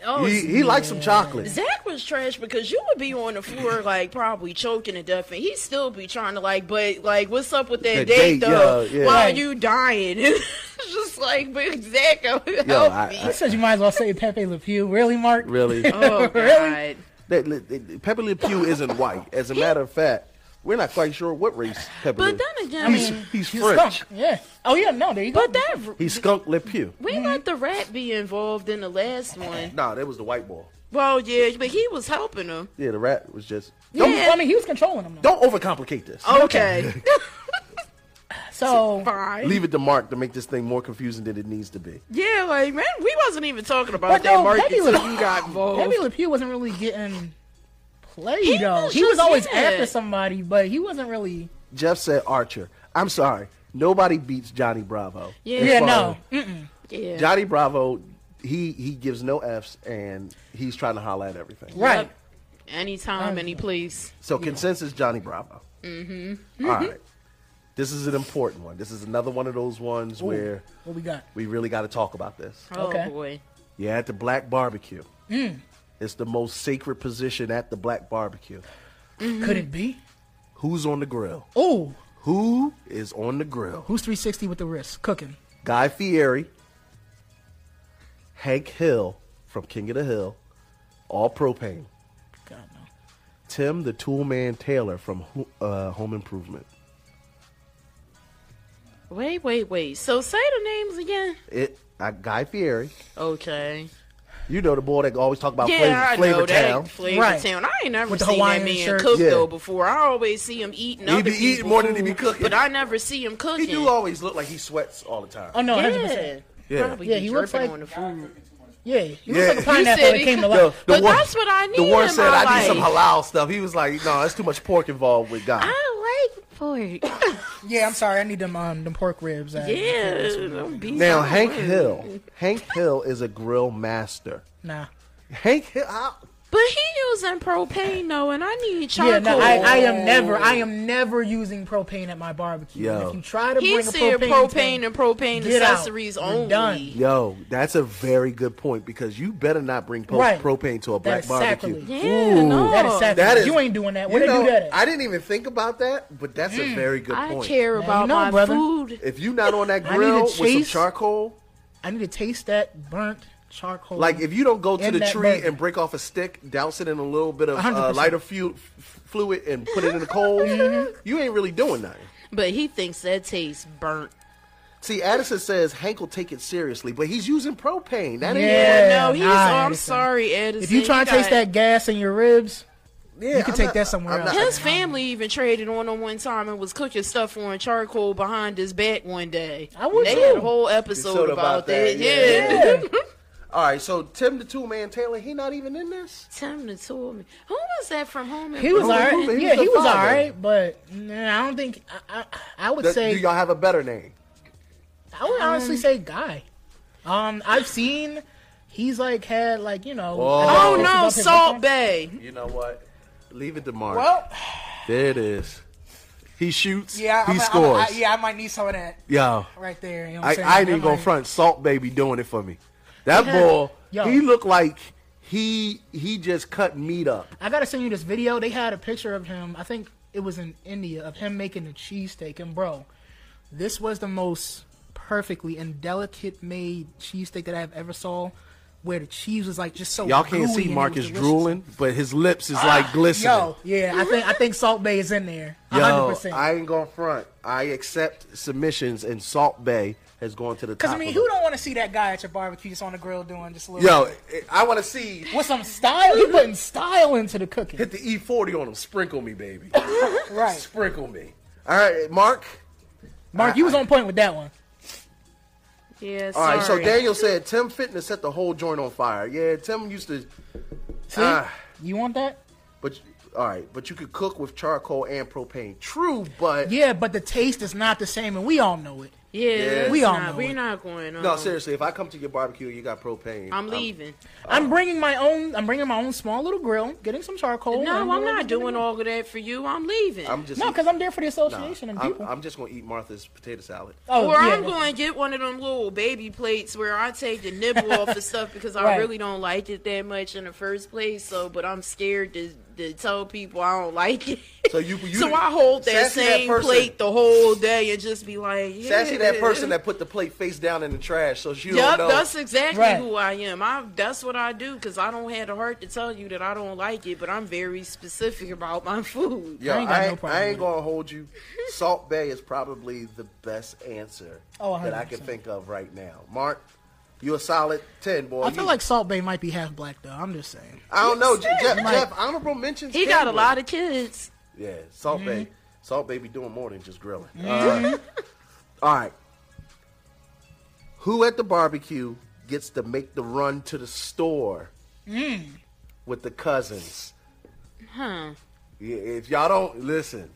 Speaker 7: Oh,
Speaker 4: he he likes some chocolate.
Speaker 7: Zach was trash because you would be on the floor like probably choking to death, and he'd still be trying to like, but like, what's up with
Speaker 4: The
Speaker 7: that
Speaker 4: date,
Speaker 7: date, though?
Speaker 4: yeah, yeah.
Speaker 7: Why
Speaker 4: Right.
Speaker 7: are you dying? it's just like, but Zach, help me.
Speaker 9: I said you might as well say Pepe Le Pew. Really, Mark?
Speaker 4: Really?
Speaker 7: Oh,
Speaker 4: really? That, that- that- Pepe Le Pew isn't white. As a matter of fact, we're not quite sure what race Pepe Le
Speaker 7: But then again,
Speaker 4: he's, he's French.
Speaker 9: skunk. Yeah. Oh yeah. No, there you go.
Speaker 7: But that
Speaker 4: He's skunk Le Pew.
Speaker 7: we let the rat be involved in the last one.
Speaker 4: No, that was the white ball.
Speaker 7: Well, yeah, but he was helping him.
Speaker 4: Yeah, the rat was just.
Speaker 9: Yeah. I mean, he was controlling him.
Speaker 4: Don't overcomplicate this.
Speaker 7: Okay.
Speaker 9: So
Speaker 7: fine.
Speaker 4: Leave it to Mark to make this thing more confusing than it needs to be.
Speaker 7: Yeah, like man, we wasn't even talking about
Speaker 9: But
Speaker 7: that
Speaker 9: no,
Speaker 7: market
Speaker 9: Pepe
Speaker 7: until
Speaker 9: Le,
Speaker 7: you got involved.
Speaker 9: Pepe Le Pew wasn't really getting played
Speaker 7: He
Speaker 9: though.
Speaker 7: was
Speaker 9: he was
Speaker 7: just
Speaker 9: always
Speaker 7: in
Speaker 9: after
Speaker 7: it.
Speaker 9: somebody, but he wasn't really.
Speaker 4: Jeff said Archer. I'm sorry. Nobody beats Johnny Bravo. As
Speaker 9: Yeah.
Speaker 4: far
Speaker 9: No.
Speaker 4: as-
Speaker 9: Mm-mm.
Speaker 7: Yeah.
Speaker 4: Johnny Bravo, he he gives no f's and he's trying to holler at everything.
Speaker 9: Right.
Speaker 7: Anytime, any place.
Speaker 4: So consensus, Johnny Bravo.
Speaker 7: Mm-hmm.
Speaker 4: All right. This is an important one. This is another one of those ones
Speaker 9: Ooh,
Speaker 4: where
Speaker 9: what we got?
Speaker 4: we really got to talk about this.
Speaker 7: Oh
Speaker 9: Okay.
Speaker 7: boy.
Speaker 4: Yeah, at the black barbecue.
Speaker 9: Mm.
Speaker 4: It's the most sacred position at the black barbecue.
Speaker 9: Could it be?
Speaker 4: Who's on the grill?
Speaker 9: Oh,
Speaker 4: Who is on the grill?
Speaker 9: who's 360 with the wrist cooking?
Speaker 4: Guy Fieri, Hank Hill from King of the Hill, all propane.
Speaker 9: God no.
Speaker 4: Tim the Tool Man Taylor from Ho- uh, Home Improvement.
Speaker 7: Wait, wait, wait. So say the names again.
Speaker 4: It uh, Guy Fieri.
Speaker 7: Okay.
Speaker 4: You know the boy that always talk about
Speaker 7: yeah,
Speaker 4: Flavor,
Speaker 7: I know
Speaker 4: Flavor Town.
Speaker 7: that Flavor Town. I ain't never
Speaker 9: With the
Speaker 7: seen
Speaker 9: Hawaiian
Speaker 7: that man
Speaker 9: shirt.
Speaker 7: cook
Speaker 4: Yeah.
Speaker 7: though before. I always see him eating.
Speaker 4: He
Speaker 7: other
Speaker 4: be eating
Speaker 7: people's
Speaker 4: more than he
Speaker 7: food,
Speaker 4: be cooking.
Speaker 7: But I never see him cooking.
Speaker 4: He do always look like he sweats all the time.
Speaker 9: Oh no, 100%.
Speaker 7: yeah.
Speaker 4: Yeah.
Speaker 7: Probably
Speaker 9: Yeah,
Speaker 7: be
Speaker 9: he looks
Speaker 7: dripping
Speaker 9: like-
Speaker 7: on the food.
Speaker 9: Yeah, he looks
Speaker 4: Yeah.
Speaker 9: like a
Speaker 4: You
Speaker 9: pineapple
Speaker 7: said
Speaker 9: that
Speaker 7: he
Speaker 9: came to
Speaker 7: could-
Speaker 9: life.
Speaker 4: The
Speaker 7: But
Speaker 4: one-
Speaker 7: that's what I need.
Speaker 4: The one
Speaker 7: in
Speaker 4: said
Speaker 7: my
Speaker 4: I need
Speaker 7: life.
Speaker 4: some halal stuff. He was like, no, that's too much pork involved with God.
Speaker 7: I like pork.
Speaker 9: Yeah, I'm sorry. I need them um them pork ribs. I-
Speaker 7: yeah, them beef.
Speaker 4: Now,
Speaker 7: I
Speaker 4: Hank
Speaker 7: like.
Speaker 4: Hill. Hank Hill is a grill master.
Speaker 9: Nah.
Speaker 4: Hank Hill. I,
Speaker 7: But he using propane though, and I need charcoal.
Speaker 9: Yeah, no, I, I am never, I am never using propane at my barbecue.
Speaker 4: Yo.
Speaker 9: And If you try to
Speaker 7: He
Speaker 9: bring a
Speaker 7: said
Speaker 9: propane,
Speaker 7: propane
Speaker 9: tank-
Speaker 7: and propane
Speaker 9: Get out.
Speaker 7: accessories
Speaker 9: You're
Speaker 7: only.
Speaker 9: done.
Speaker 4: yo, that's a very good point because you better not bring po-
Speaker 9: Right.
Speaker 4: propane to a
Speaker 9: that
Speaker 4: black
Speaker 9: is
Speaker 4: barbecue.
Speaker 9: sacrilege.
Speaker 7: Yeah, no.
Speaker 9: That is sacrilege.
Speaker 4: That is-
Speaker 9: you ain't doing that. Where
Speaker 4: You
Speaker 9: they do
Speaker 4: know,
Speaker 9: that? At?
Speaker 4: I didn't even think about that, but that's a very good
Speaker 7: I
Speaker 4: point.
Speaker 7: care
Speaker 9: you
Speaker 7: about
Speaker 9: know,
Speaker 7: my
Speaker 9: brother.
Speaker 7: food.
Speaker 4: If you not on that
Speaker 9: I need
Speaker 4: grill
Speaker 9: to
Speaker 4: with some
Speaker 9: chase-
Speaker 4: charcoal,
Speaker 9: I need to taste that burnt charcoal.
Speaker 4: like if you don't go to
Speaker 9: In
Speaker 4: the
Speaker 9: that
Speaker 4: tree
Speaker 9: burger.
Speaker 4: and break off a stick, douse it in a little bit of uh,
Speaker 9: 100%.
Speaker 4: lighter fu- f- fluid, and put it in the coal,
Speaker 9: Mm-hmm.
Speaker 4: you ain't really doing nothing.
Speaker 7: But he thinks that tastes burnt.
Speaker 4: See, Addison says Hank will take it seriously, but he's using propane. That ain't
Speaker 9: Yeah,
Speaker 7: no, he's.
Speaker 9: nah,
Speaker 7: I'm
Speaker 9: Edison.
Speaker 7: sorry, Edison.
Speaker 9: if you try and
Speaker 7: got-
Speaker 9: taste that gas in your ribs,
Speaker 4: Yeah,
Speaker 9: you can
Speaker 4: I'm
Speaker 9: take
Speaker 4: not-
Speaker 9: that somewhere
Speaker 4: I'm
Speaker 9: else.
Speaker 4: not-
Speaker 7: His family even traded on him one time and was cooking stuff on charcoal behind his back one day.
Speaker 9: I would
Speaker 7: they
Speaker 9: too.
Speaker 7: had a whole episode
Speaker 4: Episode
Speaker 7: about,
Speaker 4: about that,
Speaker 7: that. Yeah.
Speaker 4: yeah. All right, so Tim the Two Man Taylor, he not even in this.
Speaker 7: Tim to told me. Who was that from home?
Speaker 9: He was
Speaker 4: Home
Speaker 9: all right.
Speaker 4: Improvement, he
Speaker 9: Yeah,
Speaker 4: was
Speaker 9: he
Speaker 4: the
Speaker 9: was all
Speaker 4: father.
Speaker 9: right, but nah, I don't think I, I, I would
Speaker 4: Th-
Speaker 9: say
Speaker 4: do y'all have a better name?
Speaker 9: I would honestly say guy. Um, I've seen he's like had like you know.
Speaker 4: Whoa.
Speaker 9: I don't know
Speaker 7: Oh
Speaker 9: if it's up his
Speaker 7: no, Salt
Speaker 9: restaurant.
Speaker 7: Bay.
Speaker 4: You know what? Leave it to Mark.
Speaker 9: Well,
Speaker 4: there it is. He shoots.
Speaker 9: yeah,
Speaker 4: he
Speaker 9: I'm,
Speaker 4: scores.
Speaker 9: I'm, I, yeah, I might need some of that
Speaker 4: Yo,
Speaker 9: right there. You know what
Speaker 4: I,
Speaker 9: I'm saying?
Speaker 4: I ain't even
Speaker 9: That
Speaker 4: gonna
Speaker 9: might-
Speaker 4: front. Salt Baby doing it for me. That
Speaker 9: Yeah.
Speaker 4: boy,
Speaker 9: Yo.
Speaker 4: he looked like he he just cut meat up.
Speaker 9: I gotta send you this video. They had a picture of him. I think it was in India of him making a cheesesteak. And bro, this was the most perfectly and delicate made cheesesteak that I have ever saw. Where the cheese was like just so
Speaker 4: Y'all can't
Speaker 9: gooey
Speaker 4: see
Speaker 9: and it
Speaker 4: Mark
Speaker 9: Oh, was
Speaker 4: is
Speaker 9: delicious. Ah,
Speaker 4: drooling, but his lips is like glistening.
Speaker 9: Yo, yeah, I think I think Salt Bay is in there.
Speaker 4: Yo,
Speaker 9: 100%.
Speaker 4: I ain't gonna front. I accept submissions, and Salt Bay has gone to the top.
Speaker 9: Because I mean,
Speaker 4: of
Speaker 9: who
Speaker 4: it.
Speaker 9: don't want to see that guy at your barbecue just on the grill doing just a little
Speaker 4: Yo, I want to see
Speaker 9: with some style? He putting style into the cooking,
Speaker 4: hit the E forty on him. Sprinkle me, baby.
Speaker 9: right?
Speaker 4: Sprinkle me. All right, Mark.
Speaker 9: Mark, you was on point with that one.
Speaker 7: Yeah,
Speaker 4: All
Speaker 7: sorry.
Speaker 4: right, so Daniel said Tim Fitness set the whole joint on fire. Yeah, Tim used to,
Speaker 9: See,
Speaker 4: Ah.
Speaker 9: you want that?
Speaker 4: but all right, but you could cook with charcoal and propane. True, but
Speaker 9: Yeah, but the taste is not the same, and we all know it.
Speaker 7: Yeah,
Speaker 4: Yeah.
Speaker 7: we
Speaker 4: We all
Speaker 7: not,
Speaker 4: know
Speaker 7: we're
Speaker 4: it.
Speaker 7: not going on.
Speaker 4: No, seriously, if I come to your barbecue and you got propane,
Speaker 7: I'm leaving.
Speaker 4: Oh.
Speaker 9: I'm bringing my own. I'm bringing my own small little grill, getting some charcoal.
Speaker 7: no, I'm not doing
Speaker 9: all.
Speaker 7: all of that for you. I'm leaving.
Speaker 4: I'm just
Speaker 9: No, because I'm there for the association
Speaker 4: Nah,
Speaker 9: and
Speaker 4: I'm,
Speaker 9: people. Oh,
Speaker 4: I'm just gonna eat Martha's potato salad.
Speaker 7: or I'm going to get one of them little baby plates where I take the nibble off the stuff because I
Speaker 9: Right.
Speaker 7: really don't like it that much in the first place. So, but I'm scared to, to tell people I don't like it.
Speaker 4: So you, you
Speaker 7: so I hold that
Speaker 4: Sassy that
Speaker 7: same
Speaker 4: person.
Speaker 7: plate the whole day and just be like, yeah.
Speaker 4: Sassy that person that put the plate face down in the trash, so she
Speaker 7: Yup,
Speaker 4: don't know.
Speaker 7: that's exactly
Speaker 4: Right.
Speaker 7: who I am. I that's what I do because I don't have the heart to tell you that I don't like it, but I'm very specific about my food.
Speaker 4: Yo, I ain't, I ain't, gonna hold you. Salt Bay is probably the best answer
Speaker 9: Oh,
Speaker 4: that I can
Speaker 9: 100%.
Speaker 4: think of right now. Mark, you a solid ten, boy.
Speaker 9: I feel
Speaker 4: You-
Speaker 9: like Salt Bay might be half black though. I'm just saying.
Speaker 4: I don't know, Je-
Speaker 9: Like-
Speaker 4: Jeff. Jeff, honorable mentions.
Speaker 7: He got a
Speaker 4: Kenwood.
Speaker 7: lot of kids.
Speaker 4: Yeah, Salt
Speaker 7: Mhm.
Speaker 4: Bay. Salt Bay be doing more than just grilling.
Speaker 7: Mhm.
Speaker 4: Uh, all right. Who at the barbecue gets to make the run to the store with the cousins?
Speaker 7: Huh.
Speaker 4: Yeah, If y'all don't listen,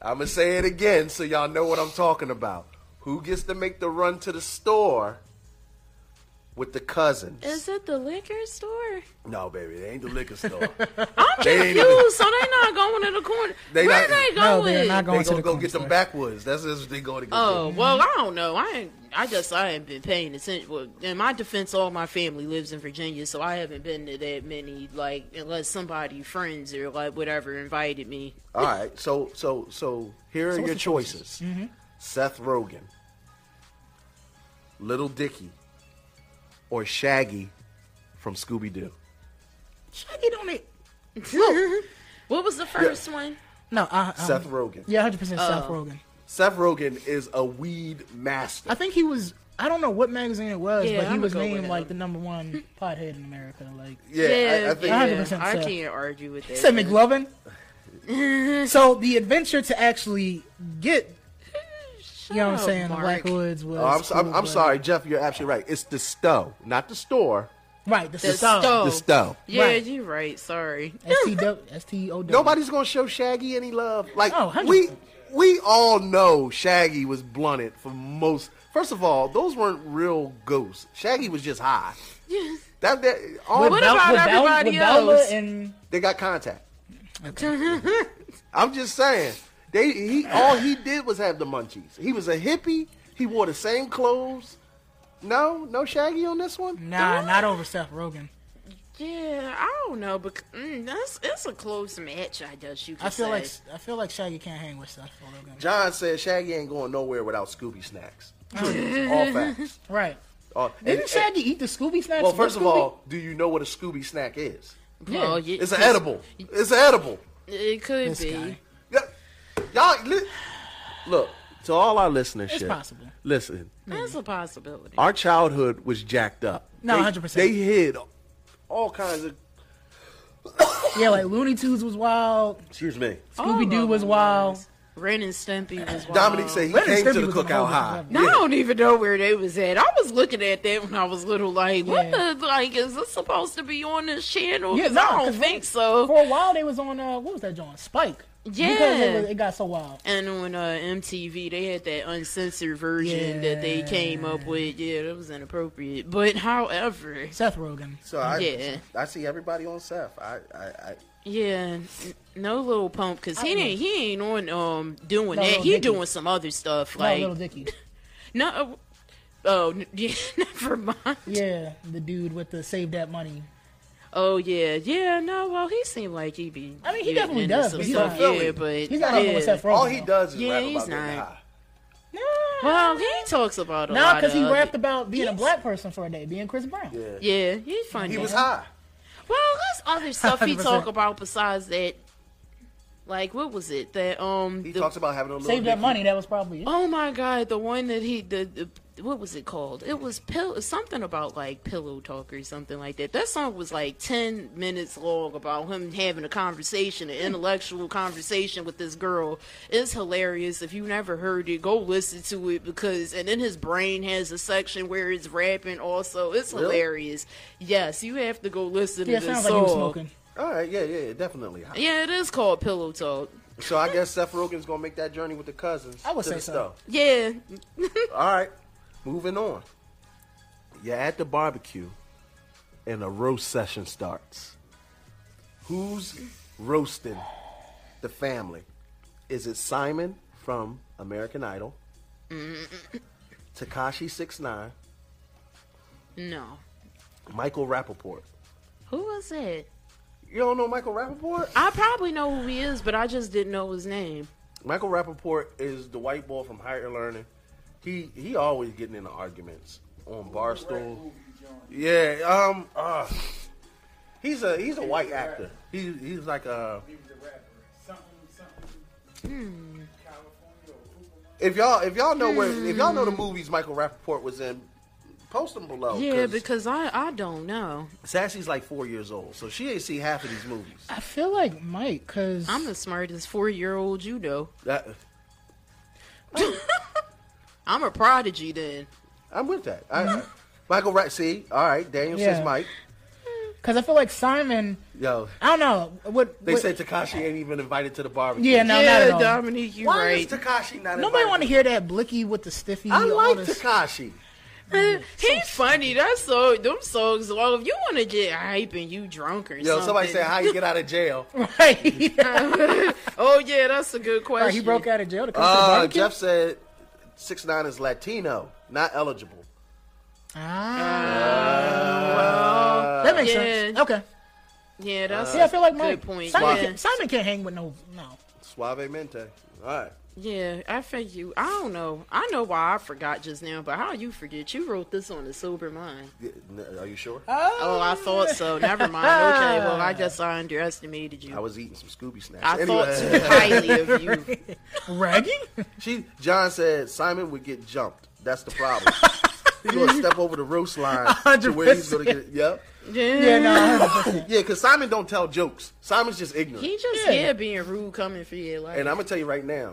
Speaker 4: I'm gonna say it again so y'all know what I'm talking about. Who gets to make the run to the store with the cousin?
Speaker 7: Is it the liquor store?
Speaker 4: No, baby, they ain't the liquor store.
Speaker 7: I'm
Speaker 4: They ain't-
Speaker 7: confused. so they not going to the corner.
Speaker 4: They
Speaker 7: Where
Speaker 4: not,
Speaker 7: they going?
Speaker 4: They gonna go get them backwoods. That's what they going to go.
Speaker 7: Oh
Speaker 4: get.
Speaker 7: well, I don't know. I ain't, I just I ain't been paying attention. Well, in my defense, all my family lives in Virginia, so I haven't been to that many. Like unless somebody friends or like whatever invited me.
Speaker 4: All right, so so so here
Speaker 7: So
Speaker 4: are
Speaker 7: what's
Speaker 4: your
Speaker 7: the Mm-hmm.
Speaker 4: choices: Seth Rogen, Little Dicky, or Shaggy from Scooby Doo.
Speaker 9: Shaggy don't eat.
Speaker 7: what was the first one?
Speaker 9: No, I, I
Speaker 4: Seth Rogen.
Speaker 9: Yeah, 100 percent Seth
Speaker 4: Oh.
Speaker 9: Rogen.
Speaker 4: Seth Rogen is a weed master.
Speaker 9: I think he was. I don't know what magazine it was,
Speaker 7: Yeah,
Speaker 9: but he
Speaker 7: I'ma
Speaker 9: was
Speaker 7: go with
Speaker 9: named
Speaker 7: him.
Speaker 9: like the number one pothead in America. Like,
Speaker 4: Yeah, I- I think-
Speaker 7: yeah,
Speaker 9: 100%
Speaker 7: I
Speaker 9: Seth.
Speaker 7: can't argue with
Speaker 9: He
Speaker 7: that.
Speaker 9: said McLovin. so the adventure to actually get, you know what I'm
Speaker 7: up,
Speaker 9: saying, the
Speaker 7: Oh, Mark.
Speaker 9: Black Woods was.
Speaker 4: Oh, I'm, so- I'm,
Speaker 9: cool,
Speaker 4: I'm
Speaker 9: but-
Speaker 4: sorry, Jeff. You're absolutely right. It's the stove, not the store.
Speaker 9: Right, the,
Speaker 7: The
Speaker 9: stove.
Speaker 7: stove.
Speaker 4: The stove.
Speaker 7: Yeah,
Speaker 4: Right.
Speaker 7: you're right. Sorry.
Speaker 9: STW.
Speaker 4: Nobody's gonna show Shaggy any love. Like
Speaker 7: Oh,
Speaker 4: we we all know Shaggy was blunted for most. First of all, those weren't real ghosts. Shaggy was just high. That that all
Speaker 9: With What Bel- about with Bel- everybody with Bella else? and-
Speaker 4: they got contact.
Speaker 7: Okay.
Speaker 4: I'm just saying they he all he did was have the munchies. He was a hippie. He wore the same clothes. No, no Shaggy on this one.
Speaker 9: Nah, not over Seth Rogen.
Speaker 7: Yeah, I don't know, but mm, that's it's a close match. I guess you. Could
Speaker 9: I feel
Speaker 7: say.
Speaker 9: like I feel like Shaggy can't hang with Seth Rogen.
Speaker 4: John said Shaggy ain't going nowhere without Scooby snacks. all facts.
Speaker 9: Right.
Speaker 4: All,
Speaker 9: Didn't
Speaker 4: and-
Speaker 9: Shaggy eat the Scooby snacks?
Speaker 4: Well,
Speaker 9: with
Speaker 4: first of
Speaker 9: Scooby?
Speaker 4: all, do you know what a Scooby snack is?
Speaker 9: Yeah. Well, yeah,
Speaker 4: it's an
Speaker 9: 'cause-
Speaker 4: edible. It's an edible.
Speaker 7: it could
Speaker 9: This
Speaker 7: be.
Speaker 9: guy.
Speaker 4: Y'all li- look to all our listeners.
Speaker 7: It's possible.
Speaker 4: Listen,
Speaker 9: Hmm.
Speaker 7: That's a possibility.
Speaker 4: our childhood was jacked up.
Speaker 9: No,
Speaker 4: They-
Speaker 9: 100%.
Speaker 4: They hid all kinds of.
Speaker 9: yeah, like Looney Tunes was wild.
Speaker 4: Excuse me.
Speaker 9: Scooby Doo was wild.
Speaker 7: Ren and Stimpy was wild.
Speaker 4: Dominique said he
Speaker 9: Ren and
Speaker 4: came to
Speaker 9: Stimpy
Speaker 4: the
Speaker 9: was on a
Speaker 4: cookout
Speaker 9: whole
Speaker 4: high.
Speaker 7: No, I don't even know where they was at. I was looking at that when I was little. Like, what the like? Is this supposed to be on this channel?
Speaker 9: Yeah,
Speaker 7: 'Cause
Speaker 9: no,
Speaker 7: I don't
Speaker 9: 'cause
Speaker 7: think so.
Speaker 9: For a while, they was on uh, what was that John Spike? because it,
Speaker 7: Yeah.
Speaker 9: was, it got so wild.
Speaker 7: And on uh, MTV, they had that uncensored version that they came up with. Yeah, that was inappropriate. But however,
Speaker 9: Seth Rogen.
Speaker 4: So I,
Speaker 7: yeah,
Speaker 4: I see everybody on Seth. I, I, I
Speaker 7: yeah, n- no little pump because he
Speaker 9: I don't
Speaker 7: ain't he ain't on um
Speaker 9: No,
Speaker 7: doing that.
Speaker 9: Lil
Speaker 7: He
Speaker 9: Dicky.
Speaker 7: doing some other stuff
Speaker 9: no,
Speaker 7: like
Speaker 9: Little Dicky.
Speaker 7: no. uh, Oh, n- yeah, never mind.
Speaker 9: Yeah, the dude with the save that money.
Speaker 7: Oh yeah, yeah. No, well, he seemed like he be.
Speaker 9: I mean, he
Speaker 7: getting
Speaker 9: definitely
Speaker 7: into
Speaker 9: does,
Speaker 7: some
Speaker 9: but he's
Speaker 7: stuff,
Speaker 9: not-
Speaker 7: yeah, but
Speaker 9: he's not up
Speaker 7: yeah.
Speaker 9: on Seth Rogen, All he though. does
Speaker 4: is
Speaker 7: yeah,
Speaker 4: rap
Speaker 7: he's
Speaker 4: about being
Speaker 7: not.
Speaker 4: high.
Speaker 7: Well, he talks about a
Speaker 9: Nah,
Speaker 7: lot
Speaker 9: because he
Speaker 7: of-
Speaker 9: rapped about being a black person for a day, being Chris Brown.
Speaker 4: Yeah,
Speaker 7: Yeah, he's funny.
Speaker 4: He was high.
Speaker 7: Well, there's other stuff he
Speaker 9: 100%.
Speaker 7: talk about besides that. Like what was it that um?
Speaker 4: He
Speaker 7: the-
Speaker 4: talks about having a little.
Speaker 9: Save that
Speaker 4: dicky.
Speaker 9: money. That was probably it.
Speaker 7: Oh my god, the one that he the, the what was it called? It was pill something about like pillow talk or something like that. That song was like ten minutes long about him having a conversation, an intellectual conversation with this girl. It's hilarious. If you never heard it, go listen to it because and then his brain has a section where it's rapping also. It's
Speaker 4: Really?
Speaker 7: hilarious. Yes, you have to go listen
Speaker 9: Yeah,
Speaker 7: to
Speaker 9: sounds
Speaker 7: this
Speaker 9: like he was
Speaker 7: song.
Speaker 9: smoking.
Speaker 4: All right, yeah, yeah, definitely high.
Speaker 7: Yeah, it is called Pillow Talk.
Speaker 4: So I guess Seth Rogen's gonna make that journey with the cousins.
Speaker 9: I would
Speaker 4: to
Speaker 9: say
Speaker 4: the
Speaker 9: so.
Speaker 7: Yeah.
Speaker 4: stove. All right, moving on. You're at the barbecue, and a roast session starts. Who's roasting the family? Is it Simon from American Idol? Takashi Six Nine,
Speaker 7: No.
Speaker 4: Michael Rappaport.
Speaker 7: Who was it?
Speaker 4: You don't know Michael Rappaport?
Speaker 7: I probably know who he is, but I just didn't know his name.
Speaker 4: Michael Rappaport is the white boy from Higher Learning. He he always getting into arguments on Barstool. Yeah, um, uh, he's a he's a white actor. He he's like a if y'all if y'all know where if y'all know the movies Michael Rappaport was in, post them below.
Speaker 7: yeah,
Speaker 4: Oh, 'cause
Speaker 7: because I, I don't know.
Speaker 4: Sassy's like four years old, so she ain't see half of these movies.
Speaker 9: I feel like Mike, cause
Speaker 7: I'm the smartest four year old you know.
Speaker 4: That,
Speaker 7: I'm a prodigy then.
Speaker 4: I'm with that. I, Michael Rapp, see, all right, Daniel
Speaker 9: Yeah.
Speaker 4: says Mike.
Speaker 9: cause I feel like Simon.
Speaker 4: Yo,
Speaker 9: I don't know what
Speaker 4: They
Speaker 9: what-
Speaker 4: said Takashi ain't even invited to the barbecue.
Speaker 9: Yeah, no, not at all.
Speaker 4: Why is Takashi not
Speaker 9: Nobody
Speaker 4: invited?
Speaker 9: want to hear that blicky with the stiffy.
Speaker 4: I
Speaker 9: all
Speaker 4: like
Speaker 9: this-
Speaker 4: Takashi.
Speaker 7: He's funny. That's so them songs. Well, if you want to get hype and you drunk or
Speaker 4: Yo,
Speaker 7: something.
Speaker 4: somebody said how you get out of jail.
Speaker 7: oh yeah, that's a good question.
Speaker 9: he broke out of jail to come to the
Speaker 4: Uh,
Speaker 9: barbecue.
Speaker 4: Jeff said six nine is Latino, not eligible.
Speaker 9: Ah, that makes
Speaker 7: yeah.
Speaker 9: sense. Okay.
Speaker 7: Yeah, that's
Speaker 9: See, I feel like
Speaker 7: a
Speaker 9: Mike.
Speaker 7: Good point.
Speaker 9: Simon,
Speaker 4: Yeah.
Speaker 9: can, Simon can't hang with no no.
Speaker 4: Suave mente. All right.
Speaker 7: Yeah, I think you. I don't know. I know why I forgot just now, but how you forget? You wrote this on a sober mind.
Speaker 4: Yeah, n- Are you sure?
Speaker 7: Oh, I thought so. Never mind. Okay, well, I guess I underestimated you.
Speaker 4: I was eating some Scooby snacks.
Speaker 7: I
Speaker 4: Anyway.
Speaker 7: thought too highly of you.
Speaker 9: Ragging?
Speaker 4: She John said Simon would get jumped. That's the problem. He's gonna step over the roast line to where he's gonna get. Yep.
Speaker 7: Yeah. Yeah, no,
Speaker 4: yeah, because Simon don't tell jokes. Simon's just ignorant.
Speaker 7: He just yeah. being rude coming for you. Like,
Speaker 4: And I'm gonna tell you right now,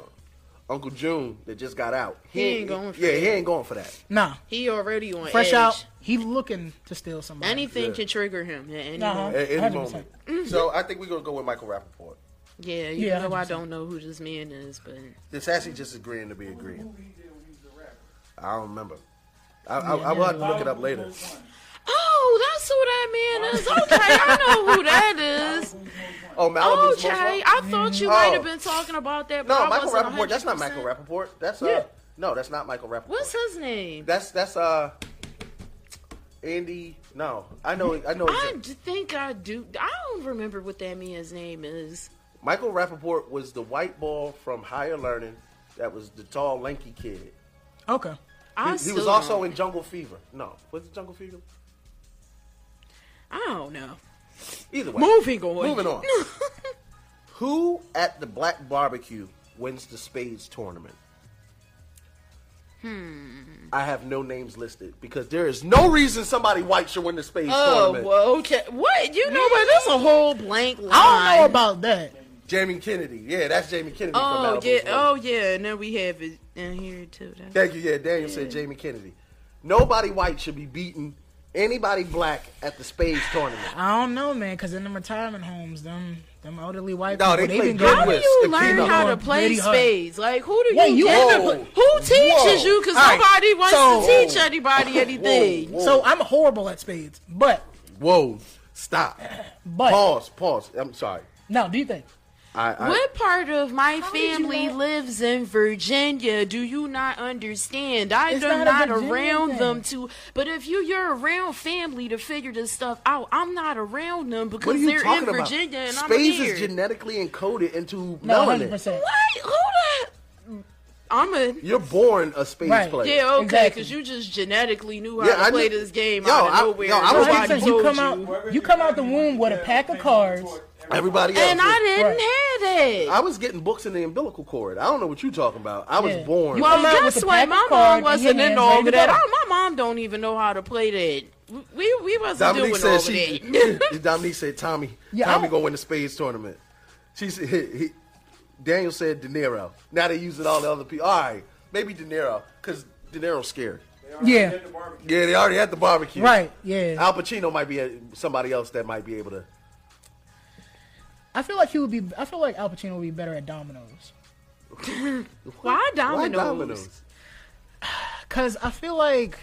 Speaker 4: Uncle June that just got out.
Speaker 7: He ain't going for
Speaker 4: Yeah, he
Speaker 7: that.
Speaker 4: ain't going for that.
Speaker 9: Nah.
Speaker 7: he already on
Speaker 9: Fresh
Speaker 7: edge.
Speaker 9: out. He looking to steal somebody.
Speaker 7: Anything
Speaker 4: Yeah.
Speaker 7: can trigger him at any
Speaker 9: Uh-huh.
Speaker 7: moment.
Speaker 4: At any
Speaker 9: 100%.
Speaker 4: moment. So I think we're gonna go with Michael Rappaport.
Speaker 7: Yeah, you
Speaker 9: Yeah,
Speaker 7: know I
Speaker 9: 100%.
Speaker 7: don't know who this man is, but
Speaker 4: This actually just agreeing to be agreeing. I don't remember. I, I,
Speaker 7: Yeah,
Speaker 4: I will have to
Speaker 7: no.
Speaker 4: look it up later.
Speaker 7: oh, that's who that man is. Okay, I know who that is.
Speaker 4: Oh, Malibu's Most
Speaker 7: okay,
Speaker 4: Wanted?
Speaker 7: I thought you
Speaker 4: Oh.
Speaker 7: might have been talking about that. But
Speaker 4: No,
Speaker 7: I
Speaker 4: Michael
Speaker 7: wasn't
Speaker 4: Rappaport. That's not Michael
Speaker 7: 100%.
Speaker 4: Rappaport. That's uh,
Speaker 7: Yeah.
Speaker 4: no, that's not Michael Rappaport.
Speaker 7: What's his name?
Speaker 4: That's that's uh, Andy. No, I know, I know.
Speaker 7: I
Speaker 4: exact-
Speaker 7: d- think I do. I don't remember what that man's name is.
Speaker 4: Michael Rappaport was the white ball from Higher Learning. That was the tall, lanky kid.
Speaker 9: Okay.
Speaker 7: I
Speaker 4: he, he
Speaker 7: still
Speaker 4: was also
Speaker 7: don't.
Speaker 4: in Jungle Fever. No, was it Jungle Fever?
Speaker 7: I don't know.
Speaker 4: Either way.
Speaker 7: Moving on.
Speaker 4: Moving on. Who at the Black Barbecue wins the Spades tournament?
Speaker 7: Hmm.
Speaker 4: I have no names listed because there is no reason somebody white should win the Spades
Speaker 7: Oh,
Speaker 4: tournament.
Speaker 7: well, okay. What? You know what? That's a whole blank line.
Speaker 9: I don't know about that.
Speaker 4: Jamie Kennedy. Yeah, that's Jamie Kennedy
Speaker 7: Oh
Speaker 4: from Malibu's
Speaker 7: yeah,
Speaker 4: Way.
Speaker 7: oh yeah. And then we have it in here too. That's-
Speaker 4: Thank you. Yeah, Daniel said Jamie Kennedy. Nobody white should be beating anybody black at the Spades tournament.
Speaker 9: I don't know, man, because in them retirement homes, them them elderly white
Speaker 4: No,
Speaker 9: people,
Speaker 4: they
Speaker 9: they,
Speaker 4: play
Speaker 9: been
Speaker 4: good
Speaker 9: going
Speaker 7: How do
Speaker 4: with
Speaker 7: you
Speaker 4: the
Speaker 7: learn
Speaker 4: peanut
Speaker 7: how
Speaker 9: butter
Speaker 7: to play
Speaker 9: Lady Hut.
Speaker 7: spades? Like who do
Speaker 9: Wait,
Speaker 7: you?
Speaker 9: you
Speaker 7: get
Speaker 9: whoa.
Speaker 7: to pl- who teaches you? Because
Speaker 9: All right.
Speaker 7: nobody wants
Speaker 9: So-
Speaker 7: to teach anybody anything.
Speaker 9: So I'm horrible at spades, but
Speaker 4: Whoa! Stop.
Speaker 9: But-
Speaker 4: pause. Pause. I'm sorry.
Speaker 9: no. Do you think?
Speaker 4: I, I,
Speaker 7: What part of my
Speaker 9: did you
Speaker 7: family
Speaker 9: not-
Speaker 7: lives in Virginia? Do you not understand? I
Speaker 9: It's
Speaker 7: am
Speaker 9: not a
Speaker 7: not
Speaker 9: Virginia
Speaker 7: around
Speaker 9: thing.
Speaker 7: them to. But if you you're around family to figure this stuff out, I'm not around them
Speaker 4: What are
Speaker 7: because
Speaker 4: you
Speaker 7: they're in
Speaker 4: talking about?
Speaker 7: Virginia and
Speaker 4: Spades
Speaker 7: I'm here.
Speaker 4: is genetically encoded into
Speaker 9: No,
Speaker 4: melanin.
Speaker 9: hundred percent.
Speaker 7: what? Who the? I'm a.
Speaker 4: You're born a spades
Speaker 9: Right.
Speaker 4: player.
Speaker 7: Yeah, okay,
Speaker 9: Exactly.
Speaker 7: because you just genetically knew how
Speaker 4: Yeah,
Speaker 7: to
Speaker 4: I
Speaker 7: play
Speaker 4: knew-
Speaker 7: this game
Speaker 4: Yo,
Speaker 7: out of
Speaker 4: I-
Speaker 7: nowhere.
Speaker 4: yo, I was
Speaker 7: Nobody
Speaker 9: Hundred percent. You come
Speaker 7: told you.
Speaker 9: out, you come out the womb with a pack of cards.
Speaker 4: Everybody else.
Speaker 7: and I didn't have that.
Speaker 4: I was getting books in the umbilical cord. I don't know what you're talking about. I was
Speaker 9: Yeah.
Speaker 4: born.
Speaker 9: You
Speaker 7: well,
Speaker 9: come out with
Speaker 7: guess
Speaker 9: a
Speaker 7: what?
Speaker 9: pack
Speaker 7: My
Speaker 9: of
Speaker 7: mom
Speaker 9: cards in
Speaker 7: wasn't
Speaker 9: your
Speaker 7: in
Speaker 9: hands,
Speaker 7: all of
Speaker 9: ready to
Speaker 7: that.
Speaker 9: go.
Speaker 7: I, my mom don't even know how to play that. We we wasn't
Speaker 4: Dominique
Speaker 7: doing all
Speaker 4: said
Speaker 7: of
Speaker 4: she.
Speaker 7: that.
Speaker 4: Dominique said Tommy.
Speaker 9: Yeah,
Speaker 4: Tommy
Speaker 9: I-
Speaker 4: gonna win the spades tournament. She said. He, he- Daniel said De Niro. Now they using all the other people. All right, maybe De Niro because De Niro's scared.
Speaker 9: Yeah,
Speaker 4: Yeah, they already at the barbecue.
Speaker 9: right. Yeah,
Speaker 4: Al Pacino might be a, somebody else that might be able to.
Speaker 9: I feel like he would be. I feel like Al Pacino would be better at dominoes.
Speaker 7: Why dominoes?
Speaker 9: Cause I feel like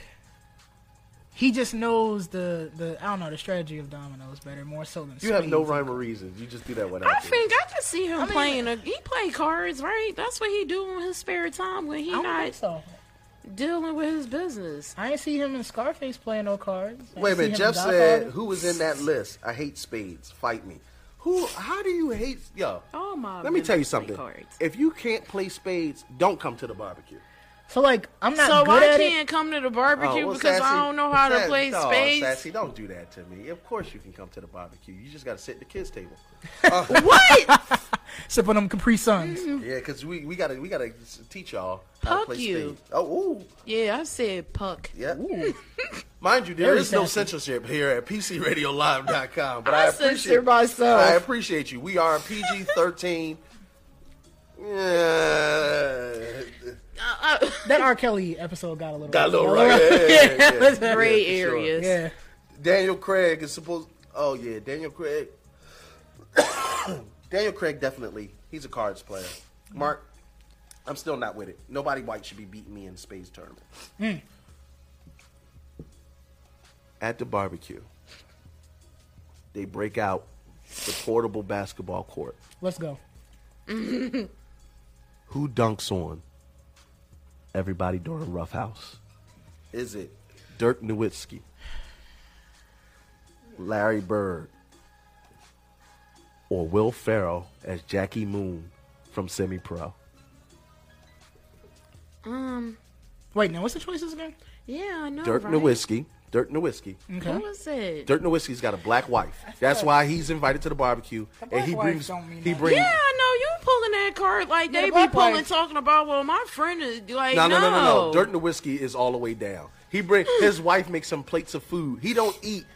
Speaker 9: he just knows the the I don't know the strategy of dominoes better more so than
Speaker 4: You have no
Speaker 9: spades.
Speaker 4: rhyme or reason. You just do that without.
Speaker 7: I think I could see him
Speaker 9: I mean-
Speaker 7: playing. A, he play cards, right? That's what he do in his spare time when he
Speaker 9: I don't
Speaker 7: not
Speaker 9: think so.
Speaker 7: dealing with his business.
Speaker 9: I ain't see him in Scarface playing no cards. I
Speaker 4: Wait
Speaker 9: ain't see
Speaker 4: a minute.
Speaker 9: him in
Speaker 4: Jeff said,
Speaker 9: Godfather.
Speaker 4: "Who was in that list? I hate spades. Fight me." Who? How do you hate? Yo.
Speaker 7: Oh my.
Speaker 4: Let me
Speaker 7: goodness,
Speaker 4: tell you something.
Speaker 7: play cards.
Speaker 4: If you can't play spades, don't come to the barbecue.
Speaker 9: So like, I'm not
Speaker 7: so
Speaker 9: good
Speaker 7: I
Speaker 9: at it.
Speaker 7: can't come to the barbecue
Speaker 4: Oh, well,
Speaker 7: because I
Speaker 4: Sassy-
Speaker 7: don't know how to
Speaker 4: Sassy-
Speaker 7: play
Speaker 4: no,
Speaker 7: spades.
Speaker 4: Sassy, don't do that to me. Of course you can come to the barbecue. You just got to sit at the kids' table.
Speaker 9: Sipping them Capri Suns.
Speaker 7: Mm-hmm.
Speaker 4: yeah, because we, we gotta we gotta teach y'all how to
Speaker 7: Puck
Speaker 4: play
Speaker 7: you.
Speaker 4: spades. Oh, ooh,
Speaker 7: Yeah, I said puck.
Speaker 4: yeah. Mind you, there
Speaker 7: Very
Speaker 4: is no
Speaker 7: sassy.
Speaker 4: censorship here at PCRadioLive.com, but I,
Speaker 7: I
Speaker 4: appreciate
Speaker 7: censor myself.
Speaker 4: I appreciate you. We are PG thirteen. Yeah.
Speaker 9: that R. Kelly episode got a little.
Speaker 4: Got a little right. Yeah, yeah, yeah, yeah. Yeah,
Speaker 7: Gray
Speaker 4: for sure.
Speaker 7: areas.
Speaker 9: Yeah.
Speaker 4: Daniel Craig is supposed. Oh yeah, Daniel Craig. Daniel Craig definitely. He's a cards player. Mark, I'm still not with it. Nobody white should be beating me in the space tournament.
Speaker 9: Mm.
Speaker 4: At the barbecue, they break out the portable basketball court.
Speaker 9: Let's go.
Speaker 4: Who dunks on everybody during Rough House? Is it Dirk Nowitzki, Larry Bird, or Will Farrell as Jackie Moon from Semi Pro?
Speaker 7: Um.
Speaker 9: Wait, now what's the choices again?
Speaker 7: Yeah, I know.
Speaker 4: Dirk
Speaker 7: right? Mm-hmm.
Speaker 4: Nowitzki. Dirk Nowitzki.
Speaker 7: Who was it?
Speaker 4: Dirk Nowitzki's got a black wife. That's why he's invited to the barbecue, and he
Speaker 9: wife
Speaker 4: brings
Speaker 9: don't mean
Speaker 4: he
Speaker 9: nothing.
Speaker 4: brings.
Speaker 7: Yeah, I know you pulling that card like
Speaker 9: Yeah,
Speaker 7: they
Speaker 9: the
Speaker 7: be
Speaker 9: black
Speaker 7: pulling
Speaker 9: wife.
Speaker 7: talking about. Well, my friend is like
Speaker 4: No, no, no, no, no. Dirt and whiskey is all the way down. He bring his wife makes some plates of food. He don't eat.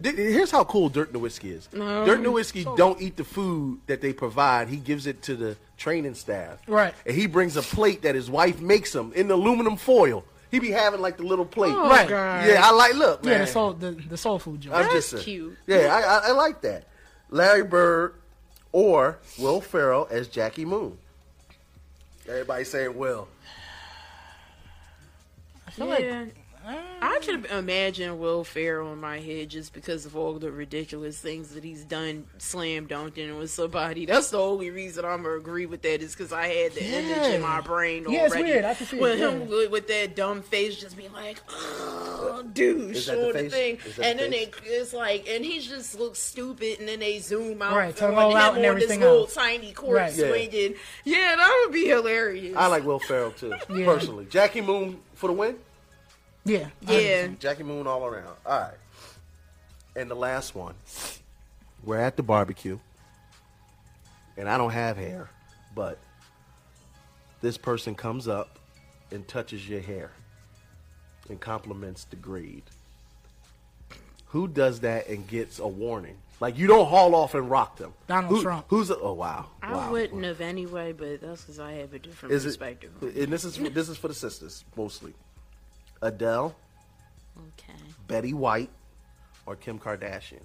Speaker 4: Th- Here's how cool Dirt and whiskey is.
Speaker 9: No. Oh.
Speaker 4: Dirt and whiskey
Speaker 9: So-
Speaker 4: don't eat the food that they provide. He gives it to the training staff,
Speaker 9: Right.
Speaker 4: and he brings a plate that his wife makes him in aluminum foil. He be having like the little plate,
Speaker 9: Oh, Right. God.
Speaker 4: Yeah, I like look.
Speaker 9: Yeah,
Speaker 4: man.
Speaker 9: the soul the, the soul food joint.
Speaker 4: I'm just saying. Yeah, I, I, I like that. Larry Bird or Will Ferrell as Jackie Moon. Everybody saying Will.
Speaker 9: I
Speaker 7: Yeah.
Speaker 9: feel like
Speaker 7: I could imagine Will Ferrell in my head just because of all the ridiculous things that he's done, slam dunking with somebody. That's the only reason I'm gonna agree with that is because I had the image
Speaker 9: Yeah.
Speaker 7: in my brain already.
Speaker 9: Yeah, it's weird. I can see it,
Speaker 7: with
Speaker 9: yeah.
Speaker 7: him with, with that dumb face, just being like, "Oh, dude,
Speaker 9: Is that the
Speaker 7: sure the
Speaker 9: face?
Speaker 7: thing,"
Speaker 9: Is that
Speaker 7: and
Speaker 9: the
Speaker 7: then they, it's like, and he just looks stupid, and then they zoom out
Speaker 9: Right,
Speaker 7: on
Speaker 9: tongue all
Speaker 7: him
Speaker 9: out and
Speaker 7: on this
Speaker 9: everything
Speaker 7: little
Speaker 9: else.
Speaker 7: tiny court
Speaker 9: Right.
Speaker 4: Yeah.
Speaker 7: swinging. Yeah, that would be hilarious.
Speaker 4: I like Will Ferrell too, personally. Jackie Moon for the win.
Speaker 9: Yeah.
Speaker 7: Yeah.
Speaker 4: Jackie Moon all around. All right. And the last one. We're at the barbecue, and I don't have hair, but this person comes up and touches your hair and compliments the grade. Who does that and gets a warning? Like you don't haul off and rock them.
Speaker 7: Donald
Speaker 4: Who-
Speaker 7: Trump.
Speaker 4: Who's a, oh wow.
Speaker 7: I
Speaker 4: wow.
Speaker 7: wouldn't have anyway, but that's because I have a different
Speaker 4: Is it,
Speaker 7: perspective.
Speaker 4: and this is this is for the sisters mostly. Adele,
Speaker 7: okay.
Speaker 4: Betty White, or Kim Kardashian.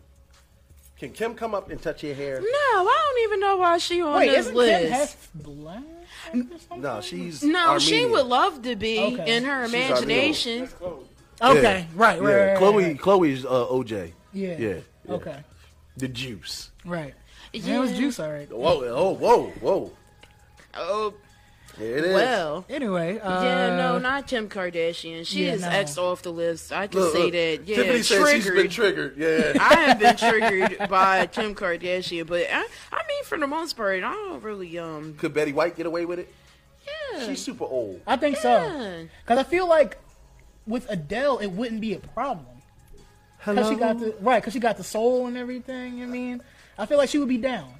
Speaker 4: Can Kim come up and touch your hair?
Speaker 7: No, I don't even know why she on
Speaker 9: Wait,
Speaker 7: this
Speaker 9: isn't
Speaker 7: list.
Speaker 9: Kim half black?
Speaker 4: No, she's
Speaker 7: no, she
Speaker 4: Armenian.
Speaker 7: would love to be
Speaker 9: Okay.
Speaker 7: in her
Speaker 4: She's
Speaker 7: imagination.
Speaker 9: Okay, right, right,
Speaker 4: yeah.
Speaker 9: right, right,
Speaker 4: Chloe,
Speaker 9: right.
Speaker 4: Chloe's uh, OJ.
Speaker 9: Yeah.
Speaker 4: yeah, yeah.
Speaker 9: Okay.
Speaker 4: The juice.
Speaker 9: Right. Yeah. It was
Speaker 7: Yeah.
Speaker 9: juice, all right.
Speaker 4: Whoa, oh, whoa, whoa.
Speaker 7: Oh,
Speaker 4: There it is.
Speaker 7: well.
Speaker 9: Anyway, uh,
Speaker 7: yeah, no, not Kim Kardashian. She
Speaker 9: yeah,
Speaker 7: is
Speaker 9: no.
Speaker 7: X off the list. I can
Speaker 4: Look,
Speaker 7: say
Speaker 4: look,
Speaker 7: that. Yeah,
Speaker 4: Tiffany says she's been
Speaker 7: triggered.
Speaker 4: triggered. Yeah.
Speaker 7: I have been triggered by Kim Kardashian, but I, I mean, for the most part, I don't really um.
Speaker 4: Could Betty White get away with it?
Speaker 7: Yeah.
Speaker 4: She's super old.
Speaker 9: I think so. Because I feel like with Adele, it wouldn't be a problem. Cause she got the right, cause she got the soul and everything. I mean, I feel like she would be down.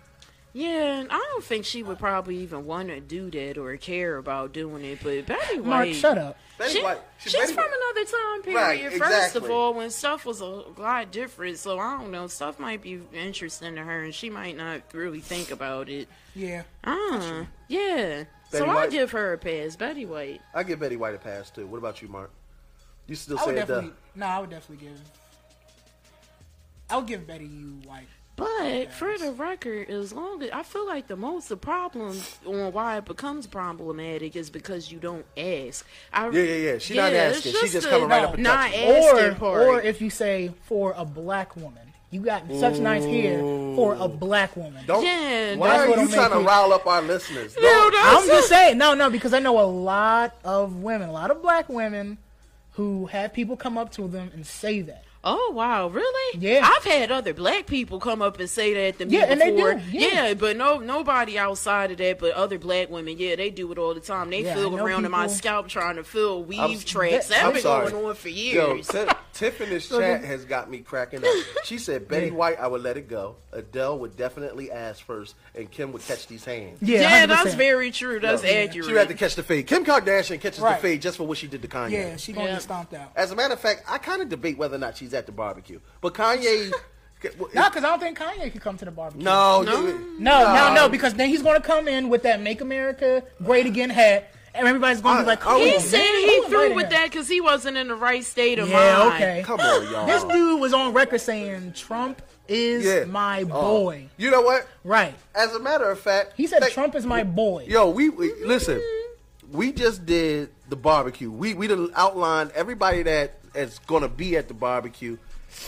Speaker 7: Yeah, and I don't think she would probably even want to do that or care about doing it. But Betty White,
Speaker 9: Mark, shut up.
Speaker 4: Betty
Speaker 7: she,
Speaker 4: White- she-
Speaker 7: she's
Speaker 4: Betty
Speaker 7: from
Speaker 4: White-
Speaker 7: another time
Speaker 4: Right,
Speaker 7: period. First of
Speaker 4: exactly.
Speaker 7: all, when stuff was a lot different, so I don't know. Stuff might be interesting to her, and she might not really think about it.
Speaker 9: Yeah.
Speaker 7: Ah, yeah. so
Speaker 4: Betty
Speaker 7: I
Speaker 4: White-
Speaker 7: give her a pass, Betty White.
Speaker 4: I give Betty White a pass too. What about you, Mark? You still
Speaker 9: I would
Speaker 4: say uh, Adele?
Speaker 9: definitely. No, I would definitely give. I would give Betty you white.
Speaker 7: But for the record, as long as I feel like the most the problem on why it becomes problematic is because you don't ask. I,
Speaker 4: Yeah, yeah, yeah. She not
Speaker 7: it's
Speaker 4: asking. She just coming right up and
Speaker 7: not
Speaker 4: touching
Speaker 7: asking
Speaker 9: or,
Speaker 7: part.
Speaker 9: or if you say for a black woman, you got such nice hair for a black woman.
Speaker 4: Don't.
Speaker 9: That's
Speaker 4: why are
Speaker 9: what'll
Speaker 4: you
Speaker 9: make
Speaker 4: trying to
Speaker 9: me-
Speaker 4: rile up our listeners?
Speaker 9: No,
Speaker 4: Don't.
Speaker 9: I'm just saying. No, no, because I know a lot of women, a lot of black women, who have people come up to them and say that.
Speaker 7: Oh wow, really?
Speaker 9: Yeah.
Speaker 7: I've had other black people come up and say that to me
Speaker 9: Yeah, and they
Speaker 7: before.
Speaker 9: do, yeah.
Speaker 7: but no nobody outside of that but other black women, yeah, they do it all the time. They
Speaker 4: Yeah, I
Speaker 7: feel
Speaker 4: know
Speaker 7: around in my
Speaker 4: people-
Speaker 7: scalp trying to fill weave
Speaker 4: I'm-
Speaker 7: tracks.
Speaker 4: I'm
Speaker 7: That's been
Speaker 4: sorry.
Speaker 7: going on for
Speaker 4: Yo,
Speaker 7: years.
Speaker 4: Ti- Tiffany's
Speaker 7: So
Speaker 4: chat
Speaker 7: then-
Speaker 4: has got me cracking up. She said Betty White, I would let it go. Adele would definitely ask first, and Kim would catch these hands.
Speaker 7: Yeah, that's very true. That's
Speaker 4: Yo,
Speaker 7: accurate.
Speaker 4: She had to catch the fade. Kim Kardashian catches
Speaker 9: Right.
Speaker 4: the fade just for what she did to Kanye.
Speaker 9: Yeah, she gonna get stomped out.
Speaker 4: As a matter of fact, I kind of debate whether or not she's at the barbecue, but Kanye.
Speaker 9: No, because I don't think Kanye could come to the barbecue.
Speaker 4: No,
Speaker 9: no,
Speaker 4: you-
Speaker 9: no, no,
Speaker 4: no.
Speaker 9: because then he's gonna come in with that "Make America Great Again" hat, and everybody's gonna be like, "Come
Speaker 7: he
Speaker 9: on,
Speaker 7: said
Speaker 9: man,
Speaker 7: he
Speaker 9: who
Speaker 7: threw
Speaker 9: invited
Speaker 7: with
Speaker 9: him?"
Speaker 7: that because he wasn't in the right state of
Speaker 9: Yeah,
Speaker 7: mind.
Speaker 9: okay.
Speaker 4: Come on, y'all.
Speaker 9: This dude was on record saying Trump is
Speaker 4: Yeah.
Speaker 9: my
Speaker 4: Oh.
Speaker 9: boy.
Speaker 4: You know what?
Speaker 9: Right.
Speaker 4: As a matter of fact,
Speaker 9: he said Trump is my boy.
Speaker 4: Yo, we, we listen. We just did the barbecue. We we done outlined everybody that is going to be at the barbecue,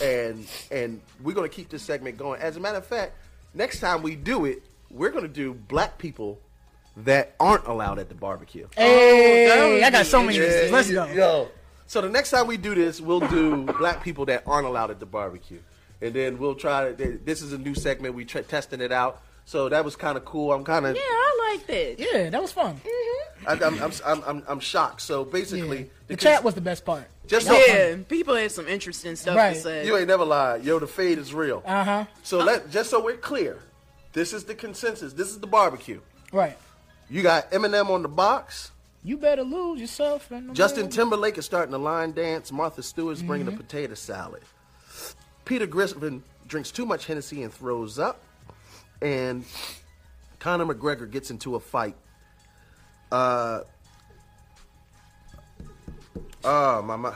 Speaker 4: and and we're going to keep this segment going. As a matter of fact, next time we do it, we're going to do black people that aren't allowed at the barbecue.
Speaker 9: Hey, I got so many reasons. Let's go.
Speaker 4: Yo. So the next time we do this, we'll do black people that aren't allowed at the barbecue, and then we'll try. To, this is a new segment. We tr testing it out. So that was kind of cool. I'm kind of.
Speaker 7: Yeah, I like that. Mm-hmm.
Speaker 9: Yeah, that was fun.
Speaker 4: I, I'm, I'm, I'm, I'm, I'm shocked. So basically,
Speaker 9: The chat was the best part.
Speaker 4: Just
Speaker 7: yeah,
Speaker 9: um,
Speaker 7: people have some interesting stuff
Speaker 4: Right.
Speaker 7: to say.
Speaker 4: You ain't never lied. Yo, the fade is real.
Speaker 9: Uh huh.
Speaker 4: So let just so we're clear, this is the consensus. This is the barbecue.
Speaker 9: Right.
Speaker 4: You got Eminem on the box.
Speaker 9: You better lose yourself. And
Speaker 4: Justin Timberlake is starting the line dance. Martha Stewart's bringing the potato salad. Peter Griffin drinks too much Hennessy and throws up. And Conor McGregor gets into a fight. Uh, uh, my, my,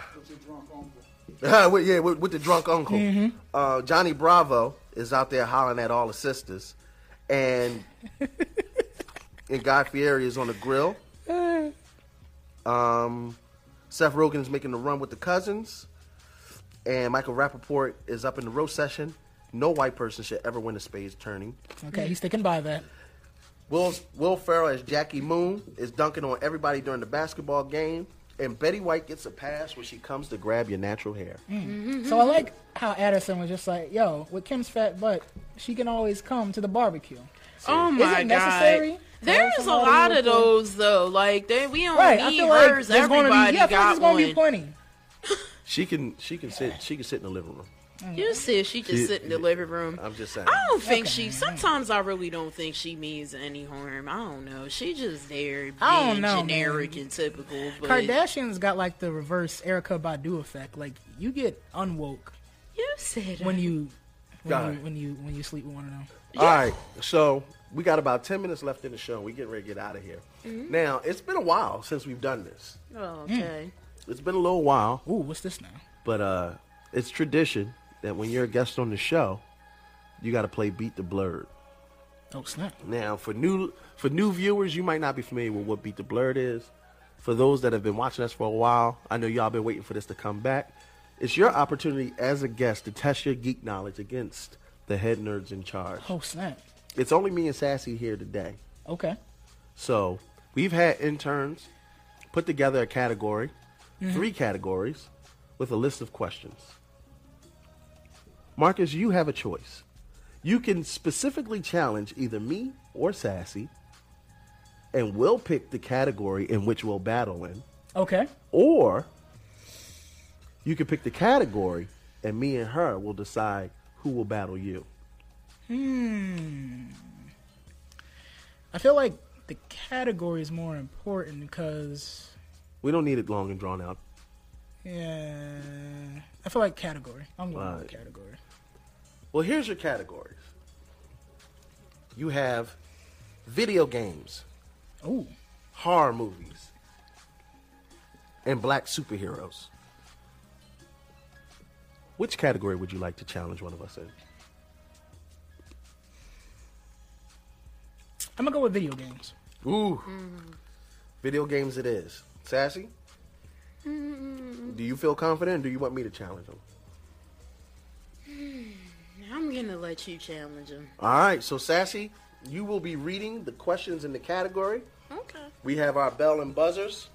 Speaker 4: Uh, with- yeah, with, with the drunk uncle.
Speaker 9: Mhm.
Speaker 4: Uh, Johnny Bravo is out there hollering at all the sisters, and and Guy Fieri is on the grill. Um, Seth Rogen is making the run with the cousins, and Michael Rappaport is up in the roast session. No white person should ever win a spades turning.
Speaker 9: Okay, he's sticking by that.
Speaker 4: Will Will Ferrell as Jackie Moon is dunking on everybody during the basketball game, and Betty White gets a pass when she comes to grab your natural hair.
Speaker 7: Mm-hmm.
Speaker 9: Mm. So I like how Addison was just like, "Yo, with Kim's fat butt, she can always come to the barbecue."
Speaker 7: Oh
Speaker 9: Is
Speaker 7: my
Speaker 9: it necessary
Speaker 7: god.
Speaker 9: to
Speaker 7: There
Speaker 9: have
Speaker 7: is a
Speaker 9: somebody
Speaker 7: lot
Speaker 9: with
Speaker 7: of
Speaker 9: you?
Speaker 7: those though. Like they, we don't
Speaker 9: Right, I
Speaker 7: need
Speaker 9: feel like
Speaker 7: Oh, hers.
Speaker 9: there's gonna
Speaker 7: Everybody
Speaker 9: be- yeah, I feel like
Speaker 7: got
Speaker 9: there's gonna
Speaker 7: one.
Speaker 9: be plenty.
Speaker 4: She can she can sit she can sit in the living room.
Speaker 7: You said she just
Speaker 4: She-
Speaker 7: sit in the living room.
Speaker 4: I'm just saying.
Speaker 7: I don't think she. Sometimes I really don't think she means any harm. I don't know. She just there being
Speaker 9: I don't know,
Speaker 7: generic and typical. But
Speaker 9: Kardashians got like the reverse Erica Badu effect. Like you get unwoke
Speaker 7: you said
Speaker 9: when
Speaker 7: it.
Speaker 9: you when,
Speaker 4: God.
Speaker 9: you when you when you sleep with one of them.
Speaker 4: All right, so we got about ten minutes left in the show. We getting ready to get out of here.
Speaker 9: Mhm.
Speaker 4: Now it's been a while since we've done this.
Speaker 9: Mm.
Speaker 7: Oh, okay.
Speaker 4: It's been a little while,
Speaker 9: Ooh, what's this now?
Speaker 4: but uh, it's tradition that when you're a guest on the show, you got to play Beat the Blurred.
Speaker 9: Oh snap!
Speaker 4: Now, for new for new viewers, you might not be familiar with what Beat the Blurred is. For those that have been watching us for a while, I know y'all been waiting for this to come back. It's your opportunity as a guest to test your geek knowledge against the head nerds in charge.
Speaker 9: Oh snap!
Speaker 4: It's only me and Sassy here today.
Speaker 9: Okay.
Speaker 4: So we've had interns put together a category,
Speaker 9: Mhm.
Speaker 4: three categories, with a list of questions. Marcus, you have a choice. You can specifically challenge either me or Sassy, and we'll pick the category in which we'll battle in,
Speaker 9: Okay.
Speaker 4: or you can pick the category, and me and her will decide who will battle you.
Speaker 9: Hmm. I feel like the category is more important because
Speaker 4: We don't need it long and drawn out.
Speaker 9: yeah, I feel like category. I'm going
Speaker 4: Right.
Speaker 9: with category.
Speaker 4: Well, here's your categories. You have video games,
Speaker 9: Ooh,
Speaker 4: horror movies, and black superheroes. Which category would you like to challenge one of us in?
Speaker 9: I'm gonna go with video games.
Speaker 4: Ooh, Mm-hmm. video games it is. Sassy, do you feel confident? Or do you want me to challenge him?
Speaker 7: I'm gonna let you challenge him.
Speaker 4: All right, so Sassy, you will be reading the questions in the category.
Speaker 7: Okay.
Speaker 4: We have our bell and buzzers.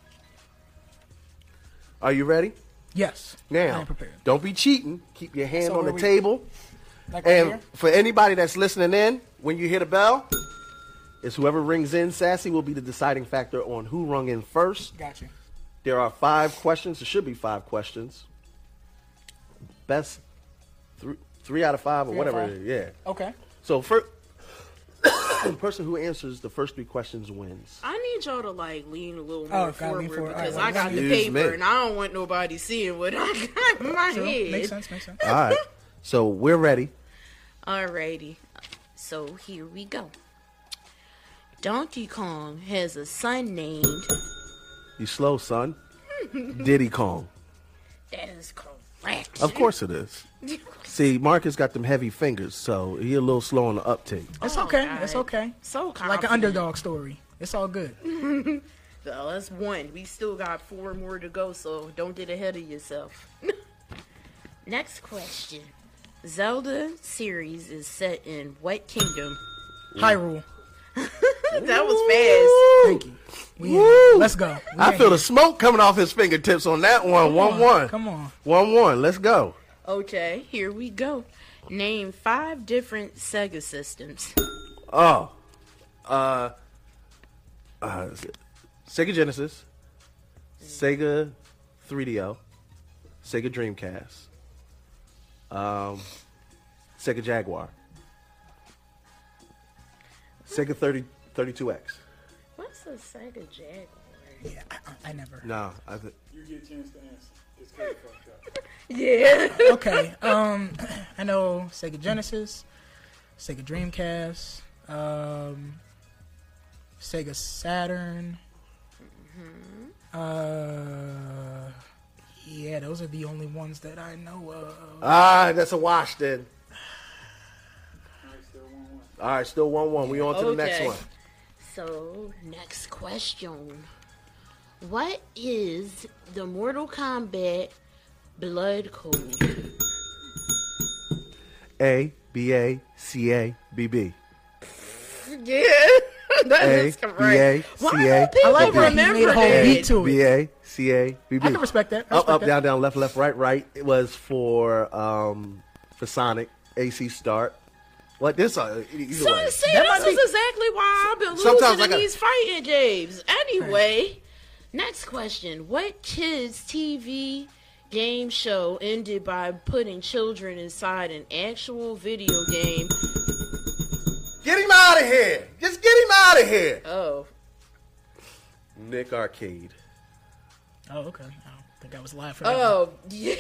Speaker 4: Are you ready?
Speaker 9: Yes.
Speaker 4: Now, don't be cheating. Keep your hand
Speaker 9: So
Speaker 4: on
Speaker 9: where
Speaker 4: the
Speaker 9: we-
Speaker 4: table.
Speaker 9: Like right
Speaker 4: and
Speaker 9: here?
Speaker 4: for anybody that's listening in, when you hear the bell, it's whoever rings in. Sassy will be the deciding factor on who rung in first.
Speaker 9: Got you.
Speaker 4: There are five questions. There should be five questions. Best three, three out of five or
Speaker 9: Three out of
Speaker 4: whatever.
Speaker 9: five?
Speaker 4: It is. Yeah.
Speaker 9: Okay.
Speaker 4: So first, the person who answers the first three questions wins.
Speaker 7: I need y'all to like lean a little
Speaker 4: Oh,
Speaker 7: more
Speaker 4: gotta
Speaker 7: forward,
Speaker 4: lean forward.
Speaker 7: because
Speaker 4: All right,
Speaker 7: I got the
Speaker 4: excuse
Speaker 7: paper
Speaker 4: me.
Speaker 7: and I don't want nobody seeing what I got in my
Speaker 9: True.
Speaker 7: head.
Speaker 9: Makes sense. Makes sense.
Speaker 4: All right. So we're ready.
Speaker 7: Alrighty. So here we go. Donkey Kong has a son named.
Speaker 4: You slow, son. Diddy Kong.
Speaker 7: That is correct.
Speaker 4: Of course it is. See, Marcus got them heavy fingers, so he a little slow on the uptake.
Speaker 7: Oh,
Speaker 9: It's okay. It's okay.
Speaker 7: So
Speaker 9: like an
Speaker 7: confident.
Speaker 9: underdog story. It's all good.
Speaker 7: so that's one. We still got four more to go, so don't get ahead of yourself. Next question. Zelda series is set in what kingdom?
Speaker 9: Hyrule.
Speaker 7: that was fast.
Speaker 9: Thank you. We in. Let's go. We
Speaker 4: I
Speaker 9: in.
Speaker 4: feel the smoke coming off his fingertips on that one.
Speaker 7: Come
Speaker 4: one
Speaker 7: on,
Speaker 4: one.
Speaker 7: come on.
Speaker 4: One one. Let's go.
Speaker 7: Okay, here we go. Name five different Sega systems.
Speaker 4: Oh. Uh uh Sega Genesis. Sega 3DO. Sega Dreamcast. Um Sega Jaguar. Sega 30 32X.
Speaker 7: What's a Sega Jaguar?
Speaker 9: Yeah, I, I never.
Speaker 4: No, I th-
Speaker 19: You get a chance to answer. It's kind of fucked up.
Speaker 7: Yeah.
Speaker 9: okay. Um, I know Sega Genesis, Sega Dreamcast, um, Sega Saturn. Uh, yeah, those are the only ones that I know of.
Speaker 4: Ah, that's a wash then. All right, still 1 1. We on to the next
Speaker 7: Okay.
Speaker 4: one.
Speaker 7: So, next question. What is the Mortal Kombat blood code?
Speaker 4: A, B, A, C, A, B, B.
Speaker 7: yeah, that
Speaker 4: A,
Speaker 7: is
Speaker 4: B,
Speaker 7: correct.
Speaker 4: A, C, A,
Speaker 7: people
Speaker 4: I like
Speaker 7: when he remember made a whole that? beat to it.
Speaker 4: B, A, C, A, B, B.
Speaker 7: I can respect that. I
Speaker 4: Up,
Speaker 7: respect
Speaker 4: up,
Speaker 7: that.
Speaker 4: down, down, left, left, right, right. It was for um for Sonic AC start. What this? Uh, either
Speaker 7: So,
Speaker 4: way.
Speaker 7: see,
Speaker 4: That
Speaker 7: this
Speaker 4: might
Speaker 7: is
Speaker 4: be-
Speaker 7: exactly why I've been
Speaker 4: Sometimes
Speaker 7: losing
Speaker 4: I
Speaker 7: in
Speaker 4: gotta-
Speaker 7: these fighting games. Anyway, next question. What kids' TV game show ended by putting children inside an actual video game?
Speaker 4: Get him out of here! Just get him out of here!
Speaker 7: Oh.
Speaker 4: Nick Arcade.
Speaker 9: Oh, okay. I don't think I was live for that.
Speaker 4: Uh,
Speaker 9: one.
Speaker 7: Oh, yeah.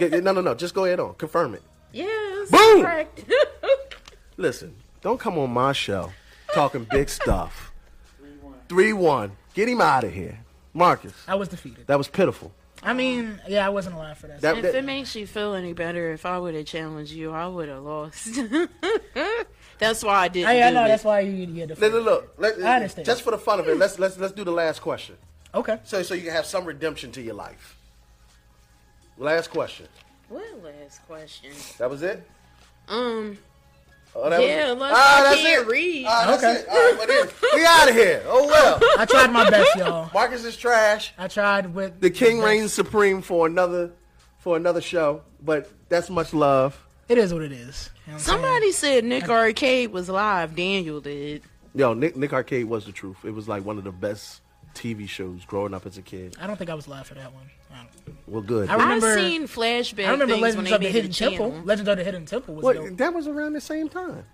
Speaker 4: Yeah, yeah, no, no, no. Just go ahead on. Confirm it.
Speaker 7: Yes.
Speaker 4: Boom!
Speaker 7: Correct.
Speaker 4: Listen, don't come on my show talking big stuff. Three one. Get him out of here, Marcus.
Speaker 9: I was defeated.
Speaker 4: That was pitiful.
Speaker 9: I mean, yeah, I wasn't alive for that.
Speaker 4: That-
Speaker 7: if
Speaker 4: that-
Speaker 7: it makes you feel any better, if I would have challenged you, I would have lost. that's why I didn't.
Speaker 9: I, I
Speaker 7: do
Speaker 9: know
Speaker 7: it.
Speaker 9: that's why you get defeated.
Speaker 4: Look, look, look. Let-
Speaker 9: I understand.
Speaker 4: Just for the fun of it, let's let's let's do the last question.
Speaker 9: Okay.
Speaker 4: So so you can have some redemption to your life. Last question.
Speaker 7: What last question?
Speaker 4: That was it.
Speaker 7: Um.
Speaker 4: Oh, that was-
Speaker 7: yeah, let's,
Speaker 4: Ah,
Speaker 7: I
Speaker 4: that's
Speaker 7: can't
Speaker 4: it.
Speaker 7: read.
Speaker 4: Ah, that's it. All right, well, then, we out of here. Oh well.
Speaker 9: I tried my best, y'all.
Speaker 4: Marcus is trash.
Speaker 9: I tried with
Speaker 4: The king reigns supreme for another for another show, but that's much love.
Speaker 9: It is what it is. You know what I'm saying?
Speaker 7: Somebody said Nick Arcade was live. Daniel did.
Speaker 4: Yo, Nick Nick Arcade was the truth. It was like one of the best TV shows growing up as a kid.
Speaker 9: I don't think I was live for that one. I don't-
Speaker 4: Well, good.
Speaker 9: I remember.
Speaker 7: I've seen flashback
Speaker 9: I remember
Speaker 7: things when
Speaker 9: Legends
Speaker 7: they
Speaker 9: of the
Speaker 7: made
Speaker 9: Hidden
Speaker 7: the
Speaker 9: Temple. Mm-hmm.
Speaker 7: channel.
Speaker 9: Legends of the Hidden Temple was
Speaker 4: What-
Speaker 9: dope.
Speaker 4: that was around the same time.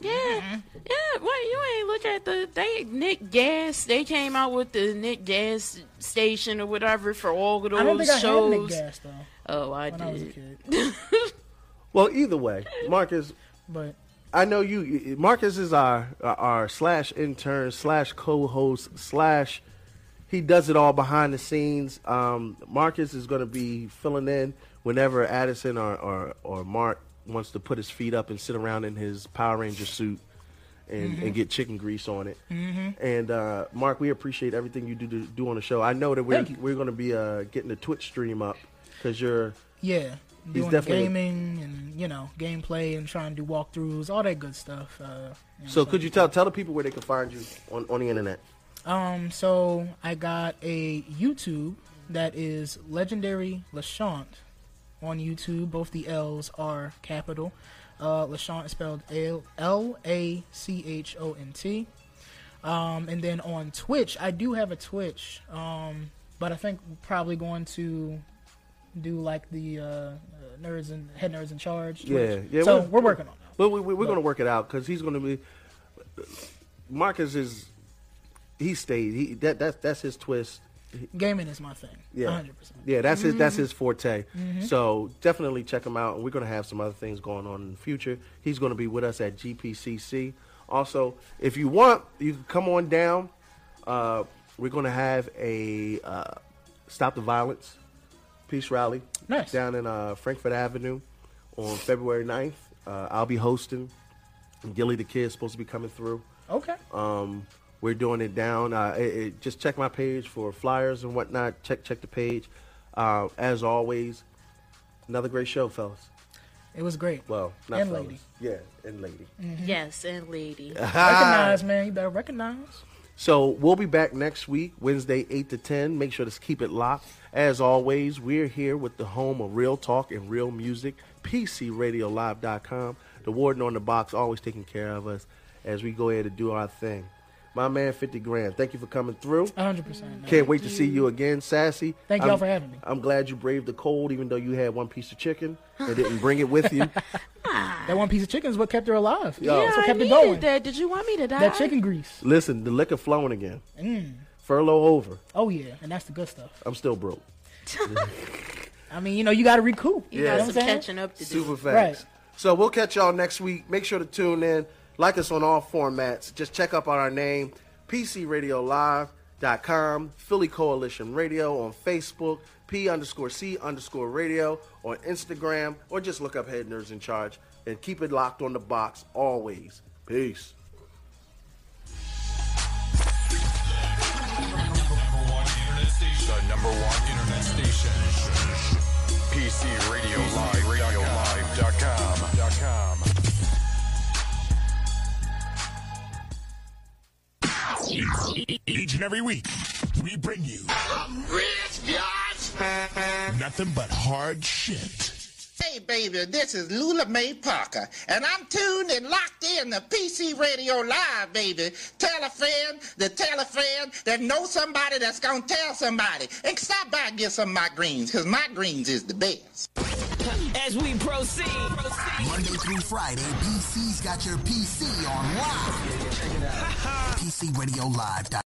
Speaker 7: Yeah, yeah. Wait, you ain't look at the they Nick Gas. They came out with the Nick Gas station or whatever for all of those
Speaker 9: I don't think I had Nick
Speaker 7: shows.
Speaker 9: Gas though.
Speaker 7: oh, I
Speaker 9: when
Speaker 7: did.
Speaker 9: I was a kid.
Speaker 4: Well, either way, Marcus.
Speaker 9: But
Speaker 4: I know you. Marcus is our our slash intern slash co-host slash. He does it all behind the scenes. Um, Marcus is going to be filling in whenever Addison or, or or Mark wants to put his feet up and sit around in his Power Ranger suit and,
Speaker 9: Mhm.
Speaker 4: and get chicken grease on it.
Speaker 9: Mhm.
Speaker 4: And uh, Mark, we appreciate everything you do to do on the show. I know that we're
Speaker 9: Thank
Speaker 4: we're going to be uh, getting the Twitch stream up because you're
Speaker 9: Yeah,
Speaker 4: He's
Speaker 9: doing
Speaker 4: definitely-
Speaker 9: gaming and you know gameplay and trying to do walkthroughs, all that good stuff. Uh,
Speaker 4: So could you tell tell the people where they can find you on, on the internet?
Speaker 9: Um, so I got a YouTube that is Legendary Lashant on YouTube. Both the L's are capital. Uh, Lashant is spelled L L A C H O N T. Um, and then on Twitch, I do have a Twitch, um, but I think we're probably going to do like the uh, uh, nerds and head nerds in charge. Twitch.
Speaker 4: Yeah, yeah.
Speaker 9: So we're working on.
Speaker 4: Well, we, we, we're going to work it out because he's going to be. Marcus is, he stayed. He that that's that's his twist.
Speaker 9: it. Gaming is my thing.
Speaker 4: Yeah,
Speaker 9: 100%.
Speaker 4: yeah. That's his that's his forte.
Speaker 9: Mhm.
Speaker 4: So definitely check him out. And we're going to have some other things going on in the future. He's going to be with us at GPCC. Also, if you want, you can come on down. Uh, we're going to have a uh, stop the violence peace rally.
Speaker 9: Nice.
Speaker 4: Down in uh, Frankfurt Avenue on February 9th. Uh, I'll be hosting. Gilly the Kid's supposed to be coming through.
Speaker 9: Okay.
Speaker 4: Um, we're doing it down. Uh, it, it- just check my page for flyers and whatnot. Check check the page. Uh, as always, another great show, fellas.
Speaker 9: It was great.
Speaker 4: Well, not
Speaker 9: And
Speaker 4: fellas.
Speaker 9: lady.
Speaker 4: Yeah, and lady.
Speaker 9: Mm-hmm.
Speaker 7: Yes, and lady. Ah.
Speaker 9: recognize, man. You better recognize.
Speaker 4: So we'll be back next week, Wednesday, 8 to 10. Make sure to keep it locked. As always, we're here with the home of real talk and real music, PCRadioLive.com. The warden on the box always taking care of us as we go ahead and do our thing. My man, 50 Grand, thank you for coming through.
Speaker 9: 100%. man.
Speaker 4: Can't wait to see you again, Sassy.
Speaker 9: Thank y'all for having
Speaker 4: me. I'm glad you braved the cold, even though you had one piece of chicken and didn't bring it with you.
Speaker 9: That one piece of chicken is what kept her alive.
Speaker 4: Yo.
Speaker 7: Yeah,
Speaker 4: So
Speaker 7: I
Speaker 4: kept it
Speaker 7: needed
Speaker 4: going.
Speaker 7: that. Did you want me to die?
Speaker 9: That chicken grease.
Speaker 4: Listen, the liquor flowing again.
Speaker 9: Mm.
Speaker 4: Furlough over.
Speaker 9: Oh yeah, and that's the good stuff.
Speaker 4: I'm still broke.
Speaker 9: I mean, you know, you got to recoup.
Speaker 4: You got
Speaker 9: know what I'm
Speaker 4: some
Speaker 9: saying?
Speaker 7: catching up to do.
Speaker 4: Super facts.
Speaker 9: Right.
Speaker 4: So we'll catch y'all next week. Make sure to tune in. Like us on all formats. Just check up on our name, PCRadioLive.com, Philly Coalition Radio on Facebook, P underscore C underscore radio on Instagram, or just look up Head Nerds in Charge and keep it locked on the box always. Peace.
Speaker 20: The number one internet station. PC Radio Live. RadioLive.com.
Speaker 21: Each and every week, we bring you nothing but hard shit.
Speaker 22: Hey, baby, this is Lula Mae Parker, and I'm tuned and locked in to PC Radio Live, baby. Tell a friend to tell a friend that knows somebody that's gonna tell somebody. And stop by and get some of my greens, because my greens is the best.
Speaker 23: As we proceed. Monday through Friday, PC's got your PC on live. PCRadioLive.com.